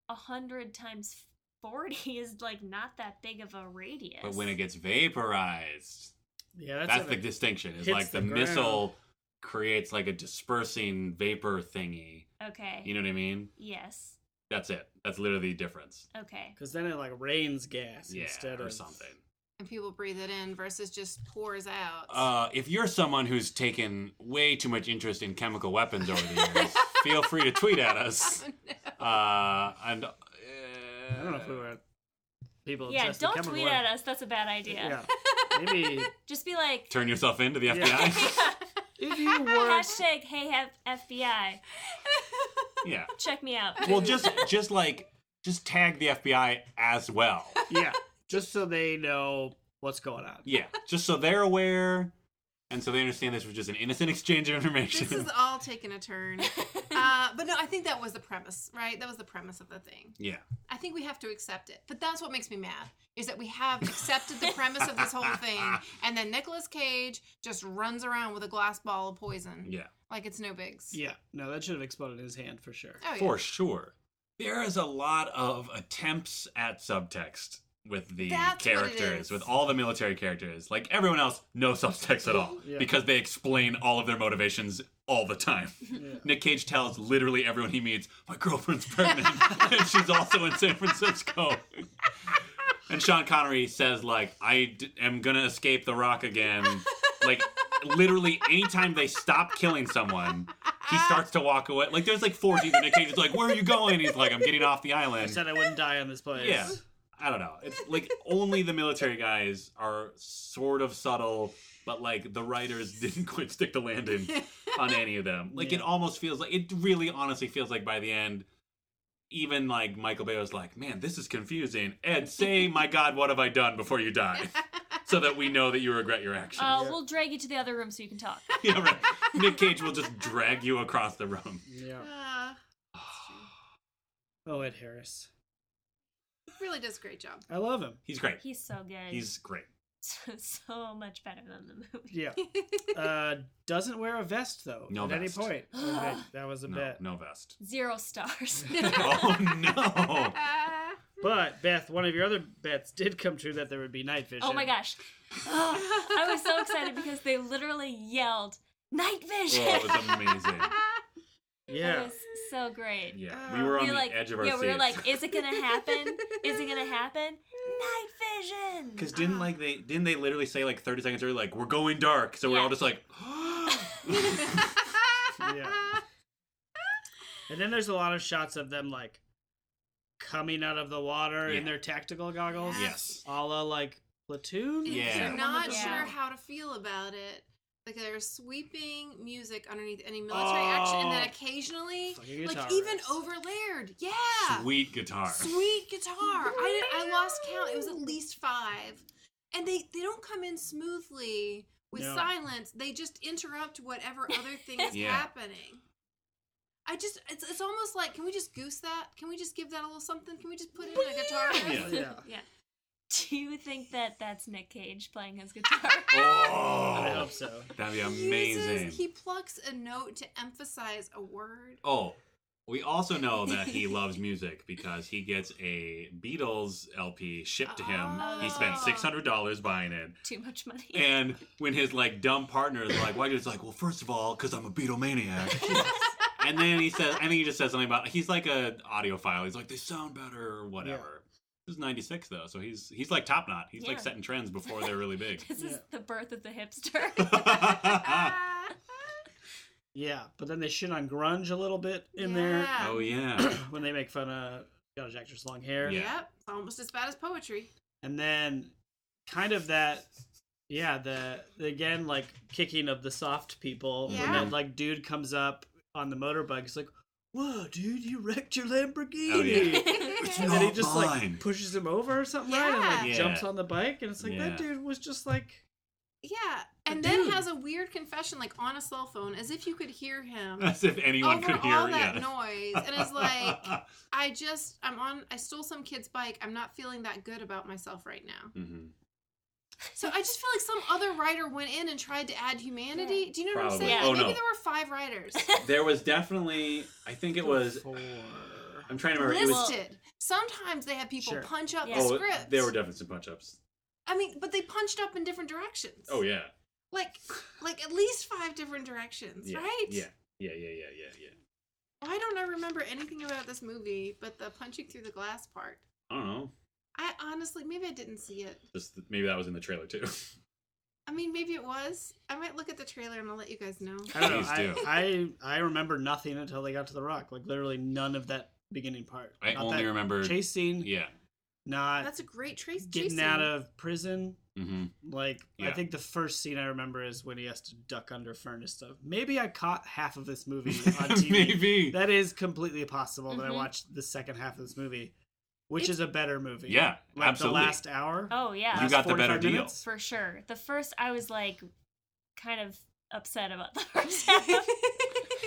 A: a hundred times forty is like not that big of a radius.
E: But when it gets vaporized,
D: yeah,
E: that's,
D: that's,
E: the distinction. Is
D: hits
E: like the,
D: the ground.
E: missile creates like a dispersing vapor thingy.
A: okay.
E: You know what I mean?
A: Yes.
E: That's it. That's literally the difference.
A: Okay.
D: because then it like rains gas
E: Yeah,
D: instead
E: or
D: of
E: something.
B: and people breathe it in versus just pours out.
E: Uh, if you're someone who's taken way too much interest in chemical weapons over the years, feel free to tweet at us. Uh, and uh,
D: I don't know if we were people.
A: yeah,
D: obsessed with
A: don't
D: chemical
A: tweet
D: weapons.
A: at us. That's a bad idea.
D: Yeah, maybe
A: Just be like,
E: uh, turn yourself into the
D: Yeah.
E: FBI.
D: if you were
A: hashtag hey F- FBI,
E: yeah.
A: check me out.
E: Well, just just like just tag the FBI as well.
D: yeah, just so they know what's going on.
E: Yeah, just so they're aware, and so they understand this was just an innocent exchange of
B: this
E: information.
B: is all taking a turn. Uh, but no, I think that was the premise, right? That was the premise of the thing.
E: yeah,
B: I think we have to accept it. But that's what makes me mad is that we have accepted the premise of this whole thing, and then Nicolas Cage just runs around with a glass ball of poison
E: yeah,
B: like it's no bigs.
D: Yeah, no, that should have exploded in his hand for sure.
B: Oh, yeah.
E: for sure. There is a lot of attempts at subtext with the
B: That's what it
E: characters,
B: is.
E: with all the military characters. Like everyone else, no subtext at all
D: Yeah.
E: because they explain all of their motivations all the time.
D: Yeah.
E: Nick Cage tells literally everyone he meets, "My girlfriend's pregnant, and she's also in San Francisco." and Sean Connery says, "Like I d- am gonna escape the Rock again." like literally, anytime they stop killing someone,
D: Ah.
E: he starts to walk away. Like there's like four scenes. where Nick Cage is like, "Where are you going?" He's like, "I'm getting off the
D: I
E: island."
D: said I wouldn't die on this place.
E: Yeah. I don't know. It's like only the military guys are sort of subtle, but like the writers didn't quite stick the landing on any of them. Like it
D: Yeah.
E: almost feels like it really honestly feels like by the end, even like Michael Bay was like, Man, this is confusing. Ed, say, My God, what have I done before you die? So that we know that you regret your actions.
D: Oh.
A: Uh, we'll drag you to the other room so you can talk.
E: yeah, right. Nick Cage will just drag you across the room.
D: Yeah.
B: Uh,
D: Oh, Ed Harris,
B: really does a great job.
D: I love him.
E: He's great.
A: He's so good.
E: He's great.
A: so, so much better than the movie.
D: Yeah. Uh, doesn't wear a vest though.
E: No
D: at
E: vest.
D: any point. Okay, that was a
E: No,
D: bet.
E: no vest.
A: Zero stars.
E: oh no.
B: Uh,
D: But Beth, one of your other bets did come true that there would be night vision.
A: oh my gosh. Ugh, I was so excited because they literally yelled, Night Vision!
E: Oh, it was amazing.
A: That
D: Yeah.
A: was so great.
E: Yeah,
B: Uh,
E: we were on
A: we were
E: the
A: like,
E: edge of our
A: yeah, we were
E: seats.
A: like, is it gonna happen? Is it gonna happen? Night vision.
E: Because didn't like they didn't they literally say like 30 seconds earlier like we're going dark, so we're
A: Yeah.
E: all just like,
D: Yeah. And then there's a lot of shots of them like coming out of the water
E: Yeah.
D: in their tactical goggles.
E: yes,
D: A la like platoon.
B: If
E: Yeah.
B: You're not
A: Yeah.
B: sure how to feel about it. Like there's sweeping music underneath any military action, and then
D: Oh.
B: occasionally,
D: Fucking guitar
B: like even
D: riffs.
B: overlayered, yeah,
E: sweet guitar.
B: Sweet guitar. I did, I lost count. It was at least five, and they they don't come in smoothly with
D: No.
B: silence. They just interrupt whatever other thing is
E: Yeah.
B: happening. I just it's it's almost like can we just goose that? Can we just give that a little something? Can we just put it in a guitar? riff?
D: Yeah.
A: yeah. Do you think that that's Nick Cage playing his guitar?
D: I
E: Oh,
D: hope so.
E: that'd be
B: He
E: amazing.
B: Uses, he plucks a note to emphasize a word.
E: Oh, we also know that he loves music because he gets a Beatles LP shipped to him. He spent
B: Oh.
E: six hundred dollars buying it.
A: Too much money.
E: And when his like dumb partner is like, "Why?" It's like, "Well, first of all, because I'm a Beatlemaniac." and then he says, "I think he just says something about he's like a audiophile. He's like, they sound better or whatever." This is '96 though, so he's he's like top knot. He's like
A: Yeah.
E: setting trends before they're really big.
A: This
D: Yeah.
A: is the birth of the hipster.
B: Ah.
D: Yeah, but then they shit on grunge a little bit in
B: Yeah.
E: oh yeah.
D: there when they make fun of college actors' long hair.
E: Yeah.
B: Yep. It's almost as bad as poetry.
D: and then kind of that yeah the, the again like kicking of the soft people and
B: Yeah.
D: then like dude comes up on the motorbike he's like whoa dude you wrecked your lamborghini
E: Oh, yeah.
A: It's
D: and then he
E: not
D: just
E: mine.
D: like pushes him over or something right and
B: Yeah.
D: like
E: Yeah.
D: jumps on the bike and it's like
E: Yeah.
D: that dude was just like
B: Yeah. And then
D: dude.
B: has a weird confession like on a cell phone as if you could hear him
E: As if anyone
B: over
E: could hear.
B: all that
E: yeah.
B: noise. And is like, I just I'm on I stole some kid's bike. I'm not feeling that good about myself right now.
E: hmm
B: So I just feel like some other writer went in and tried to add humanity. Do you know what I'm
E: Probably.
B: saying?
E: Oh,
B: Maybe
E: no.
B: there were five writers
E: There was definitely, I think it was.
D: four
E: I'm trying to remember. It was.
B: listed. Sometimes they had people
D: Sure.
B: punch up
A: Yeah.
B: the
E: Oh,
B: script.
E: there were definitely some punch ups.
B: I mean, but they punched up in different directions.
E: Oh yeah.
B: Like like at least five different directions,
E: yeah.
B: right?
E: Yeah. Yeah. Yeah. Yeah. Yeah. Yeah.
B: Why don't I remember anything about this movie but the punching through the glass part?
E: I don't know.
B: I honestly maybe I didn't see it.
E: Just maybe that was in the trailer too.
B: I mean, maybe it was. I might look at the trailer and I'll let you guys know.
D: I, don't know,
E: Please do.
D: I, I I remember nothing until they got to the rock like literally none of that beginning part
E: I
D: Not
E: only
D: that
E: remember.
D: chase scene
E: Yeah. Uh,
D: not
B: That's a great trace.
D: getting
B: chasing.
D: out of prison
E: hmm
D: Like I
E: Yeah.
D: think the first scene I remember is when he has to duck under furnace stuff. Maybe I caught half of this movie on TV.
E: Mm-hmm. maybe.
D: That is completely possible that I
A: Mhm.
D: watched the second half of this movie, which
B: It-
D: is a better movie.
E: Yeah.
D: like
E: absolutely.
D: the last hour.
A: oh yeah,
E: You
D: last
E: got the
D: 45
E: better deal.
D: minutes.
A: for sure. The first, I was like, kind of upset about the first half.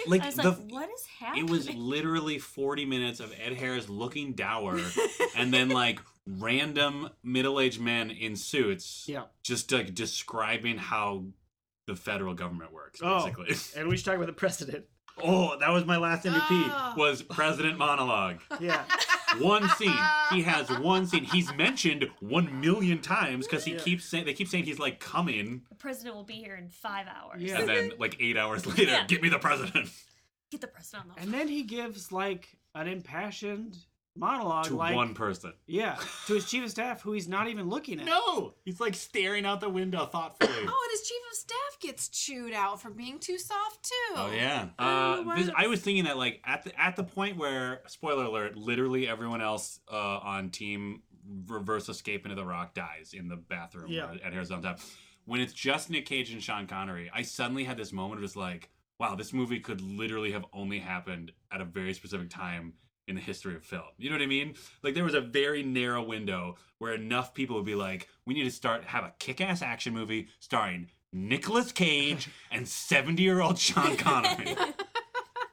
E: like
A: I was
E: the.
A: like, what is happening?
E: it was literally 40 minutes of Ed Harris looking dour
B: Oh,
E: and then like random middle-aged men in suits
D: Yeah,
E: just like describing how the federal government works
D: Oh.
E: basically.
D: and we should talk about the precedent.
E: Oh, that was my last MVP.
B: Oh.
E: Ah. Was President monologue.
D: Yeah,
E: One scene. He has one scene. He's mentioned one million times because he
D: Yeah.
E: keeps saying they keep saying he's like coming,
A: the president will be here in five hours.
D: Yeah.
E: and then like eight hours later,
A: Yeah.
E: get me the president.
A: Get the president on the
D: and then he gives like an impassioned monologue,
E: to
D: like
E: one person.
D: yeah, to his chief of staff, who he's not even looking at.
E: No, he's like staring out the window thoughtfully.
B: Oh, and his chief of staff gets chewed out for being too soft too.
E: Oh yeah.
B: I don't know why
E: Uh, this, I
B: that's-
E: was thinking that like at the at the point where spoiler alert, literally everyone else uh, on team reverse escape into the rock dies in the bathroom
D: Yeah.
E: where at Harris on top. When it's just Nick Cage and Sean Connery, I suddenly had this moment of just like, wow, this movie could literally have only happened at a very specific time in the history of film. You know what I mean? Like there was a very narrow window where enough people would be like, we need to start have a kick-ass action movie starring Nicolas Cage and 70-year-old Sean Connery.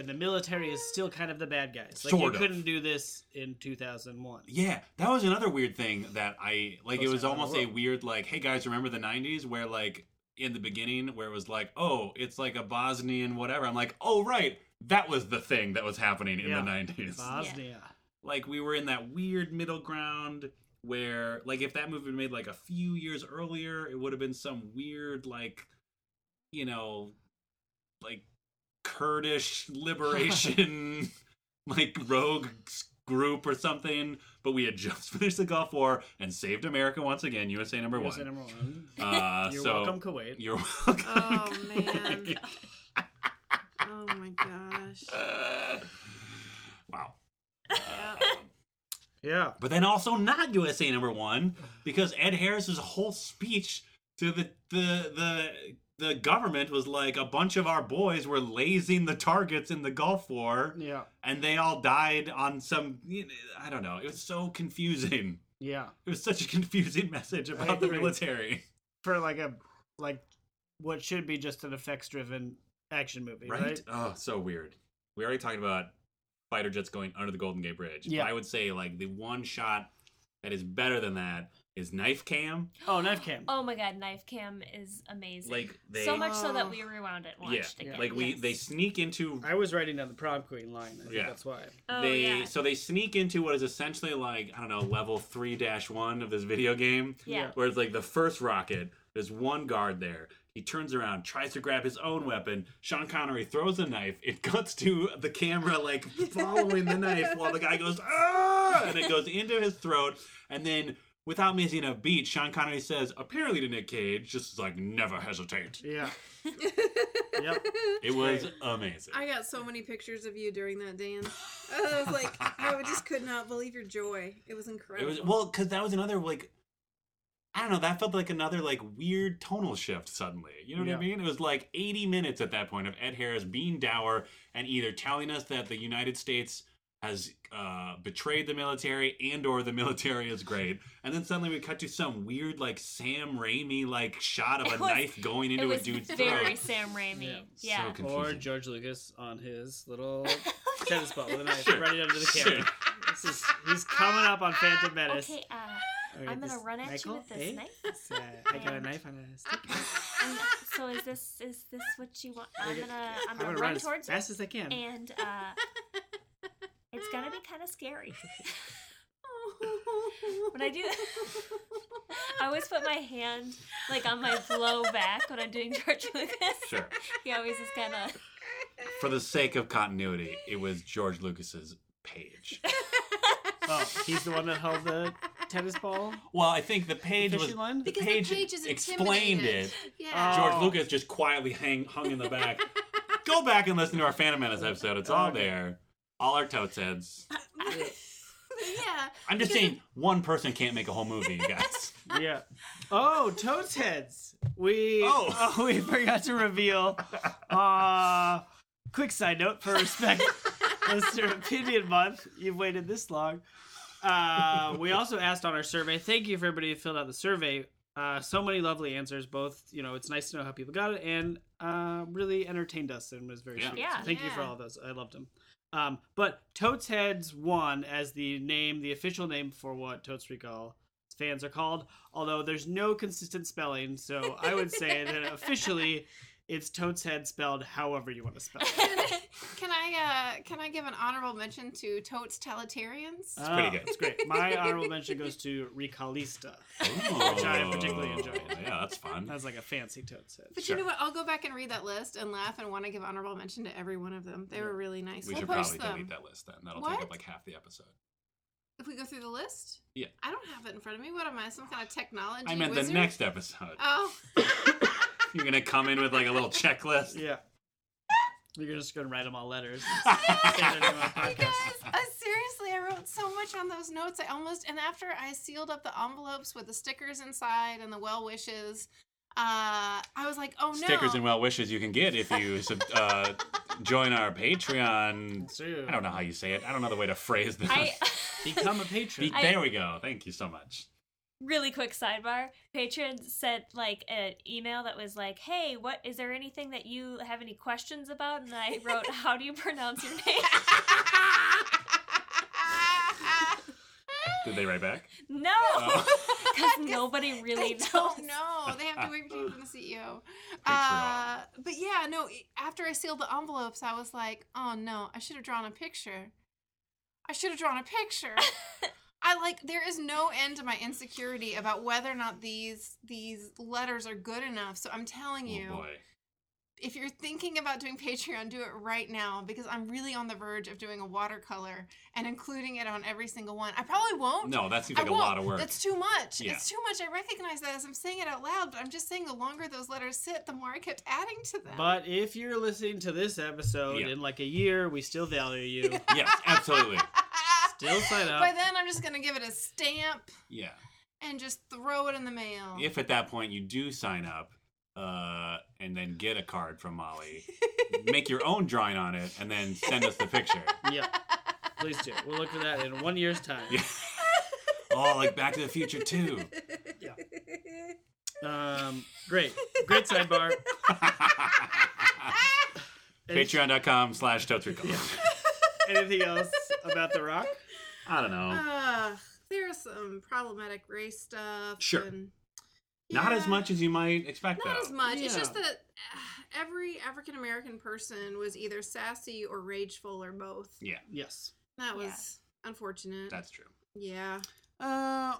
D: And the military is still kind of the bad guys. Like
E: Sort
D: you
E: of.
D: couldn't do this in two thousand one.
E: Yeah, that was another weird thing that I like. It
D: Most
E: was
D: time in the
E: almost a
D: world.
E: weird like, hey guys, remember the '90s where like in the beginning where it was like, oh, it's like a Bosnian whatever. I'm like, oh right, that was the thing that was happening in
D: Yeah.
E: the '90s.
D: Bosnia.
E: Like we were in that weird middle ground where like if that movie had been made like a few years earlier, it would have been some weird like, you know, like Kurdish liberation like rogue s- group or something, but we had just finished the Gulf War and saved America once again, USA number
D: USA
E: one.
D: number one.
E: Uh,
D: You're
E: so
D: welcome, Kuwait.
E: you're welcome.
B: Oh, man. Oh my gosh.
E: Uh, wow.
B: Yep.
D: Yeah.
E: But then also not USA number one because Ed Harris's whole speech to the the the the government was like a bunch of our boys were lazing the targets in the Gulf War
D: Yeah.
E: and they all died on some you know, I don't know. It was so confusing.
D: Yeah.
E: It was such a confusing message about the
D: agree.
E: military.
D: For like a like what should be just an effects driven action movie, right?
E: Right? Oh, so weird. We already talked about fighter jets going under the Golden Gate Bridge.
D: Yeah.
E: I would say like the one shot that is better than that is knife cam.
D: Oh, knife cam.
A: Oh my god, knife cam is amazing.
E: Like they,
A: so much so that
B: Oh.
A: we rewound it and
E: yeah,
A: watched again.
E: like we
A: Yes.
E: they sneak into
D: I was writing down the prom queen line. I think
E: Yeah.
D: that's why.
A: oh,
E: they
A: yeah.
E: so they sneak into what is essentially like I don't know level three dash one of this video game.
A: yeah.
E: Where it's like the first rocket, there's one guard there. He turns around, tries to grab his own weapon. Sean Connery throws a knife. It cuts to the camera like following the knife while the guy goes, ah! And it goes into his throat. And then, without missing a beat, Sean Connery says, apparently to Nick Cage, just like, never hesitate.
D: Yeah. yep.
E: It was amazing.
B: I got so many pictures of you during that dance. I was like, I would- just could not believe your joy. It was
E: It
B: incredible.
E: was, well, because that was another, like, I don't know, that felt like another, like, weird tonal shift suddenly. You know what
D: Yeah.
E: I mean? It was like 80 minutes at that point of Ed Harris being dour and either telling us that the United States has uh, betrayed the military and or the military is great. And then suddenly we cut to some weird, like, Sam Raimi, like, shot of
A: It
E: a
A: was-
E: knife going
A: It
E: into a
A: was
E: dude's
A: very
E: throat.
A: Sam Raimi.
E: So
A: Yeah.
D: Or
E: confusing.
D: George Lucas on his little tennis ball with a knife
E: Sure.
D: running under the
E: Sure.
D: camera. This is, he's coming up on Phantom Menace.
A: okay, uh,
D: Okay,
A: I'm gonna
D: this-
A: run at
D: Michael,
A: you with this
D: hey?
A: knife.
D: It's, uh, I got a knife on a stick.
A: And so is this is this what you want? I'm gonna I'm
D: I'm
A: gonna,
D: gonna
A: run,
D: run as
A: towards
D: fast as I can.
A: it, and uh, it's gonna be kind of scary. When I do, I always put my hand like on my low back when I'm doing George Lucas.
E: Sure.
A: He always is kind of
E: For the sake of continuity, it was George Lucas's page.
D: Oh, he's the one that held the tennis ball
E: Well, I think the page was
D: fishing line.
B: Because the
E: Page
B: page is
E: explained
B: intimidated.
E: it. Uh,
B: Yeah.
D: Oh.
E: George Lucas just quietly hang, hung in the back. Go back and listen to our Phantom Menace episode. It's all
D: Okay.
E: there. All our totes heads.
B: yeah.
E: I'm just saying, one person can't make a whole movie, you guys.
D: yeah. Oh, Toad's heads. We
E: Oh.
D: oh. we forgot to reveal. Uh quick side note for respect, listener opinion month. You've waited this long. Uh, we also asked on our survey. Thank you for everybody who filled out the survey. Uh, so many lovely answers. Both, you know, it's nice to know how people got it, and uh, really entertained us and was very
E: Yeah.
D: sweet.
A: Yeah.
D: So thank you for
B: Yeah.
D: all those. I loved them. Um, but Totes Heads won as the name, the official name for what Totes Recall fans are called. Although there's no consistent spelling, so I would say that officially, it's Totes Head spelled however you want to spell. it.
B: Can, can I uh, can I give an honorable mention to Totes Talitarians?
D: It's
E: pretty good.
D: It's great. My honorable mention goes to Recallista.
E: Which
D: I particularly enjoyed.
E: Oh, Yeah, that's fun.
D: That's like a fancy Totes Head.
B: but
E: sure.
B: you know what? I'll go back and read that list and laugh and want to give honorable mention to every one of them. They were really nice.
E: we
B: we'll
E: should
B: post
E: probably
B: them
E: delete that list then. That'll take
B: What?
E: up like half the episode.
B: if we go through the list.
E: Yeah.
B: I don't have it in front of me. What am I? Some kind of technology?
E: I meant
B: wizard?
E: the next episode.
B: Oh.
E: You're going to come in with like a little checklist.
D: Yeah. You're just gonna write them all letters.
B: You guys, I seriously, I wrote so much on those notes. I almost, and after I sealed up the envelopes with the stickers inside and the well wishes, uh, I was like, oh no.
E: Stickers and well wishes you can get if you sub- uh, join our Patreon. I don't know how you say it. I don't know the way to phrase this.
A: I
D: Become a patron.
E: Be-
A: I-
E: there we go. Thank you so much.
A: really quick sidebar patron sent like an email that was like hey what is there anything that you have any questions about and i wrote how do you pronounce your name
E: Did they write back?
A: no
B: Uh-huh.
A: because nobody really
B: They
A: knows
B: don't know. They have to wait for you from the CEO. Uh,
E: Patreon.
B: but yeah, no. i- After I sealed the envelopes, I was like, "Oh no, I should have drawn a picture. I should have drawn a picture." I like there is no end to my insecurity about whether or not these these letters are good enough. So I'm telling you,
E: Oh boy.
B: if you're thinking about doing Patreon, do it right now because I'm really on the verge of doing a watercolor and including it on every single one. I probably won't.
E: No, that seems
B: I
E: like a
B: won't.
E: lot of work.
B: That's too much.
E: Yeah.
B: It's too much. I recognize that as I'm saying it out loud, but I'm just saying the longer those letters sit, the more I kept adding to them.
D: But if you're listening to this episode
E: Yeah.
D: in like a year, we still value you.
E: yes, absolutely.
D: Still sign up.
B: By then, I'm just gonna give it a stamp
E: Yeah.
B: and just throw it in the mail.
E: If at that point you do sign up uh, and then get a card from Molly, make your own drawing on it, and then send us the picture.
D: yeah. Please do. We'll look for that in one year's time.
E: Yeah. Oh, like Back to the Future too.
D: Um, great. Great sidebar.
E: Patreon.com slash Totes Recall.
D: Anything else about The Rock?
B: Uh,
E: I don't know.
B: Ah, there are some problematic race stuff.
E: Sure.
B: and-
E: Not as
B: Yeah.
E: much as you might expect,
B: Not
E: though.
B: as much. It's
D: Yeah.
B: just that uh, every African American person was either sassy or rageful or both.
E: Yeah,
D: Yes.
B: That
A: Yeah.
B: was unfortunate.
E: that's true.
B: yeah.
D: Uh,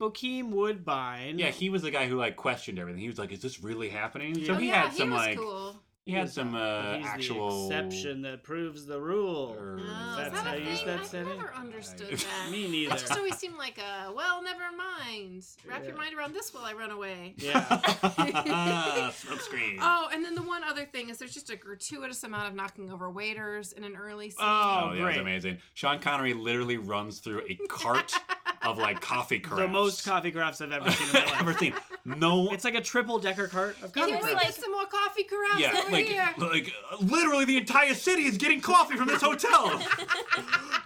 D: Bokeem Woodbine.
E: Yeah, he was the guy who like questioned everything. He was like, "Is this really happening?"
D: Yeah.
E: So
B: oh,
E: he
B: yeah,
E: had some
B: he was
E: like
B: cool.
E: he had
D: was
E: some
D: not,
E: uh,
D: but he's
E: actual Er,
D: the exception that proves the rule.
E: Or-
B: No, is
D: That's
B: that
D: how
B: a
D: you use
B: thing?
D: that
B: I've
D: setting?
B: never understood that.
D: Me
B: It
D: neither.
B: just always seemed like a well, never mind. Wrap your
D: Yeah.
B: mind around this while I run away.
D: yeah.
E: Smoke screen.
B: Oh, and then the one other thing is there's just a gratuitous amount of knocking over waiters in an early scene.
D: Oh,
E: Oh, that was
D: great.
E: amazing. Sean Connery literally runs through a cart of like coffee crafts.
D: The most coffee crafts I've ever seen in my
E: ever
D: life.
E: seen. No,
D: It's like a triple decker cart of
B: Can
D: coffee
B: we
A: was
D: crafts.
B: get
A: like-
B: some more coffee carafes
E: yeah,
B: over
E: like
B: here?
E: like uh, literally the entire city is getting coffee from this hotel.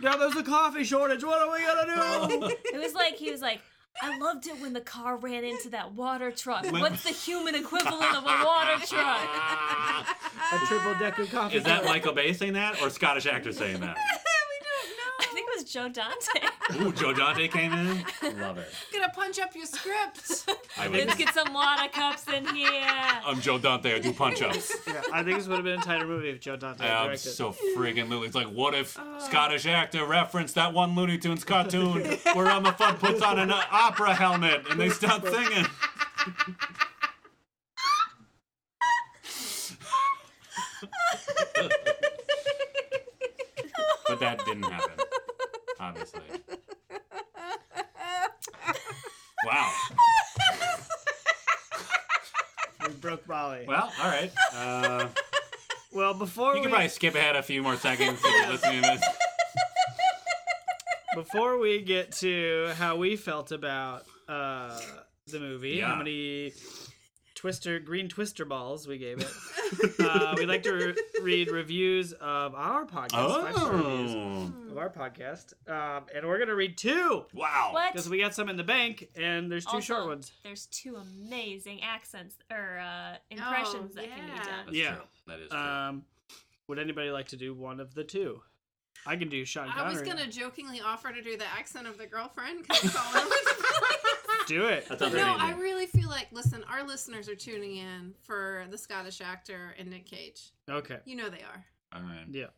D: now there's a coffee shortage. What are we gonna
E: Oh.
D: do?
A: It was like he was like, I loved it when the car ran into that water truck.
E: When-
A: What's the human equivalent of a water truck?
E: ah.
D: a triple decker coffee.
E: is that
D: cart.
E: Michael Bay saying that or Scottish actor saying that?
A: I think it was Joe Dante.
E: Ooh, Joe Dante came in. Love it.
B: Gonna punch up your script.
E: I
A: Let's
E: would.
A: get some water cups in here.
D: Oh,
E: I'm Joe Dante. I do punch ups.
D: Yeah, I think this would have been a tighter movie if Joe Dante had
E: I'm
D: directed.
E: so friggin' Looney. It's like, what if Scottish actor referenced that one Looney Tunes cartoon where Emma Fudd puts on an uh, opera helmet and they start singing? but that didn't happen, obviously. Wow.
D: we broke Molly. Well,
E: Well, all right. Uh,
D: before
E: you
D: we
E: can probably skip ahead a few more seconds if you're listening to this.
D: before we get to how we felt about uh, the movie,
E: Yeah.
D: how many twister green twister balls we gave it, uh, we'd like to re- read reviews of our podcast. five-star reviews
E: Oh.
D: of our podcast, um, and we're gonna read two
E: Wow.
A: What?
D: because we got some in the bank, and there's two
A: Also,
D: short ones.
A: There's two amazing accents or uh, impressions that can be
B: yeah.
A: done.
E: That's
D: Yeah.
E: true. That is true.
D: Um, would anybody like to do one of the two? I can do Sean Connery.
B: I was gonna jokingly offer to do the accent of the girlfriend. 'cause it's all over the place.
D: do it.
E: That sounds
B: no,
E: amazing.
B: I really feel like listen, our listeners are tuning in for the Scottish actor and Nick Cage.
D: Okay.
B: You know they are.
E: All right.
D: Yeah.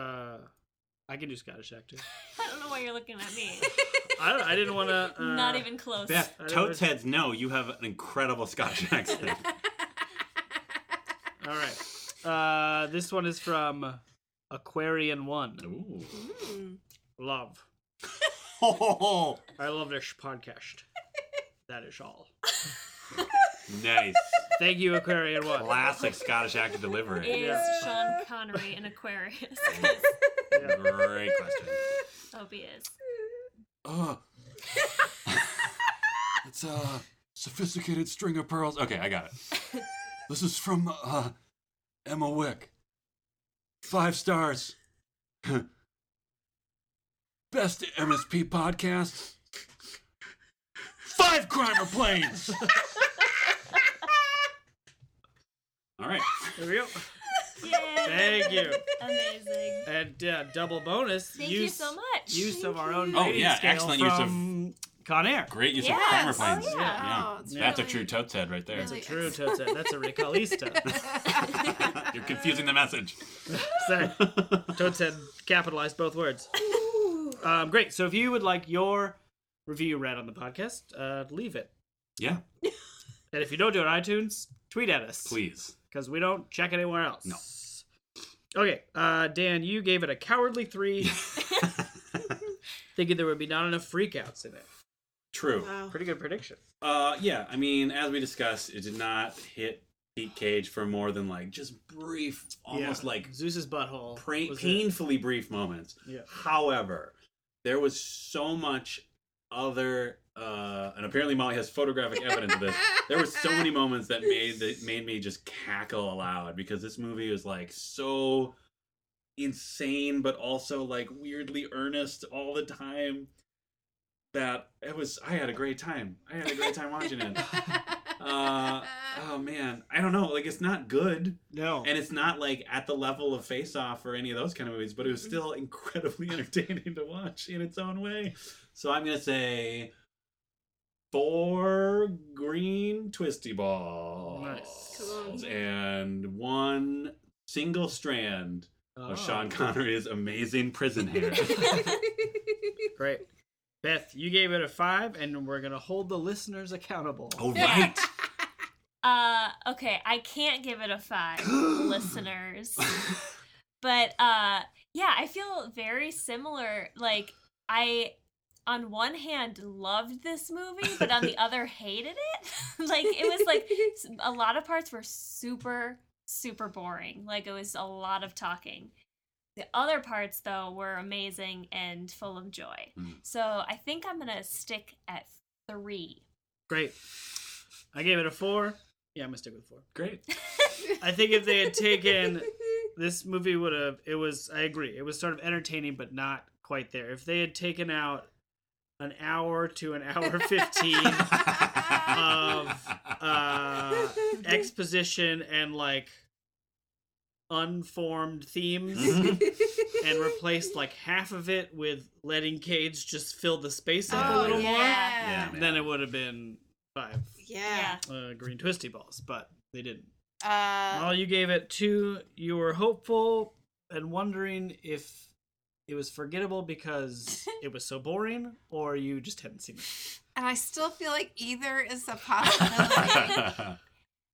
D: Uh, I can do Scottish actor.
A: I don't know why you're looking at me.
D: I, don't- I didn't want to. Uh,
A: Not even close.
E: Beth,
D: I never-
E: Toad's heads no, you have an incredible Scottish accent.
D: All right. Uh, this one is from Aquarian One.
E: Ooh.
B: Hmm.
D: Love.
E: Oh,
D: I love this podcast. That is all.
E: nice.
D: Thank you, Aquarian One.
E: Classic Scottish actor
A: Is
E: delivery.
D: Yeah.
A: Sean Connery an Aquarius?
D: Yeah.
E: Great question.
A: Hope he is.
E: Oh. it's a sophisticated string of pearls. Okay, I got it. This is from uh, Emma Wick. Five stars. Best MSP podcast. Five crimer planes. All right.
D: There we go.
A: Yay!
D: Thank you.
A: Amazing.
D: And uh, double bonus.
A: Thank
D: use,
A: you so much.
D: Use of our own.
E: Oh,
D: rating
E: yeah,
D: scale
E: excellent use of-
D: from Con Air.
E: Great use
A: Yes.
E: of
A: Oh,
E: crimer planes.
A: yeah.
B: Wow, it's
E: That's a
B: really-
E: true toad's head right there.
D: That's a
B: Really
D: true toad. set. That's a Ricalista.
E: You're confusing the message.
D: Sorry. Toad said capitalized both words. Um, great. So if you would like your review read on the podcast, uh, leave it.
E: Yeah,
D: And if you don't do it on iTunes, tweet at us.
E: please.
D: Because we don't check anywhere else. No. Okay. Uh, Dan, you gave it a cowardly three, thinking there would be not enough freakouts in it.
E: True.
B: Wow.
D: Pretty good prediction.
E: Uh, yeah, I mean, as we discussed, it did not hit Pete Cage for more than like just brief, almost
D: Yeah.
E: like
D: Zeus's butthole.
E: pra-
D: was it.
E: painfully brief moments.
D: Yeah.
E: However, there was so much other, uh, and apparently Molly has photographic evidence of this. There was so many moments that made that made me just cackle aloud because this movie was like so insane, but also like weirdly earnest all the time. That it was, I had a great time. I had a great time watching it. Uh, oh man, I don't know. Like it's not good,
D: No.
E: and it's not like at the level of Face Off or any of those kind of movies, but
D: Mm-hmm.
E: it was still incredibly entertaining to watch in its own way. So I'm gonna say four green twisty balls
D: Nice.
B: Cool.
E: and one single strand
D: Oh,
E: of Sean Connery's amazing prison hair.
D: Great. Beth, you gave it a five, and we're gonna hold the listeners accountable.
E: oh right.
A: Uh, okay, I can't give it a five, listeners. But uh, yeah, I feel very similar. Like I, on one hand, loved this movie, but on the other, hated it. like it was like s- a lot of parts were super, super boring. Like it was a lot of talking. The other parts, though, were amazing and full of joy.
E: Mm.
A: So I think I'm gonna stick at three.
D: Great. I gave it a four. Yeah, I'm gonna stick with four.
E: Great.
D: I think if they had taken this movie would have it was I agree. It was sort of entertaining but not quite there. If they had taken out an hour to an hour 15 uh exposition and like unformed themes
E: Mhm.
D: and replaced like half of it with letting Cage just fill the space up a
B: oh,
D: little
B: yeah.
E: Yeah,
B: yeah.
E: man.
D: then it would have been five
A: yeah.
D: uh, green twisty balls, but they didn't.
B: Uh,
D: Well, you gave it two. You were hopeful and wondering if it was forgettable because it was so boring, or you just hadn't seen it.
B: and I still feel like either is a possibility.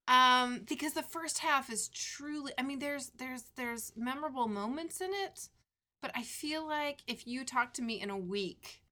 B: um because the first half is truly i mean there's there's there's memorable moments in it but i feel like if you talk to me in a week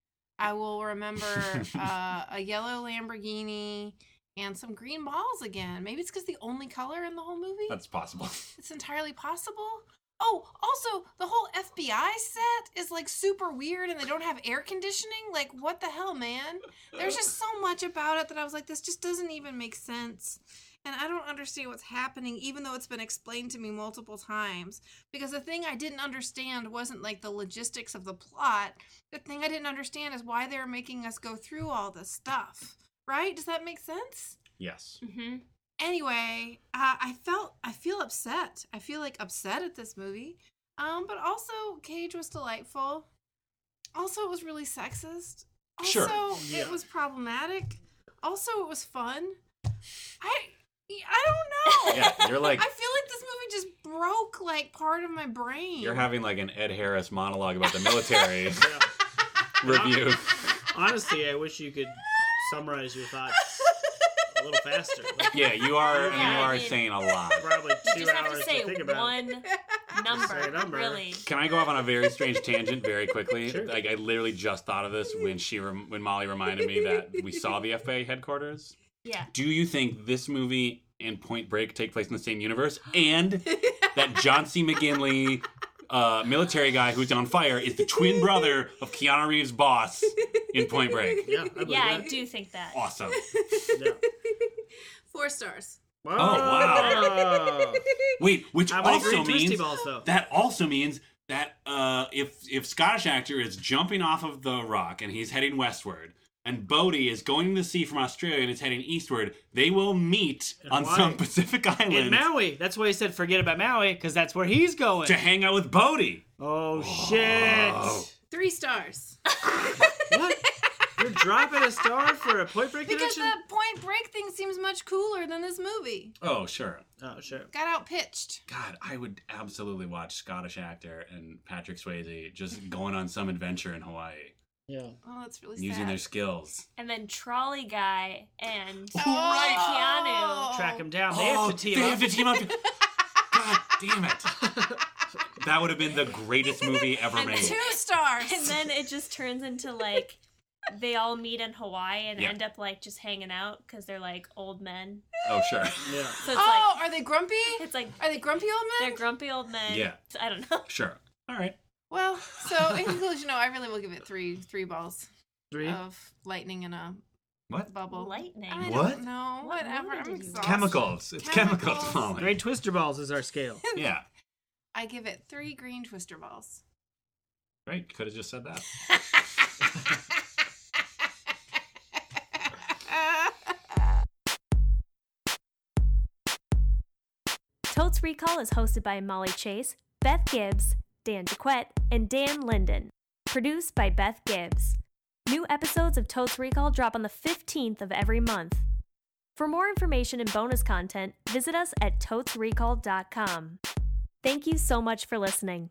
B: i will remember uh, a yellow lamborghini and some green balls again maybe it's because the only color in the whole movie
E: That's possible.
B: it's entirely possible oh also the whole fbi set is like super weird and they don't have air conditioning like what the hell man there's just so much about it that I was like, this just doesn't even make sense. And I don't understand what's happening, even though it's been explained to me multiple times. Because the thing I didn't understand wasn't like the logistics of the plot. The thing I didn't understand is why they're making us go through all this stuff. Right? Does that make sense?
E: Yes.
A: Mm-hmm.
B: Anyway, uh, I felt, I feel upset. I feel like upset at this movie. Um, but also, Cage was delightful. Also, it was really sexist. Also,
E: Sure.
D: Yeah.
B: it was problematic. Also, it was fun. I I don't know.
E: Yeah, you're
B: I feel
E: like
B: like this movie just broke like part of my brain.
E: you're having like an Ed Harris monologue about the military review.
D: Honestly, I wish you could summarize your thoughts a little faster. Like,
E: Yeah, you are I mean,
A: Yeah,
E: you
A: I
E: are
A: mean-
E: saying a lot.
D: probably two
A: You just have
D: hours
A: to say
D: think about. it.
A: one number,
D: Say a number.
A: really.
E: Can I go off on a very strange tangent very quickly?
D: Sure.
E: Like I literally just thought of this when she rem- when Molly reminded me that we saw the FBI headquarters.
A: Yeah.
E: Do you think this movie and Point Break take place in the same universe? And that John C. McGinley uh, military guy who's on fire is the twin brother of Keanu Reeves' boss in Point Break.
D: Yeah, I believe
A: Yeah, I
D: that.
A: do think that.
E: Awesome.
D: Yeah.
B: Four stars.
D: Wow.
E: Oh, wow. Wait, which
D: How many
E: also
D: green twisty
E: means
D: balls though?
E: that also means that uh, if if Scottish actor is jumping off of the rock and he's heading westward, and Bodie is going to the sea from Australia and is heading eastward, they will meet
D: And
E: on
D: why?
E: some Pacific
D: in
E: island
D: Maui. That's why he said forget about Maui because that's where he's going.
E: to hang out with Bodie.
D: Oh shit!
B: Three stars.
D: What? You're dropping a star for a point break
B: Because
D: connection?
B: that point break thing seems much cooler than this movie.
E: Oh sure.
D: Oh shit.
B: Got outpitched.
E: God, I would absolutely watch Scottish actor and Patrick Swayze just going on some adventure in Hawaii,
D: Yeah.
B: Oh, that's really
E: using
B: sad.
E: their skills.
A: And then Trolley Guy and
B: Oh.
D: Track him down. They have to team
E: they
D: up.
E: have to team up. God damn it! That would have been the greatest movie ever
A: And
E: made.
B: Two stars.
A: Keanu. And then it just turns into like they all meet in Hawaii and
E: Yeah.
A: end up like just hanging out because they're like old men.
E: Oh sure.
D: Yeah.
A: So it's
B: oh, are they grumpy?
A: like it's like
B: Are they grumpy old men?
A: they're grumpy old men.
E: Yeah.
A: I don't know.
E: Sure. All right.
B: Well, so in conclusion, no, I really will give it three three balls
D: Three.
B: of lightning in a
E: What?
B: bubble.
A: Lightning.
B: I
E: What?
B: don't know.
A: What
B: Whatever.
A: movie
B: I'm
A: did you
B: exhausted.
E: Chemicals. It's chemicals,
B: Chemicals.
E: Molly.
D: Great twister balls is our scale.
E: Yeah.
B: I give it three green twister balls.
E: Great. Could have just said that.
A: Totes Recall is hosted by Molly Chase, Beth Gibbs, Dan Jaquette, and Dan Linden. Produced by Beth Gibbs. New episodes of Totes Recall drop on the 15th of every month. For more information and bonus content, visit us at totesrecall.com. Thank you so much for listening.